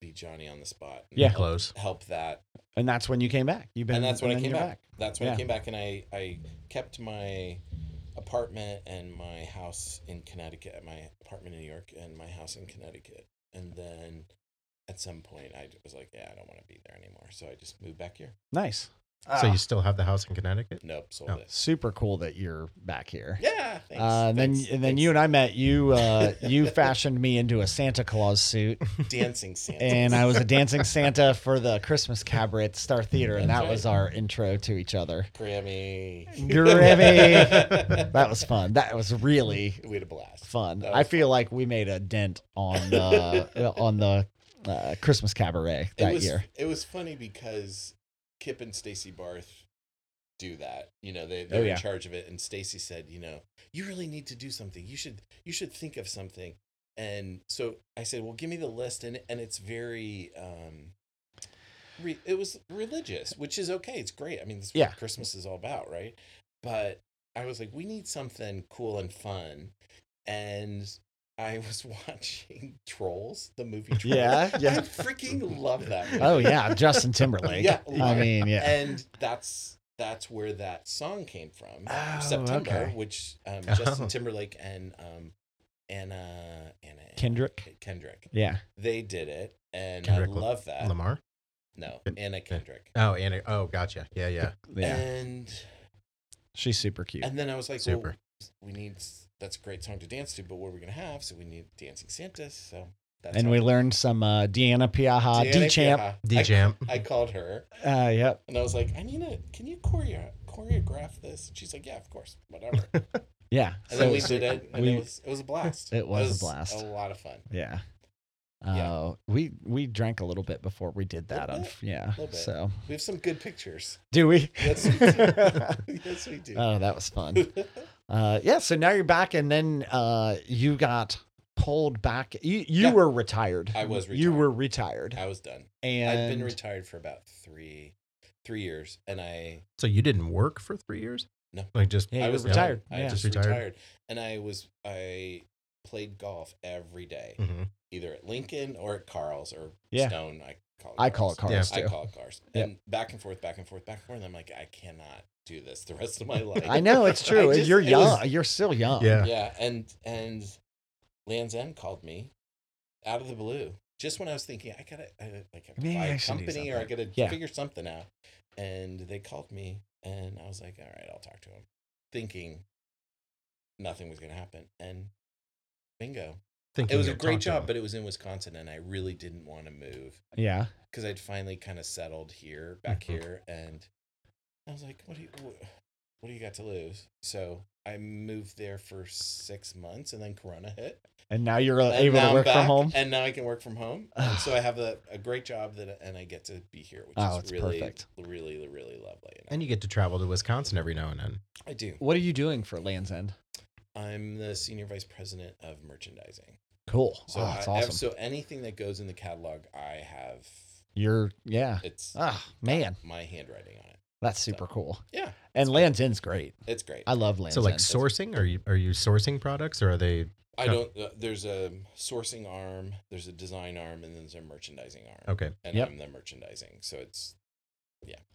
Speaker 3: be Johnny on the spot. and
Speaker 1: Yeah.
Speaker 3: Help,
Speaker 2: Close.
Speaker 3: help that.
Speaker 1: and that's when you came back. You've been
Speaker 3: And that's when I
Speaker 1: then
Speaker 3: came
Speaker 1: you're
Speaker 3: back. That's when
Speaker 1: Yeah.
Speaker 3: I came back and I I kept my apartment and my house in Connecticut, my apartment in New York and my house in Connecticut. And then at some point I was like, yeah, I don't want to be there anymore. So I just moved back here.
Speaker 1: Nice.
Speaker 2: So
Speaker 1: Ah,
Speaker 2: you still have the house in Connecticut?
Speaker 3: Nope, sold
Speaker 2: No.
Speaker 3: it.
Speaker 1: super cool that you're back here.
Speaker 3: Yeah, thanks.
Speaker 1: Oh, Uh, and then,
Speaker 3: thanks,
Speaker 1: and then
Speaker 3: thanks.
Speaker 1: you and I met. You, uh, you fashioned me into a Santa Claus suit,
Speaker 3: dancing Santa.
Speaker 1: and I was a dancing Santa for the Christmas cabaret at the Star Theater, and
Speaker 3: That's
Speaker 1: that was
Speaker 3: right.
Speaker 1: our intro to each
Speaker 3: [laughs]
Speaker 1: other.
Speaker 3: Grammy.
Speaker 1: Grammy. That was fun. That was really
Speaker 3: [laughs] we had a blast.
Speaker 1: fun.
Speaker 3: That
Speaker 1: I
Speaker 3: was
Speaker 1: feel like we made a dent on the on the uh, Christmas Cabaret
Speaker 3: it
Speaker 1: that
Speaker 3: was,
Speaker 1: year.
Speaker 3: It was funny because Kip and Stacy Barth do that. You know, they
Speaker 1: Oh,
Speaker 3: they're
Speaker 1: yeah.
Speaker 3: in charge of it. And Stacy said, you know, you really need to do something. You should you should think of something. And so I said, well, give me the list. And and it's very um, re- it was religious, which is okay. It's great. I mean, that's what
Speaker 6: Yeah.
Speaker 3: Christmas is all about, right? But I was like, we need something cool and fun. And I was [laughs] watching Trolls,
Speaker 1: [laughs]
Speaker 3: the movie Trolls.
Speaker 6: Yeah,
Speaker 3: I
Speaker 6: yeah.
Speaker 3: freaking love that. movie.
Speaker 1: Oh yeah, Justin Timberlake.
Speaker 3: [laughs] Yeah,
Speaker 1: I
Speaker 3: love it.
Speaker 1: mean, yeah.
Speaker 3: And that's that's where that song came from.
Speaker 6: Oh,
Speaker 3: September,
Speaker 6: okay.
Speaker 3: which um,
Speaker 2: Oh.
Speaker 3: Justin Timberlake and um, Anna Anna
Speaker 1: Kendrick?
Speaker 3: Kendrick
Speaker 1: Yeah.
Speaker 3: they did it, and
Speaker 2: Kendrick
Speaker 3: I
Speaker 2: Lam-
Speaker 3: love that.
Speaker 2: Lamar.
Speaker 3: No, Anna Kendrick.
Speaker 2: Oh, and it- oh, gotcha. Yeah, yeah.
Speaker 1: Yeah.
Speaker 3: And
Speaker 1: She's super cute.
Speaker 3: and then I was like, well,
Speaker 2: Super.
Speaker 3: we need s- that's a great song to dance to, but what are we gonna have? So we need Dancing Santa. So that's
Speaker 1: And
Speaker 3: how-
Speaker 1: we learned some uh, Deanna Piaja, D
Speaker 3: Deanna
Speaker 1: Champ.
Speaker 3: Piaja. I-
Speaker 2: D Jam.
Speaker 3: I called her.
Speaker 1: Uh, yep.
Speaker 3: And I was like, I need to, can you choreo- choreograph this? And she's like, yeah, of course,
Speaker 1: [laughs]
Speaker 3: whatever. And
Speaker 1: Yeah.
Speaker 3: then we
Speaker 1: so-
Speaker 3: did it, and
Speaker 1: we-
Speaker 3: it, was, it was a blast.
Speaker 1: It was a blast.
Speaker 3: A lot of fun.
Speaker 1: Yeah. Uh,
Speaker 3: Yeah.
Speaker 1: we we drank a little bit before we did that.
Speaker 3: Little
Speaker 1: On,
Speaker 3: bit.
Speaker 1: yeah.
Speaker 3: Little bit.
Speaker 1: So
Speaker 3: We have some good pictures.
Speaker 1: do we? [laughs]
Speaker 3: Yes, we do. yes, we do.
Speaker 1: Oh, that was fun. Uh, yeah. So now you're back, and then uh, you got pulled back. You you
Speaker 3: Yeah.
Speaker 1: were retired.
Speaker 3: I was
Speaker 1: You
Speaker 3: retired.
Speaker 1: were retired,
Speaker 3: [laughs] I was done.
Speaker 1: and
Speaker 3: I've been retired for about three, three years, and I,
Speaker 2: So you didn't work for three years?
Speaker 3: No.
Speaker 2: Like just
Speaker 1: Yeah,
Speaker 3: I
Speaker 1: you
Speaker 3: was
Speaker 1: were retired.
Speaker 3: done. I
Speaker 1: yeah.
Speaker 3: just
Speaker 2: Just
Speaker 3: retired.
Speaker 2: retired.
Speaker 3: and I was, I played golf every day,
Speaker 2: Mhm.
Speaker 3: either at Lincoln or at Carl's or
Speaker 1: Hmm. Yeah.
Speaker 3: Stone. I call it
Speaker 1: I call it
Speaker 3: Carl's.
Speaker 1: cars
Speaker 3: I
Speaker 1: too.
Speaker 3: call it cars.
Speaker 1: Yep.
Speaker 3: And back and forth, back and forth, back and forth. And I'm like, I cannot do this the rest of my
Speaker 1: [laughs]
Speaker 3: life.
Speaker 1: I know it's true.
Speaker 3: [laughs] I just-
Speaker 1: you're
Speaker 3: it
Speaker 1: young.
Speaker 3: was-
Speaker 1: you're still young.
Speaker 2: Yeah.
Speaker 3: yeah. And and Land's End called me out of the blue. Just when I was thinking, I gotta I, like I
Speaker 1: Maybe
Speaker 3: buy
Speaker 1: I
Speaker 3: a
Speaker 1: should do
Speaker 3: company or I
Speaker 1: something.
Speaker 3: gotta
Speaker 1: Yeah.
Speaker 3: figure something out. And they called me and I was like, all right, I'll talk to him. Thinking nothing was gonna happen. And bingo.
Speaker 2: Thinking
Speaker 3: It was a
Speaker 2: you'll
Speaker 3: great
Speaker 2: talk to
Speaker 3: job,
Speaker 2: them.
Speaker 3: but it was in Wisconsin and I really didn't want to move.
Speaker 1: Yeah.
Speaker 3: because I'd finally kind of settled here, back
Speaker 1: Mm-hmm.
Speaker 2: Mhm.
Speaker 3: here, and I was like, "What do you, what, what do you got to lose?" So I moved there for six months, and then Corona hit.
Speaker 1: And now you're uh,
Speaker 3: And
Speaker 1: able
Speaker 3: now
Speaker 1: to
Speaker 3: I'm
Speaker 1: work from
Speaker 3: back,
Speaker 1: home.
Speaker 3: and now I can work from home. And [sighs] so I have a, a great job that, and I get to be here, which
Speaker 1: Oh,
Speaker 3: is
Speaker 1: it's
Speaker 3: really,
Speaker 1: perfect.
Speaker 3: really, really lovely.
Speaker 2: and you get to travel to Wisconsin every now and then.
Speaker 3: I do.
Speaker 1: What are you doing for Land's End?
Speaker 3: I'm the senior vice president of merchandising.
Speaker 1: Cool.
Speaker 3: So
Speaker 1: oh,
Speaker 3: I,
Speaker 1: that's
Speaker 3: I have-
Speaker 1: awesome.
Speaker 3: so anything that goes in the catalog, I have.
Speaker 1: you're yeah.
Speaker 3: It's
Speaker 1: Ah, man,
Speaker 3: my handwriting on it.
Speaker 1: that's super cool.
Speaker 3: Yeah,
Speaker 1: And
Speaker 3: it's-
Speaker 1: Land's End's great.
Speaker 3: it's great.
Speaker 1: I love Land's
Speaker 2: so like
Speaker 1: End.
Speaker 2: sourcing, are you are you sourcing products or are they
Speaker 3: I
Speaker 2: Yeah.
Speaker 3: don't. Uh, there's a sourcing arm, there's a design arm, and then there's a merchandising arm.
Speaker 2: okay?
Speaker 3: And
Speaker 1: Yep.
Speaker 3: I'm the merchandising, so it's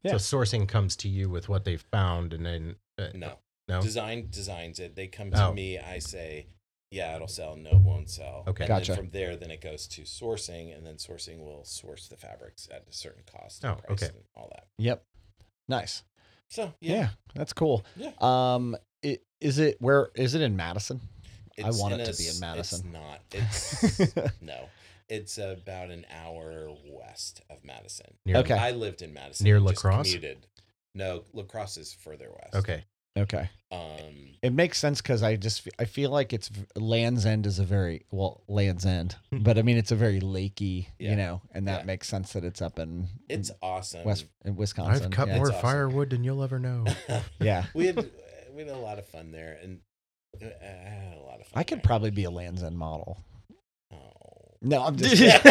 Speaker 1: Yeah.
Speaker 2: So sourcing comes to you with what they found and then uh,
Speaker 3: no
Speaker 2: no.
Speaker 3: design designs it. They come to
Speaker 2: Oh.
Speaker 3: me. I say, yeah, it'll sell. No, it won't sell.
Speaker 2: Okay.
Speaker 3: And
Speaker 1: Gotcha.
Speaker 3: Then from there, then it goes to sourcing, and then sourcing will source the fabrics at a certain cost.
Speaker 2: Oh,
Speaker 3: And price
Speaker 2: okay.
Speaker 3: And all that.
Speaker 1: Yep. Nice.
Speaker 3: So
Speaker 1: Yeah.
Speaker 3: yeah,
Speaker 1: that's cool.
Speaker 3: Yeah.
Speaker 1: Um, i- is it where is it in Madison? I want it to be
Speaker 3: s-
Speaker 1: in Madison.
Speaker 3: It's not.
Speaker 2: [laughs]
Speaker 3: It's no. It's about an hour west of Madison.
Speaker 2: Near-
Speaker 1: Okay.
Speaker 3: I lived in Madison.
Speaker 2: Near
Speaker 3: and
Speaker 2: La
Speaker 3: just
Speaker 2: Crosse?
Speaker 3: Commuted. No, Lacrosse is further west.
Speaker 2: Okay.
Speaker 1: [laughs] Okay.
Speaker 3: Um,
Speaker 1: It makes sense because I just f- I feel like it's v- Land's End is a very well Land's End,
Speaker 2: Hmm.
Speaker 1: but I mean it's a very lakey,
Speaker 3: Yeah.
Speaker 1: you know, and that
Speaker 3: Yeah.
Speaker 1: makes sense that it's up in
Speaker 3: it's awesome.
Speaker 1: West in Wisconsin.
Speaker 2: I've cut
Speaker 1: yeah.
Speaker 2: more
Speaker 3: It's awesome.
Speaker 2: firewood than you'll ever know. [laughs]
Speaker 1: Yeah.
Speaker 3: [laughs] we had we had a lot of fun there, and uh, I had a lot of fun.
Speaker 1: I could
Speaker 3: there.
Speaker 1: probably be a Land's End model.
Speaker 3: Oh.
Speaker 1: No, I'm
Speaker 2: [laughs]
Speaker 1: just.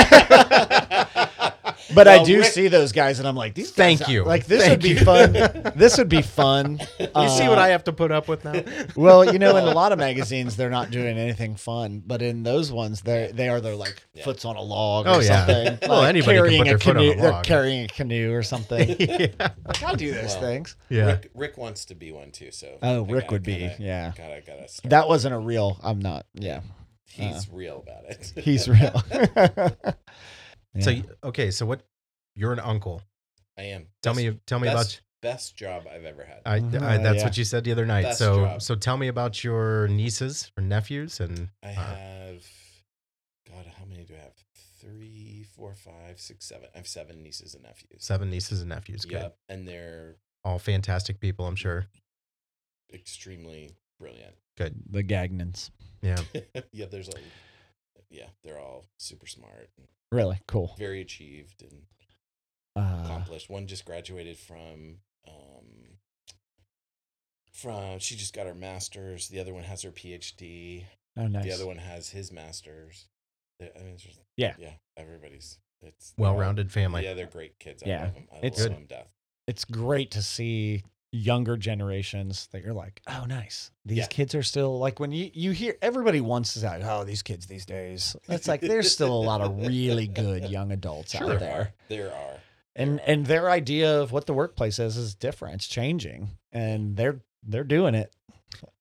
Speaker 1: but I
Speaker 3: Well,
Speaker 1: do
Speaker 3: Rick-
Speaker 1: see those guys, and I'm like, these.
Speaker 2: Thank
Speaker 1: guys,
Speaker 2: you.
Speaker 1: Like this
Speaker 2: Thank
Speaker 1: would be
Speaker 2: you. [laughs]
Speaker 1: fun. This would be fun. You
Speaker 2: you see what I have to put up with now?
Speaker 1: Well, you know,
Speaker 2: [laughs]
Speaker 1: in a lot of magazines, they're not doing anything fun, but in those ones, they they are they're like
Speaker 3: Yeah.
Speaker 1: foots on a log.
Speaker 2: Oh,
Speaker 1: or
Speaker 2: yeah.
Speaker 1: something.
Speaker 2: [laughs] Well,
Speaker 1: like
Speaker 2: anybody can
Speaker 1: carrying
Speaker 2: put their
Speaker 1: a
Speaker 2: foot on
Speaker 1: canoe.
Speaker 2: a
Speaker 1: They're
Speaker 2: log.
Speaker 1: carrying a canoe or
Speaker 2: [laughs]
Speaker 1: something.
Speaker 2: [laughs] yeah.
Speaker 1: like, I'll do those
Speaker 3: Well,
Speaker 1: things.
Speaker 2: Yeah.
Speaker 3: Rick, Rick wants to be one too, so
Speaker 1: Oh,
Speaker 3: I
Speaker 1: Rick
Speaker 3: gotta
Speaker 1: would be,
Speaker 3: kinda-
Speaker 1: yeah.
Speaker 3: Gotta gotta. Start.
Speaker 1: That uh, wasn't a real. I'm not.
Speaker 2: [laughs]
Speaker 1: Yeah,
Speaker 3: he's real about it. [laughs]
Speaker 1: he's real.
Speaker 2: So
Speaker 1: [laughs] Yeah.
Speaker 2: you- okay, so what you're an uncle.
Speaker 3: I am.
Speaker 2: Tell
Speaker 3: Best-
Speaker 2: me tell me about
Speaker 3: best, best job I've ever had.
Speaker 2: I,
Speaker 1: Mhm.
Speaker 2: I,
Speaker 1: Uh,
Speaker 2: that's
Speaker 1: yeah.
Speaker 2: what you said the other night.
Speaker 3: Best
Speaker 2: so,
Speaker 3: job.
Speaker 2: so tell me about your nieces or nephews, and
Speaker 3: I
Speaker 2: uh,
Speaker 3: have, God, how many do I have? Three, four, five, six, seven. I have seven nieces and nephews.
Speaker 2: seven nieces and nephews. Good,
Speaker 3: Yep, and they're
Speaker 2: all fantastic people, I'm sure.
Speaker 3: extremely brilliant. [laughs]
Speaker 1: the Gagnons.
Speaker 2: Yeah,
Speaker 3: yeah, there's a yeah, they're all super smart, and
Speaker 1: Really cool.
Speaker 3: very achieved, and
Speaker 1: Uh,
Speaker 3: accomplished. One just graduated from um from she just got her master's. The other one has her PhD.
Speaker 1: oh, nice.
Speaker 3: The other one has his master's. The- I mean, it's just-
Speaker 1: Yeah.
Speaker 3: yeah. Everybody's it's they're all-
Speaker 2: well-rounded family.
Speaker 3: Yeah, they're great kids. I
Speaker 1: Yeah,
Speaker 3: love them. I
Speaker 1: it's-
Speaker 3: love
Speaker 2: Good.
Speaker 3: them to death.
Speaker 1: It's great to see younger generations that you're like, oh, nice. These
Speaker 3: Yeah.
Speaker 1: kids are still like when you you hear everybody wants to say, oh, these kids these days. It's like there's still a lot of really good young adults
Speaker 2: Sure.
Speaker 1: out there.
Speaker 3: There are.
Speaker 1: and and their idea of what the workplace is is different it's changing and they're they're doing it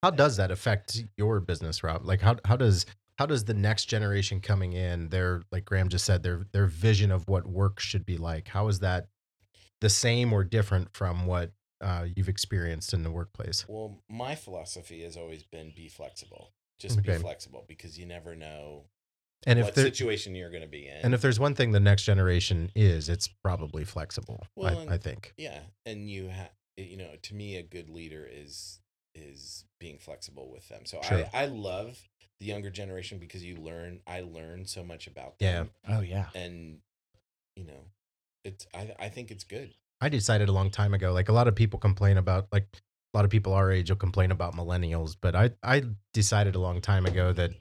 Speaker 2: How does that affect your business, Rob? Like how how does how does the next generation coming in, their like Graham just said, their their vision of what work should be like, how is that the same or different from what uh, you've experienced in the workplace?
Speaker 3: Well, my philosophy has always been be flexible. Just be
Speaker 2: Okay.
Speaker 3: flexible because you never know
Speaker 2: And if
Speaker 3: what
Speaker 2: there,
Speaker 3: situation you're going to be in.
Speaker 2: and if there's one thing the next generation is, it's probably flexible.
Speaker 3: Well, and-
Speaker 2: I, I think.
Speaker 3: yeah and you have you know to me a good leader is is being flexible with them so
Speaker 2: Sure.
Speaker 3: i i love the younger generation because you learn i learn so much about
Speaker 2: Yeah.
Speaker 3: them
Speaker 1: oh yeah
Speaker 3: and you know it's i i think it's good
Speaker 2: I decided a long time ago. Like a lot of people complain about like a lot of people our age will complain about millennials, but I I decided a long time ago that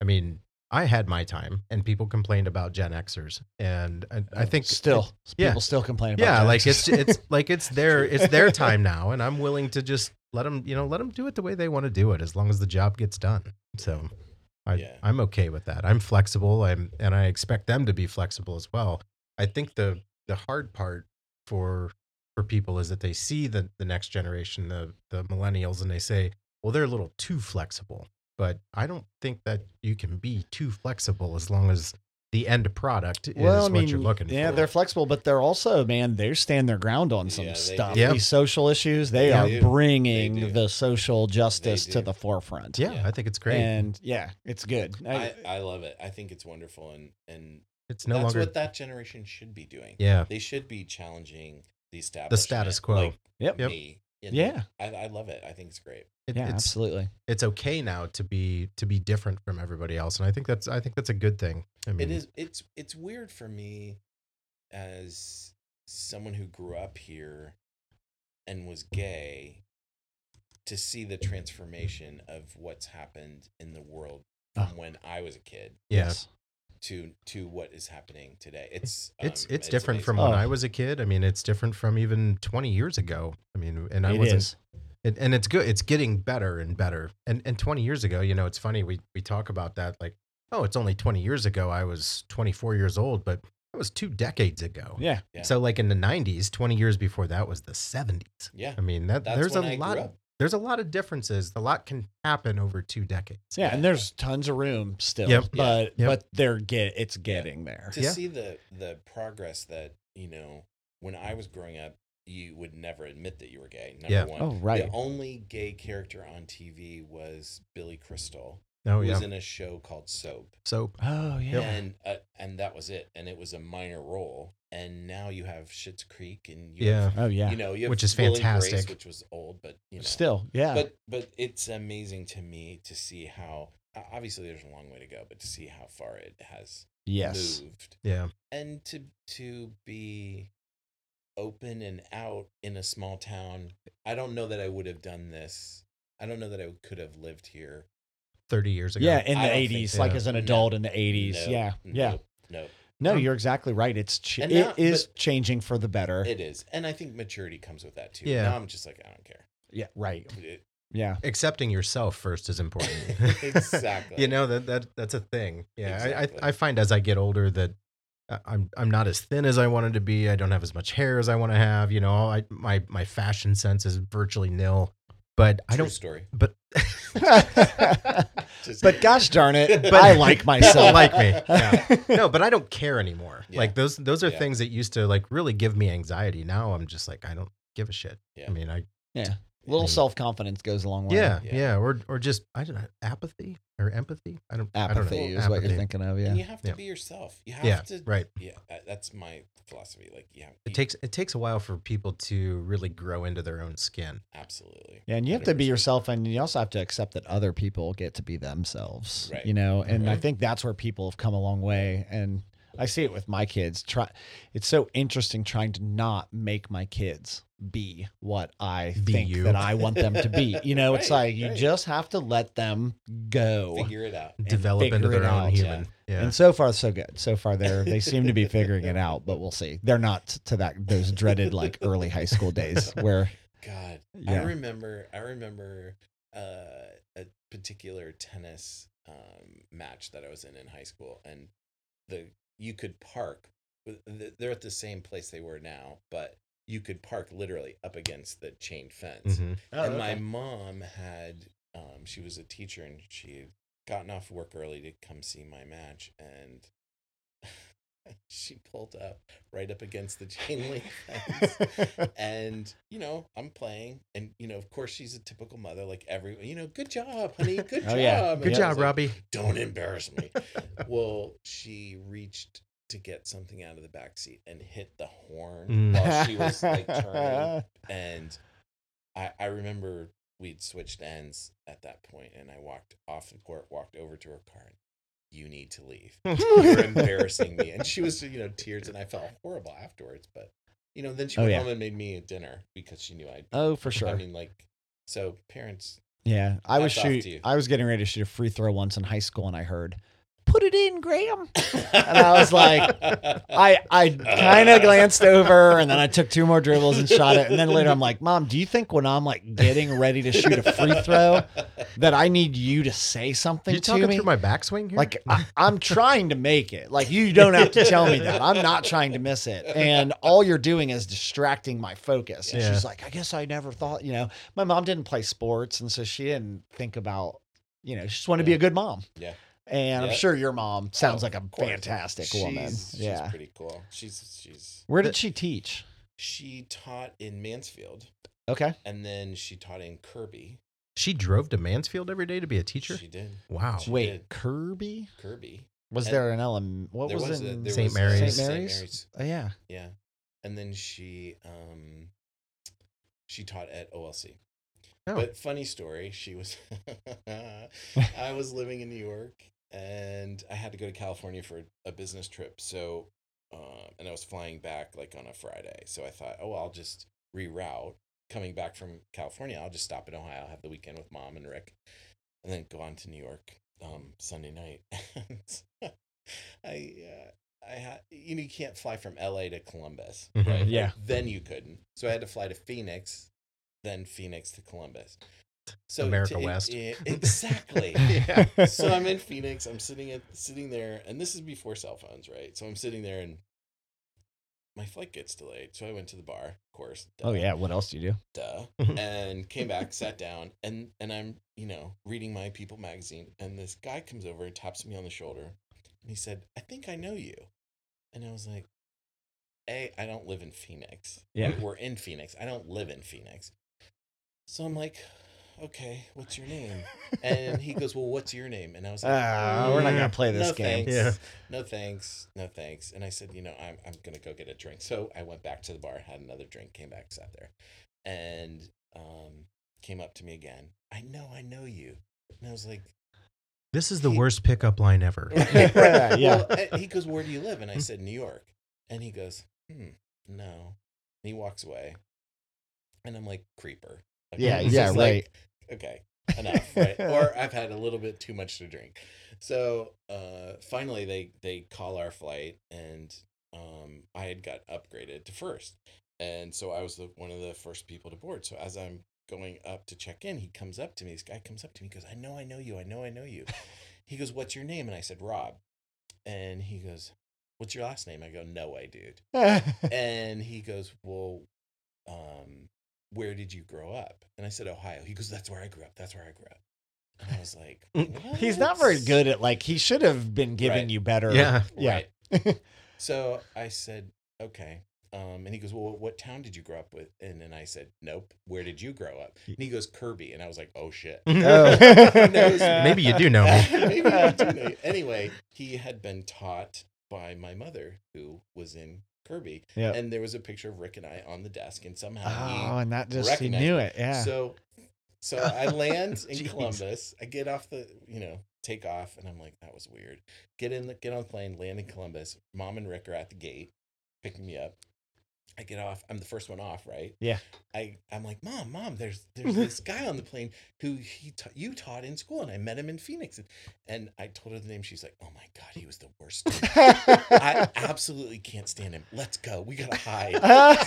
Speaker 2: I mean I had my time, and people complained about Gen Xers, and I, I think
Speaker 1: Oh, still
Speaker 2: yeah.
Speaker 1: people still complain about
Speaker 2: yeah,
Speaker 1: that.
Speaker 2: like it's
Speaker 1: [laughs]
Speaker 2: it's like it's their it's their time now, and I'm willing to just let them you know let them do it the way they want to do it as long as the job gets done. So. I,
Speaker 3: Yeah.
Speaker 2: I'm okay with that. I'm flexible. I'm and I expect them to be flexible as well. I think the the hard part for for people is that they see the the next generation, the the millennials, and they say, well, they're a little too flexible. But I don't think that you can be too flexible as long as the end product is
Speaker 1: well, I
Speaker 2: what
Speaker 1: mean,
Speaker 2: you're looking
Speaker 1: yeah,
Speaker 2: for.
Speaker 1: they're flexible, but they're also, man, they stand their ground on some
Speaker 3: Yeah, they
Speaker 1: stuff.
Speaker 3: do.
Speaker 2: Yeah.
Speaker 1: These social issues, they
Speaker 2: They
Speaker 1: are
Speaker 3: do. They do.
Speaker 1: bringing the social justice
Speaker 3: They
Speaker 1: to
Speaker 3: do.
Speaker 1: the forefront.
Speaker 2: yeah,
Speaker 3: yeah.
Speaker 2: I think it's great.
Speaker 1: And yeah, it's good. I-
Speaker 3: i i love it i think it's wonderful and and
Speaker 2: it's no
Speaker 3: that's
Speaker 2: longer
Speaker 3: what that generation should be doing
Speaker 2: yeah.
Speaker 3: they should be challenging the establishment
Speaker 2: quo.
Speaker 3: like
Speaker 1: Yep.
Speaker 2: Yep.
Speaker 3: me And
Speaker 1: Yeah.
Speaker 3: I, I love it i think it's great
Speaker 2: It-
Speaker 1: yeah,
Speaker 2: it's
Speaker 1: absolutely.
Speaker 2: it's okay now to be to be different from everybody else, and I think that's I think that's a good thing. I mean,
Speaker 3: it is it's it's weird for me as someone who grew up here and was gay to see the transformation of what's happened in the world from
Speaker 1: Oh.
Speaker 3: when I was a kid
Speaker 2: Yeah,
Speaker 3: to to what is happening today. It's
Speaker 2: it's
Speaker 3: um,
Speaker 2: it's different from
Speaker 1: amazing.
Speaker 2: when
Speaker 1: Oh.
Speaker 2: I was a kid. I mean, it's different from even 20 years ago. I mean, and I
Speaker 1: It
Speaker 2: wasn't
Speaker 1: is.
Speaker 2: it, and it's good. It's getting better and better. And and 20 years ago, you know, it's funny we we talk about that like, oh, it's only 20 years ago. I was 24 years old, but that was two decades ago.
Speaker 1: Yeah.
Speaker 3: Yeah.
Speaker 2: So like in the 90s, 20 years before that was the 70s.
Speaker 3: yeah.
Speaker 2: I mean, that
Speaker 3: That's
Speaker 2: there's a
Speaker 3: when I grew
Speaker 2: lot.
Speaker 3: up.
Speaker 2: There's a lot of differences. A lot can happen over two decades.
Speaker 1: Yeah. And there's tons of room still.
Speaker 2: Yep.
Speaker 1: But
Speaker 2: Yep.
Speaker 1: but they're get it's getting there.
Speaker 3: to
Speaker 2: Yeah.
Speaker 3: see the the progress that you know when I was growing up, you would never admit that you were gay. Number
Speaker 2: Yeah.
Speaker 3: one,
Speaker 1: Oh, right.
Speaker 3: the only gay character on TV was Billy Crystal,
Speaker 2: Oh
Speaker 3: who
Speaker 2: yeah.
Speaker 3: was in a show called Soap,
Speaker 2: so
Speaker 1: Oh yeah.
Speaker 3: and uh, and that was it, and it was a minor role. And now you have Schitt's Creek, and you
Speaker 2: yeah.
Speaker 3: have,
Speaker 1: Oh yeah.
Speaker 3: you know, you have
Speaker 2: Which is
Speaker 3: Will and Grace,
Speaker 2: fantastic.
Speaker 3: which was old, but you know,
Speaker 1: Still, yeah.
Speaker 3: but but it's amazing to me to see how o- obviously there's a long way to go, but to see how far it has
Speaker 1: yes.
Speaker 3: moved
Speaker 2: Yeah.
Speaker 3: and to to be open and out in a small town i don't know that i would have done this i don't know that i could have lived here
Speaker 2: 30 years ago.
Speaker 1: Yeah, in
Speaker 3: I
Speaker 1: the
Speaker 3: don't think
Speaker 1: eighties,
Speaker 2: so.
Speaker 1: like
Speaker 2: Yeah.
Speaker 1: as an
Speaker 3: No.
Speaker 1: adult in the eighties.
Speaker 3: No,
Speaker 1: yeah,
Speaker 3: no,
Speaker 1: yeah.
Speaker 3: no
Speaker 1: No,
Speaker 2: Um,
Speaker 1: you're exactly right. It's ch-
Speaker 3: and
Speaker 1: it
Speaker 3: not-
Speaker 1: is
Speaker 3: but-
Speaker 1: changing for the better.
Speaker 3: it is and i think maturity comes with that too
Speaker 2: Yeah.
Speaker 3: now i'm just like i don't care
Speaker 1: yeah, right.
Speaker 3: It-
Speaker 1: [laughs] Yeah,
Speaker 2: accepting yourself first is important.
Speaker 3: Exactly.
Speaker 2: you know that that that's a thing. Yeah,
Speaker 3: Exactly.
Speaker 2: I, I I find as I get older that I- I'm I'm not as thin as I wanted to be. I don't have as much hair as I want to have. You know, I my my fashion sense is virtually nil. But I
Speaker 3: true
Speaker 2: don't.
Speaker 3: story [laughs]
Speaker 2: But
Speaker 3: Just-
Speaker 1: but gosh darn it,
Speaker 2: But-
Speaker 1: I like myself. [laughs]
Speaker 2: People like me. Yeah. No, but I don't care anymore.
Speaker 3: Yeah.
Speaker 2: Like those those are
Speaker 3: Yeah.
Speaker 2: things that used to like really give me anxiety. Now I'm just like I don't give a shit.
Speaker 3: Yeah.
Speaker 2: I mean, I
Speaker 1: Yeah. little self confidence goes a long way.
Speaker 2: yeah, yeah,
Speaker 3: Yeah.
Speaker 2: or or just I don't know, apathy or empathy. I don't
Speaker 1: Apathy
Speaker 2: I don't know.
Speaker 1: is what you're thinking of. Yeah.
Speaker 3: [laughs] And you have to
Speaker 2: Yeah.
Speaker 3: be yourself. You have
Speaker 2: Yeah,
Speaker 3: to.
Speaker 2: right.
Speaker 3: Yeah, that- that's my philosophy. Like, yeah,
Speaker 2: It takes it takes a while for people to really grow into their own skin.
Speaker 3: absolutely.
Speaker 1: Yeah, and you have to be
Speaker 3: 100%.
Speaker 1: yourself, and you also have to accept that other people get to be themselves.
Speaker 3: Right.
Speaker 1: You know, and I
Speaker 3: Right.
Speaker 1: think that's where people have come a long way. And I see it with my kids. Try, it's so interesting trying to not make my kids be what I
Speaker 2: Be
Speaker 1: think
Speaker 2: you.
Speaker 1: that I want them to be. You know, it's
Speaker 3: [laughs] Right,
Speaker 1: like you
Speaker 3: right.
Speaker 1: just have to let them go.
Speaker 3: Figure it out.
Speaker 2: Develop into
Speaker 1: figure
Speaker 2: their
Speaker 1: it
Speaker 2: own
Speaker 1: out, yeah.
Speaker 2: human. Yeah.
Speaker 1: And so far, so good. So far, they're
Speaker 3: [laughs]
Speaker 1: they seem to be figuring it out, but we'll see. They're not to that those dreaded like early high school
Speaker 3: [laughs]
Speaker 1: days where
Speaker 3: God,
Speaker 1: Yeah.
Speaker 3: I remember. I remember uh, a particular tennis um, match that I was in in high school, and the you could park. th- th- They're at the same place they were now, but you could park literally up against the chain fence.
Speaker 2: Mhm.
Speaker 1: Oh,
Speaker 3: and my mom had, um, she was a teacher, and she had gotten off work early to come see my match, and. [laughs] She pulled up right up against the chain link fence and you know i'm playing and you know of course she's a typical mother like every you know good job
Speaker 2: [laughs]
Speaker 3: honey good
Speaker 1: Oh,
Speaker 3: job
Speaker 1: yeah.
Speaker 2: [laughs]
Speaker 3: And
Speaker 2: Good
Speaker 3: I
Speaker 2: job,
Speaker 3: was like,
Speaker 2: Robbie.
Speaker 1: [laughs]
Speaker 3: don't embarrass me
Speaker 2: [laughs]
Speaker 3: well she reached to get something out of the back seat and hit the horn
Speaker 2: Mm. [laughs]
Speaker 3: while she was like turning and I, I remember we'd switched ends at that point and i walked off the court walked over to her car and you need to leave
Speaker 1: [laughs]
Speaker 3: you're
Speaker 2: [laughs]
Speaker 3: embarrassing me. And she was, you know, tears, and I felt horrible afterwards. But you know, then she
Speaker 1: Oh,
Speaker 3: went
Speaker 1: yeah.
Speaker 3: home and made me a dinner because she knew I'd.
Speaker 1: [laughs] oh, for sure.
Speaker 3: I mean, like, so parents.
Speaker 1: Yeah, I was
Speaker 3: Hats off to
Speaker 1: shoot.
Speaker 3: you.
Speaker 1: I was getting ready to shoot a free throw once in high school, and I heard, "Put it in, Graham." And I was
Speaker 3: [laughs]
Speaker 1: like, I I kind of glanced over, and then I took two more dribbles and shot it. And then later, I'm like, "Mom, do you think when I'm like getting ready to shoot a free throw, that I need you to say something
Speaker 2: You
Speaker 1: to
Speaker 2: talking
Speaker 1: me?"
Speaker 2: through my backswing here?
Speaker 1: Like I, I'm trying to make it. Like you don't have to tell me that. I'm not trying to miss it. And all you're doing is distracting my focus. And
Speaker 2: Yeah.
Speaker 1: she's like, I guess I never thought, you know, my mom didn't play sports and so she didn't think about, you know, she just wanted to be a good mom.
Speaker 3: Yeah.
Speaker 1: And I'm
Speaker 3: Yeah.
Speaker 1: sure your mom sounds
Speaker 3: Oh,
Speaker 1: like a
Speaker 3: of course.
Speaker 1: fantastic
Speaker 3: she's,
Speaker 1: woman. yeah.
Speaker 3: she's pretty cool. She's she's
Speaker 1: Where did she teach?
Speaker 3: she taught in Mansfield,
Speaker 1: Okay.
Speaker 3: and then she taught in Kirby.
Speaker 2: she drove to Mansfield every day to be a teacher.
Speaker 3: She did
Speaker 1: [laughs]
Speaker 2: Wow.
Speaker 3: She
Speaker 1: Wait,
Speaker 3: did.
Speaker 1: Kirby?
Speaker 3: Kirby.
Speaker 1: Was
Speaker 3: And
Speaker 1: there an LM? What
Speaker 3: there
Speaker 1: was,
Speaker 3: was a-
Speaker 1: in
Speaker 3: there
Speaker 2: St. was a- Mary's?
Speaker 1: St.
Speaker 3: St.
Speaker 1: Mary's?
Speaker 3: Mary's.
Speaker 1: Oh, yeah.
Speaker 3: Yeah. And then she um she taught at OLC.
Speaker 2: Oh.
Speaker 3: But funny story, she was [laughs] I was living in New York and I had to go to California for a business trip. So uh, and I was flying back like on a Friday. So I thought, oh, I'll just reroute coming back from California. I'll just stop in Ohio, have the weekend with mom and Rick, and then go on to New York um, Sunday night. [laughs] And I uh, I had you know you can't fly from LA to Columbus,
Speaker 2: Mhm.
Speaker 3: right?
Speaker 1: Yeah.
Speaker 3: Like, then you couldn't. So I had to fly to Phoenix, then Phoenix to Columbus. So
Speaker 2: America
Speaker 3: it-
Speaker 2: West. [laughs]
Speaker 3: it- exactly.
Speaker 2: yeah.
Speaker 3: so I'm in Phoenix. I'm sitting at sitting there, and this is before cell phones, right? So I'm sitting there, and my flight gets delayed. So I went to the bar, of course.
Speaker 1: Oh,
Speaker 3: duh
Speaker 1: yeah. What else do you do?
Speaker 3: duh,
Speaker 2: Mhm.
Speaker 3: and came back, sat down, and and I'm you know reading my People magazine, and this guy comes over and taps me on the shoulder, and he said, "I think I know you," and I was like, "A, I don't live in Phoenix.
Speaker 1: Yeah.
Speaker 3: we're in Phoenix. I don't live in Phoenix." So I'm like, "Okay, what's your name?" And he goes, "Well, what's your name?" And I was like,
Speaker 1: Ah, we're not gonna play this
Speaker 3: no
Speaker 1: game."
Speaker 3: Thanks.
Speaker 2: Yeah.
Speaker 3: No thanks. No thanks. And I said, you know, I'm I'm gonna go get a drink. So I went back to the bar, had another drink, came back, sat there, and um came up to me again. I know, I know you. And I was like,
Speaker 2: [laughs] This is the worst pickup line ever.
Speaker 1: [laughs] Yeah.
Speaker 3: Well, and he goes, where do you live? And I said, New York. And he goes, hmm, no. And he walks away. And I'm like, creeper. Like, [laughs]
Speaker 1: Yeah.
Speaker 3: it's
Speaker 1: Yeah.
Speaker 3: just like,
Speaker 1: Right.
Speaker 3: okay enough right or i've had a little bit too much to drink so uh finally they they call our flight and um i had got upgraded to first and so i was the, one of the first people to board so as i'm going up to check in he comes up to me this guy comes up to me he goes i know i know you i know i know you he goes what's your name and i said rob and he goes what's your last name i go no way dude
Speaker 1: [laughs]
Speaker 3: and he goes, "Well, um, where did you grow up?" And I said, "Ohio." He goes, "That's where I grew up. That's where I grew up." And I was like,
Speaker 1: Mm, He's not very good at like he should have been giving [laughs]
Speaker 3: Right.
Speaker 1: you better.
Speaker 2: yeah.
Speaker 1: Yeah.
Speaker 3: Right. so I said, "Okay." Um, and he goes, Well, what town did you grow up with? And then I said, Nope. Where did you grow up? And he goes, Kirby. And I was like, Oh shit.
Speaker 1: Mm,
Speaker 2: [laughs]
Speaker 3: [laughs]
Speaker 2: Maybe you do know me.
Speaker 3: Maybe I do
Speaker 1: [laughs]
Speaker 3: know you. Anyway, he had been taught by my mother, who was in Kirby.
Speaker 1: Yep.
Speaker 3: And there was a picture of Rick and I on the desk, and somehow he
Speaker 1: Oh, and that just he
Speaker 3: recognize
Speaker 1: knew
Speaker 3: me.
Speaker 1: it. Yeah. [laughs]
Speaker 3: So, so I land in
Speaker 1: Jeez.
Speaker 3: Columbus. I get off the, you know, take off, and I'm like, that was weird. Get in the, get on the plane, land in Columbus. Mom and Rick are at the gate, picking me up. I get off. I'm the first one off, right?
Speaker 1: Yeah.
Speaker 3: I I'm like, mom, mom. There's there's this guy on the plane who he ta- you taught in school, and I met him in Phoenix. And, and I told her the name. She's like, oh my god, he was the worst. dude.
Speaker 1: [laughs]
Speaker 3: I absolutely can't stand him. Let's go. We gotta hide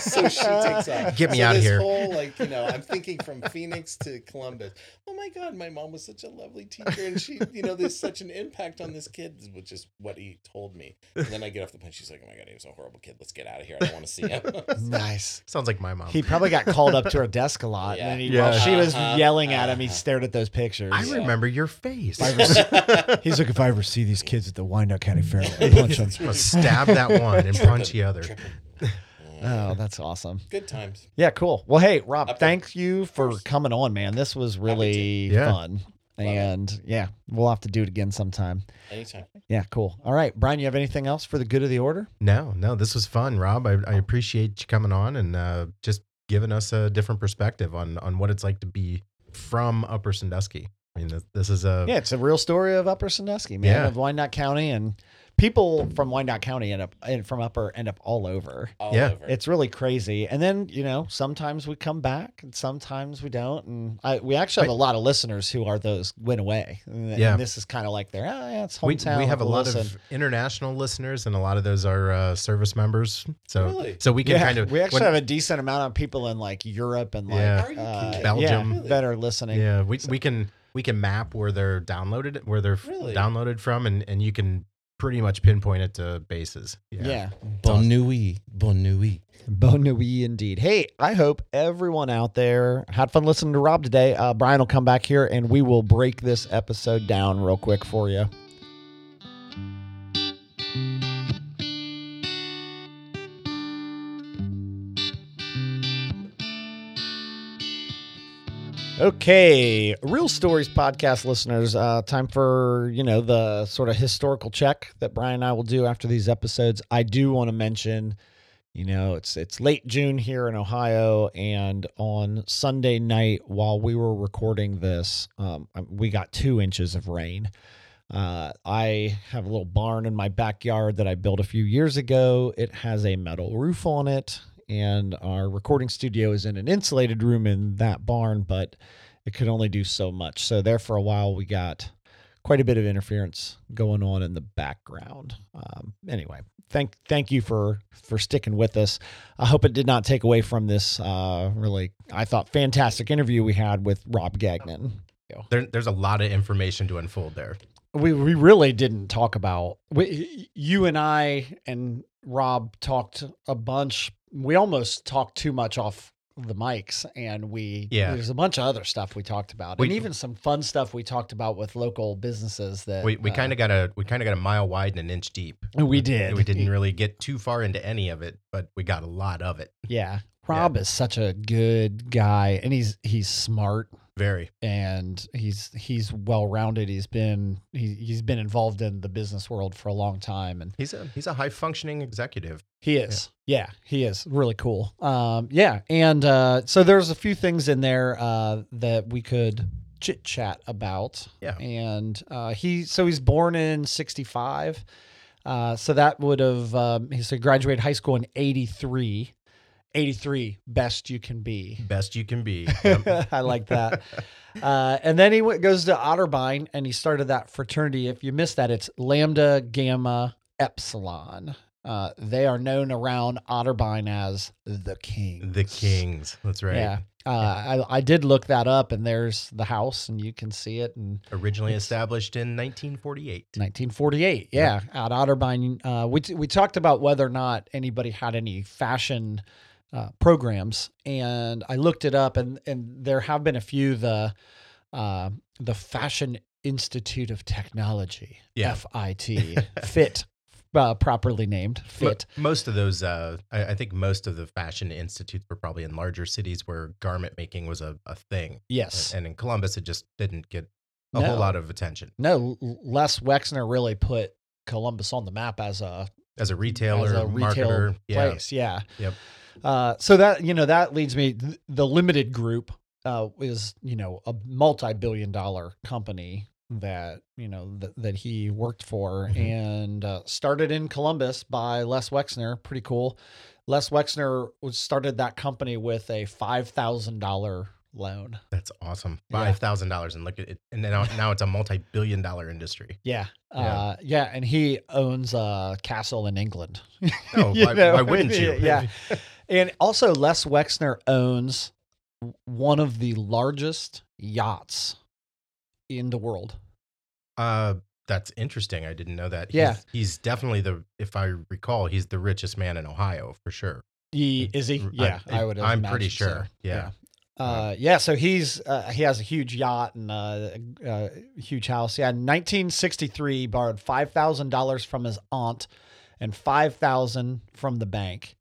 Speaker 1: [laughs]
Speaker 3: so she takes off.
Speaker 2: Get me
Speaker 3: So
Speaker 2: outta
Speaker 3: this
Speaker 2: here.
Speaker 3: Whole, like you know, I'm thinking from Phoenix to Columbus. Oh my God, my mom was such a lovely teacher, and she, you know, there's such an impact on this kid, which is what he told me. And then I get off the plane. She's like, "Oh my God, he was a horrible kid. Let's get out of here. I don't want to see him."
Speaker 1: nice.
Speaker 2: Sounds like my mom.
Speaker 1: He probably got called up to her desk a lot. And then he,
Speaker 2: Um, Yeah.
Speaker 1: while she was
Speaker 3: Uh-huh,
Speaker 1: yelling at him, he
Speaker 3: uh-huh.
Speaker 1: stared at those pictures.
Speaker 2: I remember your face. [laughs]
Speaker 1: If I ever see- He's like, if I ever see these kids at the Wyandotte County Fair, I'll
Speaker 2: [laughs]
Speaker 1: punch
Speaker 3: [laughs]
Speaker 1: them.
Speaker 2: I'll stab that one and punch the other.
Speaker 3: Triple.
Speaker 1: Oh, that's awesome.
Speaker 3: Good times.
Speaker 1: Yeah, cool. Well, hey, Rob,
Speaker 3: Up to-
Speaker 1: thank you for coming on, man. This was really
Speaker 2: to. Yeah.
Speaker 1: fun.
Speaker 3: Love it.
Speaker 1: And yeah, we'll have to do it again sometime.
Speaker 3: Anytime.
Speaker 1: Yeah, cool. All right, Brian, you have anything else for the good of the order?
Speaker 2: No, no, this was fun, Rob. I, I appreciate you coming on and uh, just giving us a different perspective on on what it's like to be from Upper Sandusky. I mean, this, this is a
Speaker 1: Yeah, it's a real story of Upper Sandusky, man,
Speaker 2: Uh, Yeah.
Speaker 1: of Wyandotte County, and people from Wyandotte County end up and from Upper end up all over.
Speaker 3: All
Speaker 2: Yeah.
Speaker 3: over.
Speaker 1: It's really crazy. And then you know, sometimes we come back, and sometimes we don't. And I we actually have a lot of listeners who are those went away. And, and
Speaker 2: Yeah.
Speaker 1: this is kind of like their ah, yeah, it's
Speaker 2: we,
Speaker 1: hometown.
Speaker 2: we have a
Speaker 1: we'll
Speaker 2: lot
Speaker 1: listen."
Speaker 2: of international listeners, and a lot of those are uh, service members. So
Speaker 3: Really?
Speaker 2: so we can
Speaker 1: yeah,
Speaker 2: kind of
Speaker 1: we actually
Speaker 2: when-
Speaker 1: have a decent amount of people in like Europe and like
Speaker 2: Yeah.
Speaker 3: Are you
Speaker 1: uh,
Speaker 3: kidding?
Speaker 2: Belgium.
Speaker 1: yeah, that are listening.
Speaker 2: yeah we, we can we can map where they're downloaded where they're f-
Speaker 3: Really?
Speaker 2: downloaded from, and and you can pretty much pinpoint it to bases.
Speaker 1: Yeah.
Speaker 3: Bon nuit. Bon nuit.
Speaker 1: [laughs] Bon nuit indeed. Hey, I hope everyone out there had fun listening to Rob today. Uh, Brian will come back here and we will break this episode down real quick for you. Okay, Real Stories podcast listeners, uh, time for you know the sort of historical check that Brian and I will do after these episodes. I do want to mention, you know, it's it's late June here in Ohio, and on Sunday night while we were recording this, um, we got two inches of rain. Uh, I have a little barn in my backyard that I built a few years ago. It has a metal roof on it, and our recording studio is in an insulated room in that barn, but it could only do so much. So there for a while, we got quite a bit of interference going on in the background. Um, anyway, thank thank you for for sticking with us. I hope it did not take away from this uh, really, I thought, fantastic interview we had with Rob Gagnon.
Speaker 2: There, there's a lot of information to unfold there.
Speaker 1: we we really didn't talk about we, you and I and Rob talked a bunch. We almost talked too much off the mics, and we
Speaker 2: Yeah.
Speaker 1: There's a bunch of other stuff we talked about,
Speaker 2: We-
Speaker 1: and even some fun stuff we talked about with local businesses that
Speaker 2: We, we
Speaker 1: uh, Oh,
Speaker 2: kind of got a we kind of got a mile wide and an inch deep.
Speaker 1: we did
Speaker 2: We didn't really get too far into any of it, but we got a lot of it.
Speaker 1: yeah. Rob is such a good guy, and he's he's smart.
Speaker 2: Very.
Speaker 1: and he's he's well rounded. He's been he, he's been involved in the business world for a long time, and
Speaker 2: He's a he's a high functioning executive.
Speaker 1: He is. Yeah, he is really cool. Um, yeah, and uh, so there's a few things in there uh, that we could chit chat about.
Speaker 2: Yeah.
Speaker 1: and uh, he so he's born in '65, uh, so that would have um, he said graduated high school in '83. 83 best you can be
Speaker 2: Best you can be.
Speaker 1: [laughs]
Speaker 2: Yep.
Speaker 1: I like that. Uh, and then he went, goes to Otterbein and he started that fraternity. If you missed that, it's Lambda Gamma Epsilon. Uh, they are known around Otterbein as the King.
Speaker 2: the Kings. That's right.
Speaker 1: Yeah. Uh, I, I did look that up, and there's the house, and you can see it. And
Speaker 2: Originally established in 1948.
Speaker 1: 1948. Yeah, at Otterbein. Uh, we t- we talked about whether or not anybody had any fashion uh, programs, and I looked it up, and and there have been a few the uh, the Fashion Institute of Technology,
Speaker 2: Yeah.
Speaker 1: FIT, FIT. uh, properly named.
Speaker 2: Mo-
Speaker 1: Fit.
Speaker 2: most of those, uh, I, I think most of the fashion institutes were probably in larger cities where garment making was a, a thing.
Speaker 1: yes.
Speaker 2: And in Columbus, it just didn't get a
Speaker 1: No.
Speaker 2: whole lot of attention
Speaker 1: No, L- Les Wexner really put Columbus on the map as a
Speaker 2: as a retailer,
Speaker 1: as a retail
Speaker 2: marketer. Yeah.
Speaker 1: place. Yeah.
Speaker 2: Yep.
Speaker 1: Uh, so that you know that leads me th- the limited group uh, is you know a multi-billion dollar company that you know th- that he worked for
Speaker 2: Mhm.
Speaker 1: and uh, started in Columbus by Les Wexner. Pretty cool. Les Wexner was started that company with a five thousand dollar loan.
Speaker 2: That's awesome.
Speaker 1: Yeah.
Speaker 2: Five thousand dollars and look at it, and now now it's a multi-billion
Speaker 1: [laughs]
Speaker 2: dollar industry.
Speaker 1: Yeah. Uh, yeah. And he owns a castle in England.
Speaker 2: No,
Speaker 1: You
Speaker 2: why,
Speaker 1: know,
Speaker 2: why wouldn't you?
Speaker 1: yeah. And also, Les Wexner owns one of the largest yachts in the world.
Speaker 2: [laughs] Uh, that's interesting. I didn't know that.
Speaker 1: Yeah.
Speaker 2: he's, he's definitely the. If I recall, he's the richest man in Ohio for sure.
Speaker 1: He, is he?
Speaker 2: Mm, I-
Speaker 1: Yeah, I, would.
Speaker 2: I'm
Speaker 1: imagine
Speaker 2: pretty
Speaker 1: so.
Speaker 2: sure. Yeah.
Speaker 1: Uh, yeah, so he's uh, he has a huge yacht and a, a huge house. Yeah, in 1963, he borrowed five thousand dollars from his aunt and five thousand from the bank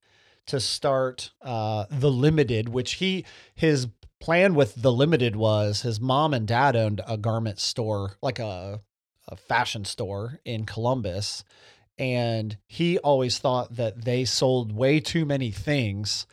Speaker 1: to start uh, the limited, which he his plan with the limited was his mom and dad owned a garment store, like a a fashion store in Columbus, and he always thought that they sold way too many things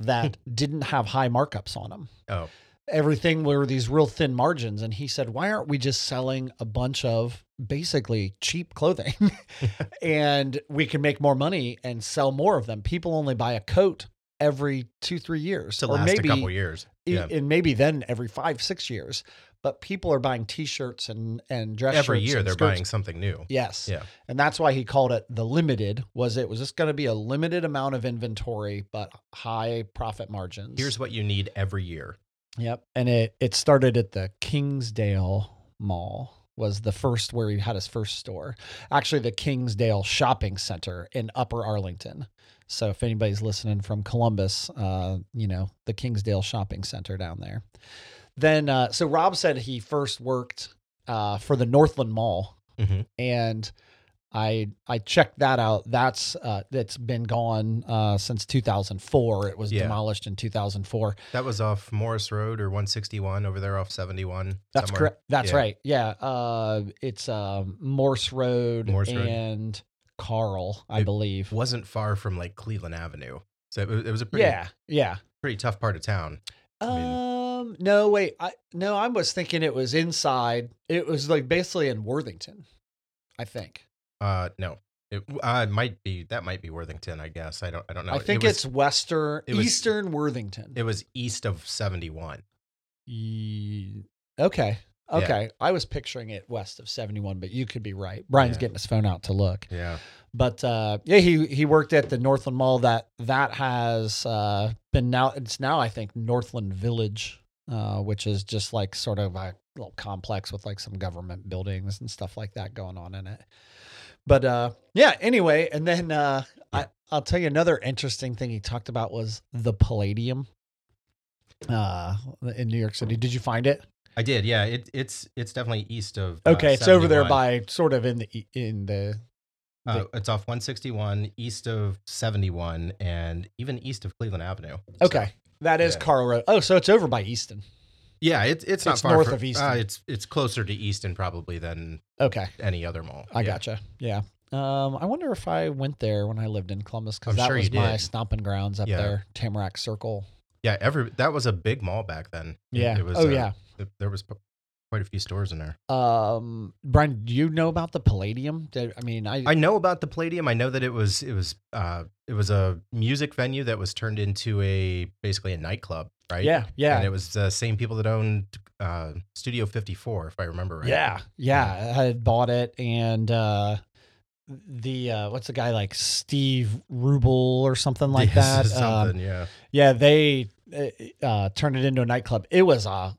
Speaker 1: that didn't have high markups on them.
Speaker 2: Oh,
Speaker 1: Everything were these real thin margins. And he said, Why aren't we just selling a bunch of basically cheap clothing? [laughs] and we can make more money and sell more of them. People only buy a coat every two, three years.
Speaker 2: to last a couple years.
Speaker 1: e-
Speaker 2: Yeah.
Speaker 1: and maybe then every five, six years. But people are buying t shirts and, and dress
Speaker 2: Every
Speaker 1: shirts
Speaker 2: year
Speaker 1: and
Speaker 2: they're
Speaker 1: skirts.
Speaker 2: buying something new.
Speaker 1: Yes.
Speaker 2: Yeah.
Speaker 1: And that's why he called it the limited was it was just going to be a limited amount of inventory but high profit margins.
Speaker 2: Here's what you need every year.
Speaker 1: Yep. And it it started at the Kingsdale Mall was the first where he had his first store. Actually the Kingsdale Shopping Center in Upper Arlington. So if anybody's listening from Columbus, uh, you know, the Kingsdale Shopping Center down there. Then uh, so Rob said he first worked uh, for the Northland Mall
Speaker 2: Mhm.
Speaker 1: and I I checked that out. That's uh, that's been gone uh, since 2004. It was
Speaker 2: Yeah.
Speaker 1: demolished in 2004.
Speaker 2: That was off Morris Road or 161 over there off 71.
Speaker 1: That's
Speaker 2: somewhere.
Speaker 1: correct. That's
Speaker 2: Yeah.
Speaker 1: right. Yeah. Uh, it's um, Morse Road
Speaker 2: Morse Road.
Speaker 1: and Carl, I
Speaker 2: It
Speaker 1: believe.
Speaker 2: Wasn't far from like Cleveland Avenue. So it, wa- it was a pretty,
Speaker 1: Yeah. Yeah.
Speaker 2: pretty tough part of town. I
Speaker 1: um. No. Wait. I no. I was thinking it was inside. It was like basically in Worthington, I think.
Speaker 2: Uh, no, it uh, it might be, that might be Worthington, I guess. I don't, I don't know.
Speaker 1: I
Speaker 2: It
Speaker 1: think
Speaker 2: was-
Speaker 1: it's Western
Speaker 2: it was-
Speaker 1: Eastern Worthington.
Speaker 2: it was east of 71.
Speaker 1: Ye- okay.
Speaker 2: Yeah.
Speaker 1: Okay. I was picturing it west of 71, but you could be right. Brian's
Speaker 2: Yeah.
Speaker 1: getting his phone out to look.
Speaker 2: Yeah.
Speaker 1: But uh, yeah, he he worked at the Northland Mall that that has uh, been now it's now I think Northland Village, uh, which is just like sort of a little complex with like some government buildings and stuff like that going on in it. But uh, yeah, anyway, and then uh, I, I'll tell you another interesting thing he talked about was the Palladium uh, in New York City. Did you find it?
Speaker 2: I did. Yeah. It, it's, it's definitely east of, uh,
Speaker 1: Okay, it's over there
Speaker 2: 71.
Speaker 1: by sort of in the e- in the
Speaker 2: Uh, it's off 161, east of 71, and even east of Cleveland Avenue. So-
Speaker 1: okay. that is
Speaker 2: yeah.
Speaker 1: Carl Road. Oh, so it's over by Easton.
Speaker 2: yeah, it's it's not
Speaker 1: It's
Speaker 2: far
Speaker 1: north
Speaker 2: from-
Speaker 1: of Easton.
Speaker 2: Uh, it's it's closer to Easton probably than
Speaker 1: Okay.
Speaker 2: any other mall.
Speaker 1: I
Speaker 2: Yeah.
Speaker 1: gotcha. Yeah. Um, I wonder if I went there when I lived in Columbus because
Speaker 2: I'm
Speaker 1: that
Speaker 2: sure
Speaker 1: was
Speaker 2: you
Speaker 1: my
Speaker 2: did.
Speaker 1: stomping grounds up
Speaker 2: Yeah.
Speaker 1: there, Tamarack Circle.
Speaker 2: Yeah, every that was a big mall back then. It-
Speaker 1: Yeah.
Speaker 2: It was,
Speaker 1: oh
Speaker 2: uh,
Speaker 1: yeah.
Speaker 2: th- there was p- quite a few stores in there.
Speaker 1: Um, Brian, do you know about the Palladium? Did, I mean, I,
Speaker 2: I know about the Palladium. I know that it was it was uh it was a music venue that was turned into a basically a nightclub, right?
Speaker 1: yeah, yeah,
Speaker 2: And it was the same people that owned uh, Studio 54, if I remember right.
Speaker 1: yeah, yeah. I had bought it, and uh, the uh, what's the guy like Steve Rubel or something
Speaker 2: [laughs]
Speaker 1: like
Speaker 2: Yes,
Speaker 1: that. Um,
Speaker 2: Something, yeah.
Speaker 1: Yeah, they uh, uh, turned it into a nightclub. It was a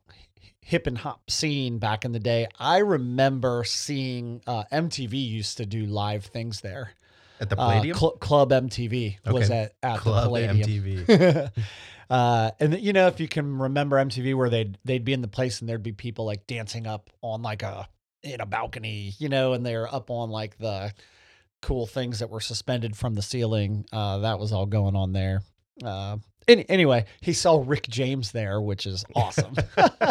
Speaker 1: hip and hop scene back in the day. I remember seeing uh, MTV used to do live things there.
Speaker 2: At the
Speaker 1: Uh,
Speaker 2: Palladium?
Speaker 1: Cl- Club MTV was
Speaker 2: Okay.
Speaker 1: at, at the
Speaker 2: Club
Speaker 1: Palladium. [laughs]
Speaker 2: MTV.
Speaker 1: uh, and you know, if you can remember MTV, where they'd they'd be in the place and there'd be people like dancing up on like a in a balcony, you know, and they're up on like the cool things that were suspended from the ceiling. Uh, that was all going on there. Uh, any, anyway, he saw Rick James there, which is awesome.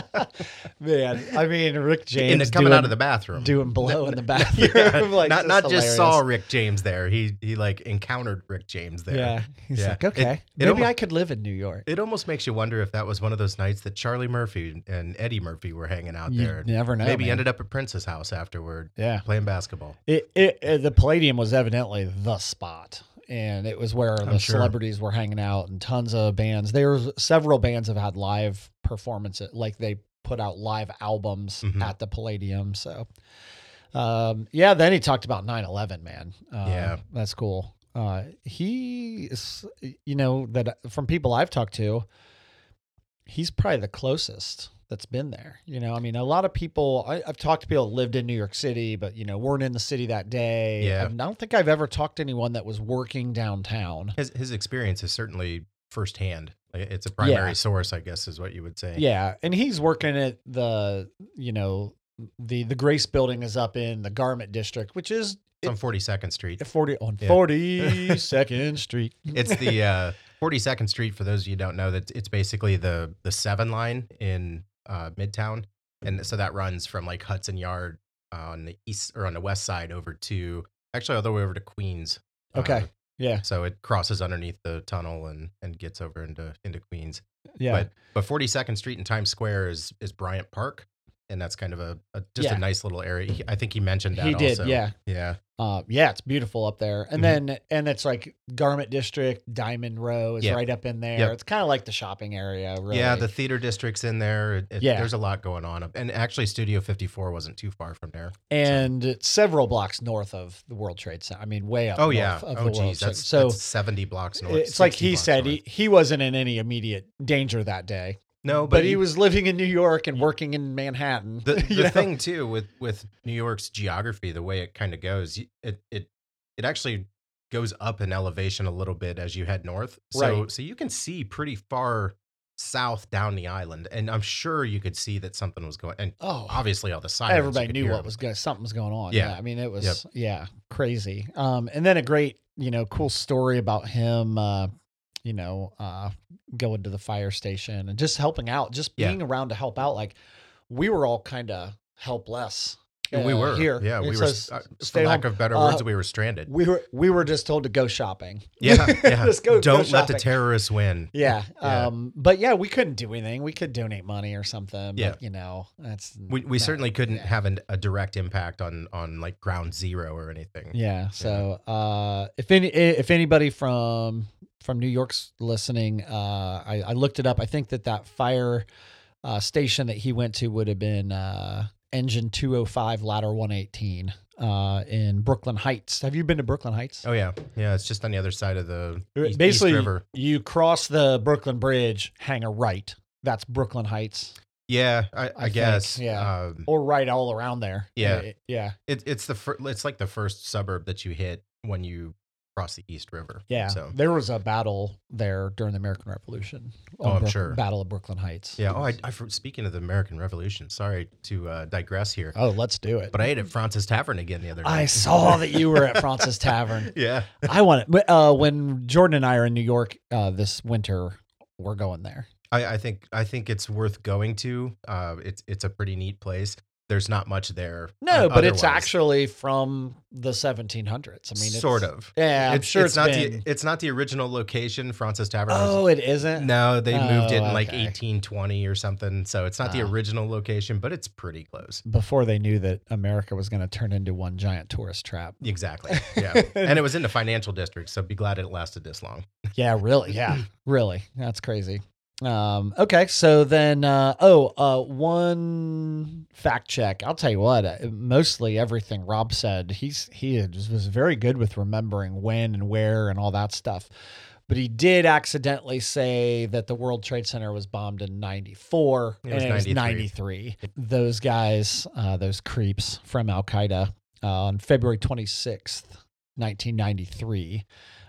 Speaker 1: [laughs] Man, I mean, Rick James
Speaker 2: and coming
Speaker 1: doing,
Speaker 2: out of the bathroom.
Speaker 1: doing blow in the [laughs] bathroom,
Speaker 2: [laughs] Yeah,
Speaker 1: like,
Speaker 2: not not just saw
Speaker 1: hilarious.
Speaker 2: Rick James there. He he like encountered Rick James there.
Speaker 1: Yeah, he's
Speaker 2: Yeah.
Speaker 1: like,
Speaker 2: It-
Speaker 1: okay,
Speaker 2: it
Speaker 1: maybe
Speaker 2: almo-
Speaker 1: I could live in New York.
Speaker 2: It almost makes you wonder if that was one of those nights that Charlie Murphy and Eddie Murphy were hanging out
Speaker 1: You
Speaker 2: there.
Speaker 1: never know,
Speaker 2: Maybe
Speaker 1: man.
Speaker 2: ended up at Prince's house afterward
Speaker 1: yeah,
Speaker 2: playing basketball.
Speaker 1: It, it, it the Palladium was evidently the spot, and it was where the
Speaker 2: sure.
Speaker 1: celebrities were hanging out, and tons of bands. There was several bands have had live performances, like they put out live albums
Speaker 2: Mhm.
Speaker 1: at the Palladium. So, um, yeah. Then he talked about 9-11, man. Uh,
Speaker 2: Yeah.
Speaker 1: that's cool. Uh, he, is, you know, that from people I've talked to, he's probably the closest that's been there. You know, I mean, a lot of people, I, I've talked to people that lived in New York City, but, you know, weren't in the city that day.
Speaker 2: Yeah.
Speaker 1: I've- I don't think I've ever talked to anyone that was working downtown.
Speaker 2: His his experience is certainly firsthand. Like, It's a primary
Speaker 1: Yeah.
Speaker 2: source, I guess, is what you would say.
Speaker 1: Yeah. And he's working at the, you know, the the Grace building is up in the Garment District, which is
Speaker 2: It's on Forty Second Street.
Speaker 1: 40 on
Speaker 2: Yeah. [laughs]
Speaker 1: 42nd Street. [laughs]
Speaker 2: It's the uh, 42nd Street. For those of you who don't know, that it's basically the the seven line in uh, Midtown, and so that runs from like Hudson Yard uh, on the east or on the west side over to actually all the way over to Queens. uh,
Speaker 1: Okay. Yeah.
Speaker 2: so it crosses underneath the tunnel and and gets over into into Queens.
Speaker 1: Yeah.
Speaker 2: But but 42nd Street and Times Square is is Bryant Park, and that's kind of a, a just
Speaker 1: Yeah.
Speaker 2: a nice little area. He- I think he mentioned that.
Speaker 1: He did,
Speaker 2: also.
Speaker 1: yeah.
Speaker 2: Yeah.
Speaker 1: Uh, yeah, it's beautiful up there. And
Speaker 2: Mhm.
Speaker 1: then, and it's like Garment District, Diamond Row is
Speaker 2: Yeah.
Speaker 1: right up in there.
Speaker 2: Yep.
Speaker 1: It's kind of like the shopping area, really.
Speaker 2: Yeah, the theater district's in there. It- it-
Speaker 1: Yeah.
Speaker 2: there's a lot going on, and actually, Studio 54 wasn't too far from there.
Speaker 1: and it's several blocks north of the World Trade Center. I mean, way up.
Speaker 2: Oh
Speaker 1: north
Speaker 2: yeah.
Speaker 1: Of
Speaker 2: oh
Speaker 1: the World
Speaker 2: geez, that's,
Speaker 1: Trade.
Speaker 2: that's 70 blocks
Speaker 1: so
Speaker 2: north.
Speaker 1: it's like
Speaker 2: 60
Speaker 1: he
Speaker 2: blocks
Speaker 1: said
Speaker 2: north.
Speaker 1: he, he wasn't in any immediate danger that day,
Speaker 2: no,
Speaker 1: but, he, was living in New York and working in Manhattan. [laughs]
Speaker 2: Oh, the,
Speaker 1: you
Speaker 2: the
Speaker 1: know?
Speaker 2: thing too with with New York's geography, the way it kind of goes, y- it it it actually goes up in elevation a little bit as you head north. So
Speaker 1: Right.
Speaker 2: so you can see pretty far south down the island, and I'm sure you could see that something was going. And
Speaker 1: oh,
Speaker 2: obviously, all the sirens. you
Speaker 1: everybody
Speaker 2: could
Speaker 1: knew
Speaker 2: hear
Speaker 1: what
Speaker 2: them.
Speaker 1: was going. Something was going on.
Speaker 2: Yeah.
Speaker 1: I mean, it was yeah crazy. Um, and then a great you know cool story about him. Uh, you know, uh, going to the fire station and just helping out, just
Speaker 2: Yeah.
Speaker 1: being around to help out. Like we were all kind of helpless.
Speaker 2: And we
Speaker 1: uh,
Speaker 2: were
Speaker 1: here.
Speaker 2: Yeah, we
Speaker 1: It
Speaker 2: were.
Speaker 1: says,
Speaker 2: s- uh,
Speaker 1: stay
Speaker 2: for lack
Speaker 1: home.
Speaker 2: of better
Speaker 1: Uh,
Speaker 2: words, we were stranded.
Speaker 1: we were we were just told to go shopping. [laughs]
Speaker 2: Yeah, yeah.
Speaker 1: Let's go- go
Speaker 2: Don't let the
Speaker 1: shopping.
Speaker 2: terrorists win.
Speaker 1: Yeah.
Speaker 2: Yeah.
Speaker 1: Um. But yeah, we couldn't do anything. We could donate money or something.
Speaker 2: Yeah.
Speaker 1: But, you know, that's
Speaker 2: We, we
Speaker 1: not-
Speaker 2: certainly couldn't
Speaker 1: yeah.
Speaker 2: have an, a direct impact on on like ground zero or anything.
Speaker 1: Yeah. So, uh, if any if anybody from from New York's listening, uh, I, I looked it up. I think that that fire uh, station that he went to would have been uh, engine two hundred five, ladder one eighteen, uh, in Brooklyn Heights. Have you been to Brooklyn Heights?
Speaker 2: Oh yeah, yeah. It's just on the other side of the
Speaker 1: Uh,
Speaker 2: East,
Speaker 1: Basically,
Speaker 2: East River.
Speaker 1: you cross the Brooklyn Bridge, hang a right. That's Brooklyn Heights,
Speaker 2: Yeah, I, I,
Speaker 1: think,
Speaker 2: guess.
Speaker 1: yeah.
Speaker 2: Um,
Speaker 1: or right all around there.
Speaker 2: Yeah.
Speaker 1: Uh, yeah.
Speaker 2: it, it's the fir- it's like the first suburb that you hit when you cross the East River.
Speaker 1: Yeah,
Speaker 2: So
Speaker 1: there was a battle there during the American Revolution.
Speaker 2: Oh,
Speaker 1: on
Speaker 2: I'm
Speaker 1: Brook-
Speaker 2: sure.
Speaker 1: Battle of Brooklyn Heights.
Speaker 2: yeah. Oh, I, I for- speaking of the American Revolution. Sorry to uh, digress here,
Speaker 1: Oh, let's do it.
Speaker 2: but I ate at Francis Tavern again the other night.
Speaker 1: I saw that you were at Francis [laughs] Tavern.
Speaker 2: [laughs] yeah.
Speaker 1: I want it. But, Uh, when Jordan and I are in New York uh, this winter, we're going there.
Speaker 2: I, I think I think it's worth going to. Uh, it's it's a pretty neat place. There's not much there.
Speaker 1: No,
Speaker 2: uh,
Speaker 1: but it's
Speaker 2: otherwise.
Speaker 1: actually from the 1700s. I mean, it's,
Speaker 2: sort of.
Speaker 1: Yeah, I'm
Speaker 2: it's,
Speaker 1: sure
Speaker 2: it's,
Speaker 1: it's
Speaker 2: not
Speaker 1: been-
Speaker 2: the it's not the original location. Francis Tavern. was-
Speaker 1: Oh, it isn't.
Speaker 2: No, they moved it in
Speaker 1: Oh,
Speaker 2: like
Speaker 1: okay.
Speaker 2: 1820 or something. So it's not the
Speaker 1: Ah.
Speaker 2: original location, but it's pretty close.
Speaker 1: Before they knew that America was going to turn into one giant tourist trap.
Speaker 2: Exactly.
Speaker 1: [laughs]
Speaker 2: Yeah. and it was in the financial district. So be glad it lasted this long.
Speaker 1: Yeah, really. Yeah, [clears throat] really. That's crazy. Um, okay, so then, uh, oh, uh, one fact check. I'll tell you what. uh, Mostly everything Rob said, he's he is- was very good with remembering when and where and all that stuff. But he did accidentally say that the World Trade Center was bombed in '94
Speaker 2: It
Speaker 1: and
Speaker 2: was
Speaker 1: it was
Speaker 2: 93.
Speaker 1: '93. Those guys, uh, those creeps from Al Qaeda, uh, on February 26th, 1993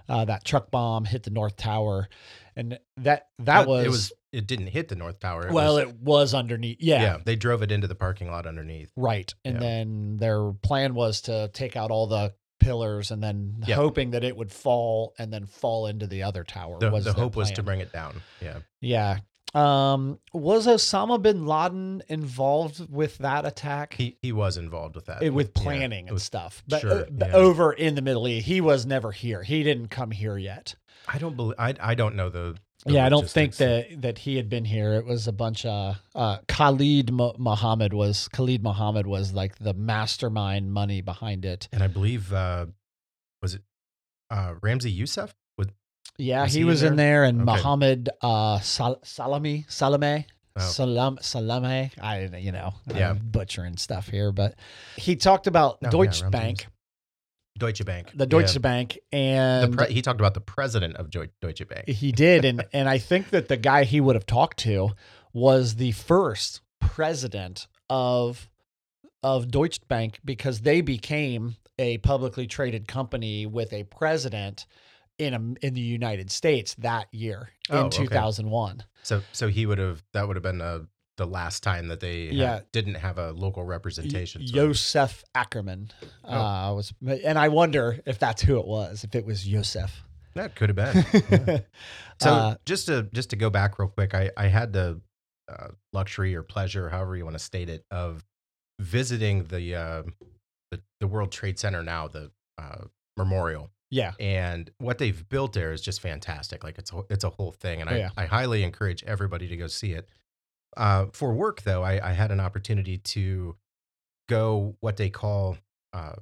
Speaker 1: uh, that truck bomb hit the north tower and that that
Speaker 2: But
Speaker 1: was
Speaker 2: it was it didn't hit the North Tower.
Speaker 1: well
Speaker 2: was-
Speaker 1: it was underneath yeah,
Speaker 2: yeah. They drove it into the parking lot underneath.
Speaker 1: right and
Speaker 2: Yeah.
Speaker 1: then their plan was to take out all the pillars and then
Speaker 2: Yeah.
Speaker 1: hoping that it would fall and then fall into the other tower.
Speaker 2: The,
Speaker 1: was
Speaker 2: the
Speaker 1: their
Speaker 2: hope was to
Speaker 1: plan.
Speaker 2: bring it down. Yeah.
Speaker 1: Yeah. Um, was Osama bin Laden involved with that attack?
Speaker 2: He he was involved with that.
Speaker 1: It- with
Speaker 2: Yeah,
Speaker 1: planning
Speaker 2: it
Speaker 1: and
Speaker 2: was-
Speaker 1: stuff, but, uh,
Speaker 2: sure,
Speaker 1: but
Speaker 2: yeah.
Speaker 1: over in the Middle East, he was never here. He didn't come here yet.
Speaker 2: I don't believe I I don't know the, the
Speaker 1: yeah, I don't think
Speaker 2: logistics.
Speaker 1: that that he had been here. It was a bunch of uh, Khalid Mo- Muhammad was Khalid Muhammad was like the mastermind money behind it.
Speaker 2: and I believe uh was it uh Ramsey Youssef was
Speaker 1: Yeah,
Speaker 2: Was
Speaker 1: he,
Speaker 2: he in
Speaker 1: was in there, and
Speaker 2: Okay.
Speaker 1: Muhammad uh, Sal- Salami Salame
Speaker 2: Oh.
Speaker 1: Salam Salame. I you know
Speaker 2: Yeah.
Speaker 1: I'm butchering stuff here, but he talked about
Speaker 2: No, yeah,
Speaker 1: Deutsche
Speaker 2: Ramsey
Speaker 1: Bank,
Speaker 2: Deutsche Bank.
Speaker 1: the Deutsche
Speaker 2: Yeah.
Speaker 1: Bank,
Speaker 2: The
Speaker 1: and
Speaker 2: pre- he talked about the president of Deu- Deutsche Bank.
Speaker 1: He did, and and I think that the guy he would have talked to was the first president of of Deutsche Bank because they became a publicly traded company with a president in a, in the United States that year in
Speaker 2: Oh, okay.
Speaker 1: 2001.
Speaker 2: So so he would have that would have been uh the last time that they had-
Speaker 1: Yeah.
Speaker 2: didn't have a local representation. so-
Speaker 1: Joseph Ackerman
Speaker 2: Oh.
Speaker 1: uh, was, and I wonder if that's who it was. If it was Joseph.
Speaker 2: that could have
Speaker 1: [laughs]
Speaker 2: been. yeah. [laughs] So
Speaker 1: Uh,
Speaker 2: just to just to go back real quick, I I had the uh, luxury or pleasure, however you want to state it, of visiting the uh, the, the World Trade Center now, the uh, memorial,
Speaker 1: yeah,
Speaker 2: and what they've built there is just fantastic. Like it's a, it's a whole thing, and
Speaker 1: Oh,
Speaker 2: I
Speaker 1: yeah.
Speaker 2: I highly encourage everybody to go see it. Uh, for work though, I, I had an opportunity to go what they call uh,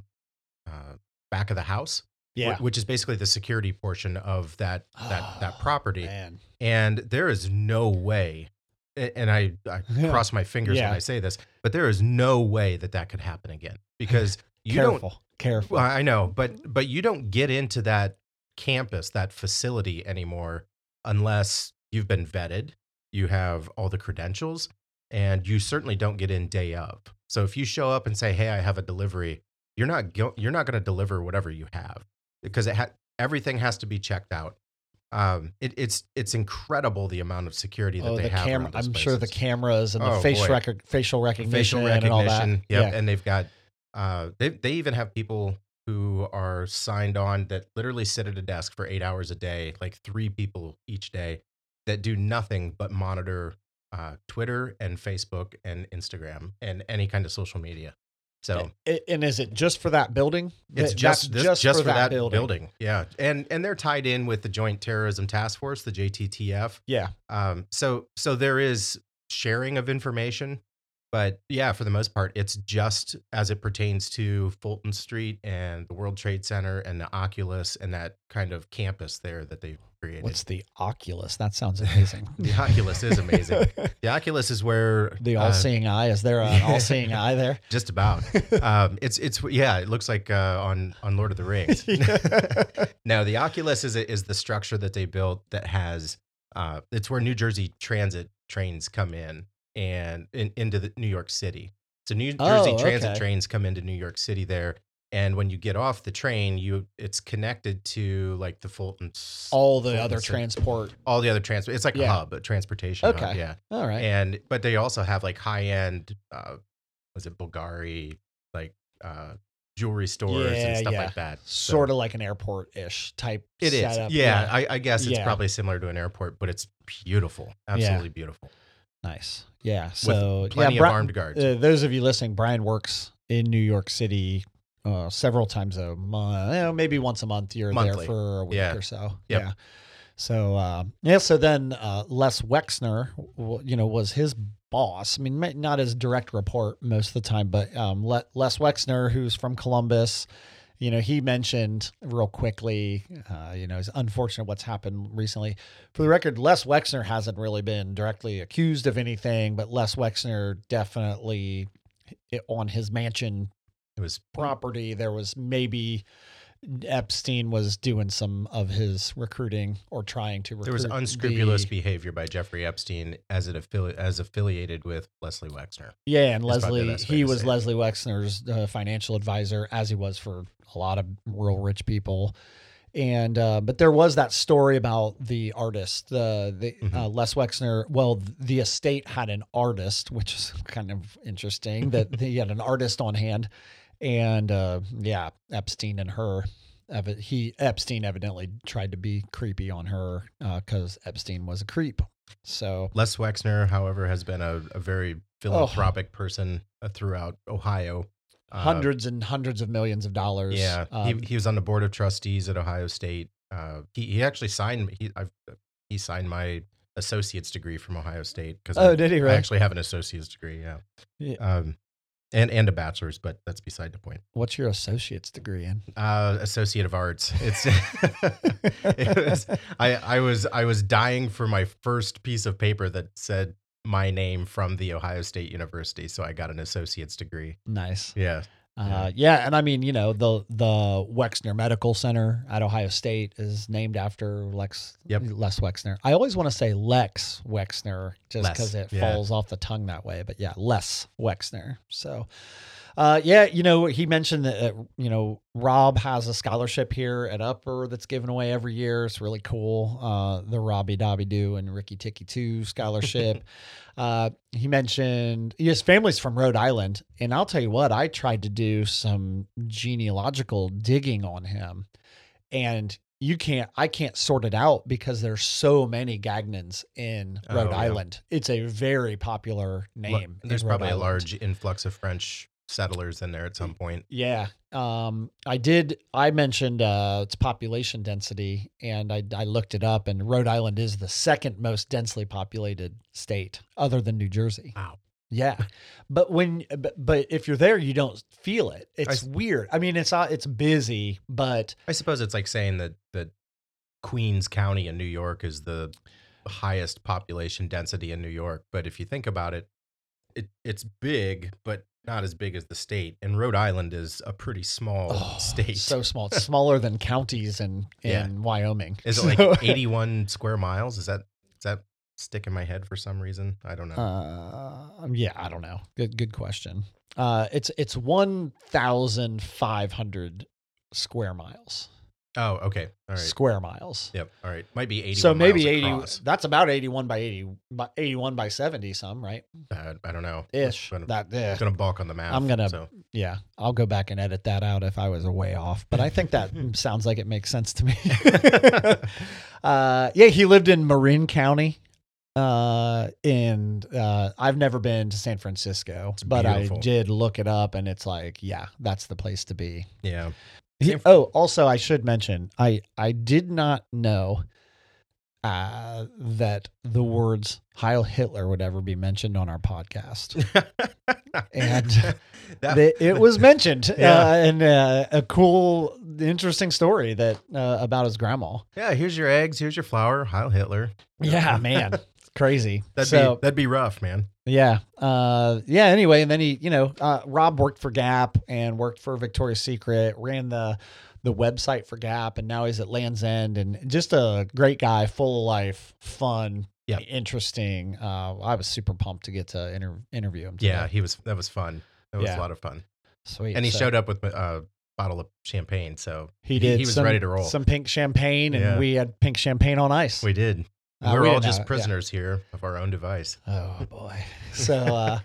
Speaker 2: uh, back of the house, wh-
Speaker 1: yeah.
Speaker 2: which is basically the security portion of that that that
Speaker 1: Oh,
Speaker 2: property
Speaker 1: Man,
Speaker 2: and there is no way a- and i, I
Speaker 1: Yeah. [laughs]
Speaker 2: cross my fingers
Speaker 1: Yeah.
Speaker 2: when i say this but there is no way that that could happen again because you
Speaker 1: careful,
Speaker 2: don't
Speaker 1: careful.
Speaker 2: well, i know but but you don't get into that campus that facility anymore unless you've been vetted you have all the credentials and you certainly don't get in day of so if you show up and say hey i have a delivery you're not go- you're not going to deliver whatever you have because it ha- everything has to be checked out um, it, it's it's incredible the amount of security that
Speaker 1: oh,
Speaker 2: they
Speaker 1: the
Speaker 2: have. around
Speaker 1: camera.
Speaker 2: those
Speaker 1: I'm sure the
Speaker 2: places.
Speaker 1: cameras and the
Speaker 2: Oh,
Speaker 1: face
Speaker 2: boy.
Speaker 1: record, facial recognition,
Speaker 2: facial
Speaker 1: and all that.
Speaker 2: recognition. Yep.
Speaker 1: Yeah.
Speaker 2: And they've got uh they they even have people who are signed on that literally sit at a desk for eight hours a day, like three people each day that do nothing but monitor uh, Twitter and Facebook and Instagram and any kind of social media. So
Speaker 1: A- And is it just for that building?
Speaker 2: it's
Speaker 1: Th-
Speaker 2: just
Speaker 1: that's
Speaker 2: this, just, for, that, building. Yeah. And and they're tied in with the Joint Terrorism Task Force, the JTTF.
Speaker 1: Yeah.
Speaker 2: Um, so so there is sharing of information, but yeah, for the most part, it's just as it pertains to Fulton Street and the World Trade Center and the Oculus and that kind of campus there that they've created.
Speaker 1: What's the Oculus? That
Speaker 2: [laughs]
Speaker 1: sounds amazing.
Speaker 2: the Oculus is amazing. the Oculus is where
Speaker 1: [laughs] the
Speaker 2: uh,
Speaker 1: all-seeing eye. Is
Speaker 2: [laughs]
Speaker 1: there an all-seeing eye there?
Speaker 2: just about. Um, it's it's yeah, it looks like uh, on on Lord of the Rings. [laughs] no, the Oculus is is the structure that they built that has uh, it's where New Jersey Transit trains come in and in, into the New York City. So New Jersey
Speaker 1: Oh,
Speaker 2: Transit
Speaker 1: okay.
Speaker 2: trains come into New York City there, and when you get off the train, you it's connected to like the Fulton, s-
Speaker 1: [laughs] All the
Speaker 2: Fulton
Speaker 1: other
Speaker 2: City.
Speaker 1: transport.
Speaker 2: all the other transport. It's like a
Speaker 1: Yeah.
Speaker 2: hub, a transportation. hub,
Speaker 1: Okay.
Speaker 2: yeah
Speaker 1: All right.
Speaker 2: and but they also have like high end uh was it bulgari like uh jewelry stores
Speaker 1: Yeah,
Speaker 2: and stuff
Speaker 1: yeah.
Speaker 2: like that
Speaker 1: sort of like an airport-ish type
Speaker 2: it is
Speaker 1: setup.
Speaker 2: yeah, I, I guess it's
Speaker 1: Yeah.
Speaker 2: probably similar to an airport but it's beautiful absolutely beautiful
Speaker 1: Nice. Yeah. So
Speaker 2: plenty
Speaker 1: yeah,
Speaker 2: of
Speaker 1: Bra-
Speaker 2: armed guards
Speaker 1: Uh, those of you listening, Brian works in New York City uh, several times a month, eh, maybe once a month. You're there
Speaker 2: Monthly.
Speaker 1: for a week
Speaker 2: Yeah.
Speaker 1: or so.
Speaker 2: Yep.
Speaker 1: Yeah. So uh, yeah. So then uh, Les Wexner, w- you know, was his boss. I mean, ma- not his direct report most of the time, but um, Le- Les Wexner, who's from Columbus. You know, he mentioned real quickly, uh, you know, it's unfortunate what's happened recently. For the record, Les Wexner hasn't really been directly accused of anything, but Les Wexner definitely it- on his mansion
Speaker 2: it was
Speaker 1: property, there was maybe Epstein was doing some of his recruiting or trying to recruit.
Speaker 2: there was unscrupulous
Speaker 1: the-
Speaker 2: behavior by jeffrey epstein as it affili- as affiliated with leslie wexner
Speaker 1: Yeah, and
Speaker 2: That's probably the
Speaker 1: Leslie,
Speaker 2: best way
Speaker 1: he
Speaker 2: to
Speaker 1: was
Speaker 2: say it.
Speaker 1: Leslie Wexner's uh, financial advisor, as he was for a lot of real rich people. And uh, but there was that story about the artist, the the uh,
Speaker 2: Mm-hmm.
Speaker 1: Les Wexner. Well, th- the [laughs] estate had an artist, which is kind of interesting that he had an artist on hand, and uh, yeah, Epstein and her. evi- He Epstein evidently tried to be creepy on her because Epstein was a creep. So
Speaker 2: Les Wexner, however, has been a, a very philanthropic person uh, throughout Ohio. Uh,
Speaker 1: Oh. hundreds and hundreds of millions of dollars.
Speaker 2: Yeah,
Speaker 1: um,
Speaker 2: he, he was on the board of trustees at Ohio State. Uh, he he actually signed he I've, he signed my associate's degree from Ohio State because
Speaker 1: oh, did he
Speaker 2: I
Speaker 1: right?
Speaker 2: actually have an associate's degree. Yeah,
Speaker 1: Yeah.
Speaker 2: Um, and and a bachelor's, but that's beside the point.
Speaker 1: What's your associate's degree in?
Speaker 2: Uh, Associate of Arts. It's [laughs] it was, I I was I was dying for my first piece of paper that said my name from the Ohio State University, so I got an associate's degree.
Speaker 1: Nice.
Speaker 2: Yeah,
Speaker 1: Uh, yeah, and I mean, you know, the the Wexner Medical Center at Ohio State is named after Lex
Speaker 2: Yep.
Speaker 1: Les Wexner. I always want to say Lex Wexner just
Speaker 2: Les,
Speaker 1: because it
Speaker 2: yeah.
Speaker 1: falls off the tongue that way. But yeah, Les Wexner. So, uh, yeah, you know, he mentioned that uh, you know Rob has a scholarship here at Upper that's given away every year. It's really cool. Uh, the Robbie Dobby Doo and Ricky Ticky Two scholarship. Uh, he mentioned his family's from Rhode Island, and I'll tell you what, I tried to do some genealogical digging on him, and you can't, I can't sort it out because there's so many Gagnons in
Speaker 2: Oh,
Speaker 1: Rhode
Speaker 2: yeah.
Speaker 1: Island. It's a very popular
Speaker 2: Lo-
Speaker 1: name. in
Speaker 2: There's
Speaker 1: Rhode
Speaker 2: probably a
Speaker 1: Island.
Speaker 2: large influx of French settlers in there at some point.
Speaker 1: Yeah. Um, I did. I mentioned uh, its population density, and I, I looked it up, and Rhode Island is the second most densely populated state, other than New Jersey.
Speaker 2: Wow.
Speaker 1: Yeah, but when but, but if you're there, you don't feel it. It's
Speaker 2: s-
Speaker 1: weird. I mean, it's not- it's busy, but
Speaker 2: I suppose it's like saying that that Queens County in New York is the highest population density in New York, but if you think about it, it it's big, but not as big as the state. And Rhode Island is a pretty small
Speaker 1: oh, [sighs] it's
Speaker 2: state.
Speaker 1: so small. It's smaller than counties in in
Speaker 2: Yeah.
Speaker 1: Wyoming.
Speaker 2: [laughs] is
Speaker 1: [laughs]
Speaker 2: it
Speaker 1: So-
Speaker 2: like 81 square miles? Is that is that stick in my head for some reason? I don't know.
Speaker 1: Uh, yeah, I don't know. Good, good question. Uh, it's it's one thousand five hundred square miles.
Speaker 2: oh, okay. All right.
Speaker 1: Square miles.
Speaker 2: Yep. All right. Might be 80.
Speaker 1: So maybe eighty. That's about eighty-one by eighty, by eighty-one by seventy, some right
Speaker 2: Uh, I don't know.
Speaker 1: ish.
Speaker 2: Gonna,
Speaker 1: That eh.
Speaker 2: gonna balk on the math.
Speaker 1: I'm gonna-
Speaker 2: So.
Speaker 1: yeah. I'll go back and edit that out if I was way off, but I think that sounds like it makes sense to me. [laughs] uh, yeah, he lived in Marin County. Uh, and uh, I've never been to San Francisco, but
Speaker 2: beautiful.
Speaker 1: I did look it up, and it's like, yeah, that's the place to be.
Speaker 2: Yeah.
Speaker 1: He-
Speaker 2: San Fran-
Speaker 1: oh, also, I should mention, I I did not know uh, that the words Heil Hitler would ever be mentioned on our podcast. And
Speaker 2: [laughs] That-
Speaker 1: They- it
Speaker 2: [laughs]
Speaker 1: was mentioned,
Speaker 2: Yeah.
Speaker 1: uh, and uh, a cool, interesting story that uh, about his grandma.
Speaker 2: yeah, here's your eggs, here's your flour, Heil Hitler.
Speaker 1: Yeah, Oh, man, it's crazy.
Speaker 2: [laughs] That'd
Speaker 1: so,
Speaker 2: be that'd be rough, man.
Speaker 1: Yeah. Uh, yeah. Anyway, and then he, you know, uh, Rob worked for Gap and worked for Victoria's Secret, ran the the website for Gap, and now he's at Land's End, and just a great guy, full of life, fun,
Speaker 2: Yeah.
Speaker 1: interesting. Uh, I was super pumped to get to inter- interview him.
Speaker 2: Yeah,
Speaker 1: today.
Speaker 2: he was that was fun. That was
Speaker 1: Yeah.
Speaker 2: a lot of fun.
Speaker 1: sweet.
Speaker 2: And he
Speaker 1: So
Speaker 2: showed up with a bottle of champagne, so
Speaker 1: He did.
Speaker 2: he was
Speaker 1: some-
Speaker 2: ready to roll.
Speaker 1: Some pink champagne, and
Speaker 2: Yeah.
Speaker 1: we had pink champagne on ice.
Speaker 2: we did.
Speaker 1: Uh,
Speaker 2: we were
Speaker 1: we
Speaker 2: all
Speaker 1: didn't
Speaker 2: just
Speaker 1: know it, yeah.
Speaker 2: prisoners here of our own device.
Speaker 1: Oh boy. So uh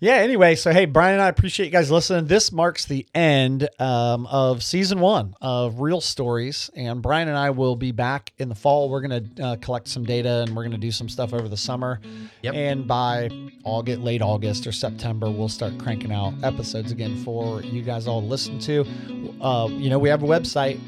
Speaker 1: yeah, anyway, so hey, Brian and I appreciate you guys listening. This marks the end um, of season one of Real Stories. And Brian and I will be back in the fall. We're going to uh, collect some data and we're going to do some stuff over the summer.
Speaker 2: Yep.
Speaker 1: And by August, late August or September, we'll start cranking out episodes again for you guys all to listen to. Uh, you know, we have a website,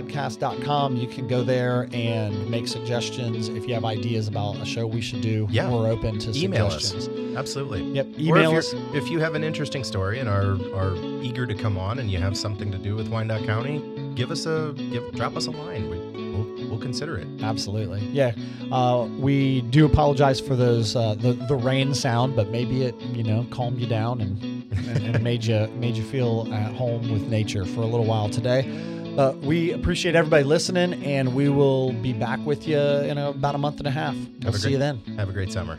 Speaker 1: realstoriespodcast.com. You can go there and make suggestions. If you have ideas about a show we should do,
Speaker 2: Yeah.
Speaker 1: we're open to
Speaker 2: Email us.
Speaker 1: suggestions.
Speaker 2: Absolutely.
Speaker 1: Yep.
Speaker 2: Or if
Speaker 1: Email
Speaker 2: you're-
Speaker 1: us.
Speaker 2: if you have an interesting story and are are eager to come on and you have something to do with Wyandotte County, give us a give drop us a line. We, we'll we'll consider it.
Speaker 1: Absolutely. Yeah. Uh, we do apologize for those uh, the the rain sound, but maybe it you know calmed you down and and, and made you made you feel at home with nature for a little while today. But we appreciate everybody listening, and we will be back with you in about a month and a half. We'll
Speaker 2: a
Speaker 1: see you then.
Speaker 2: Have a great summer.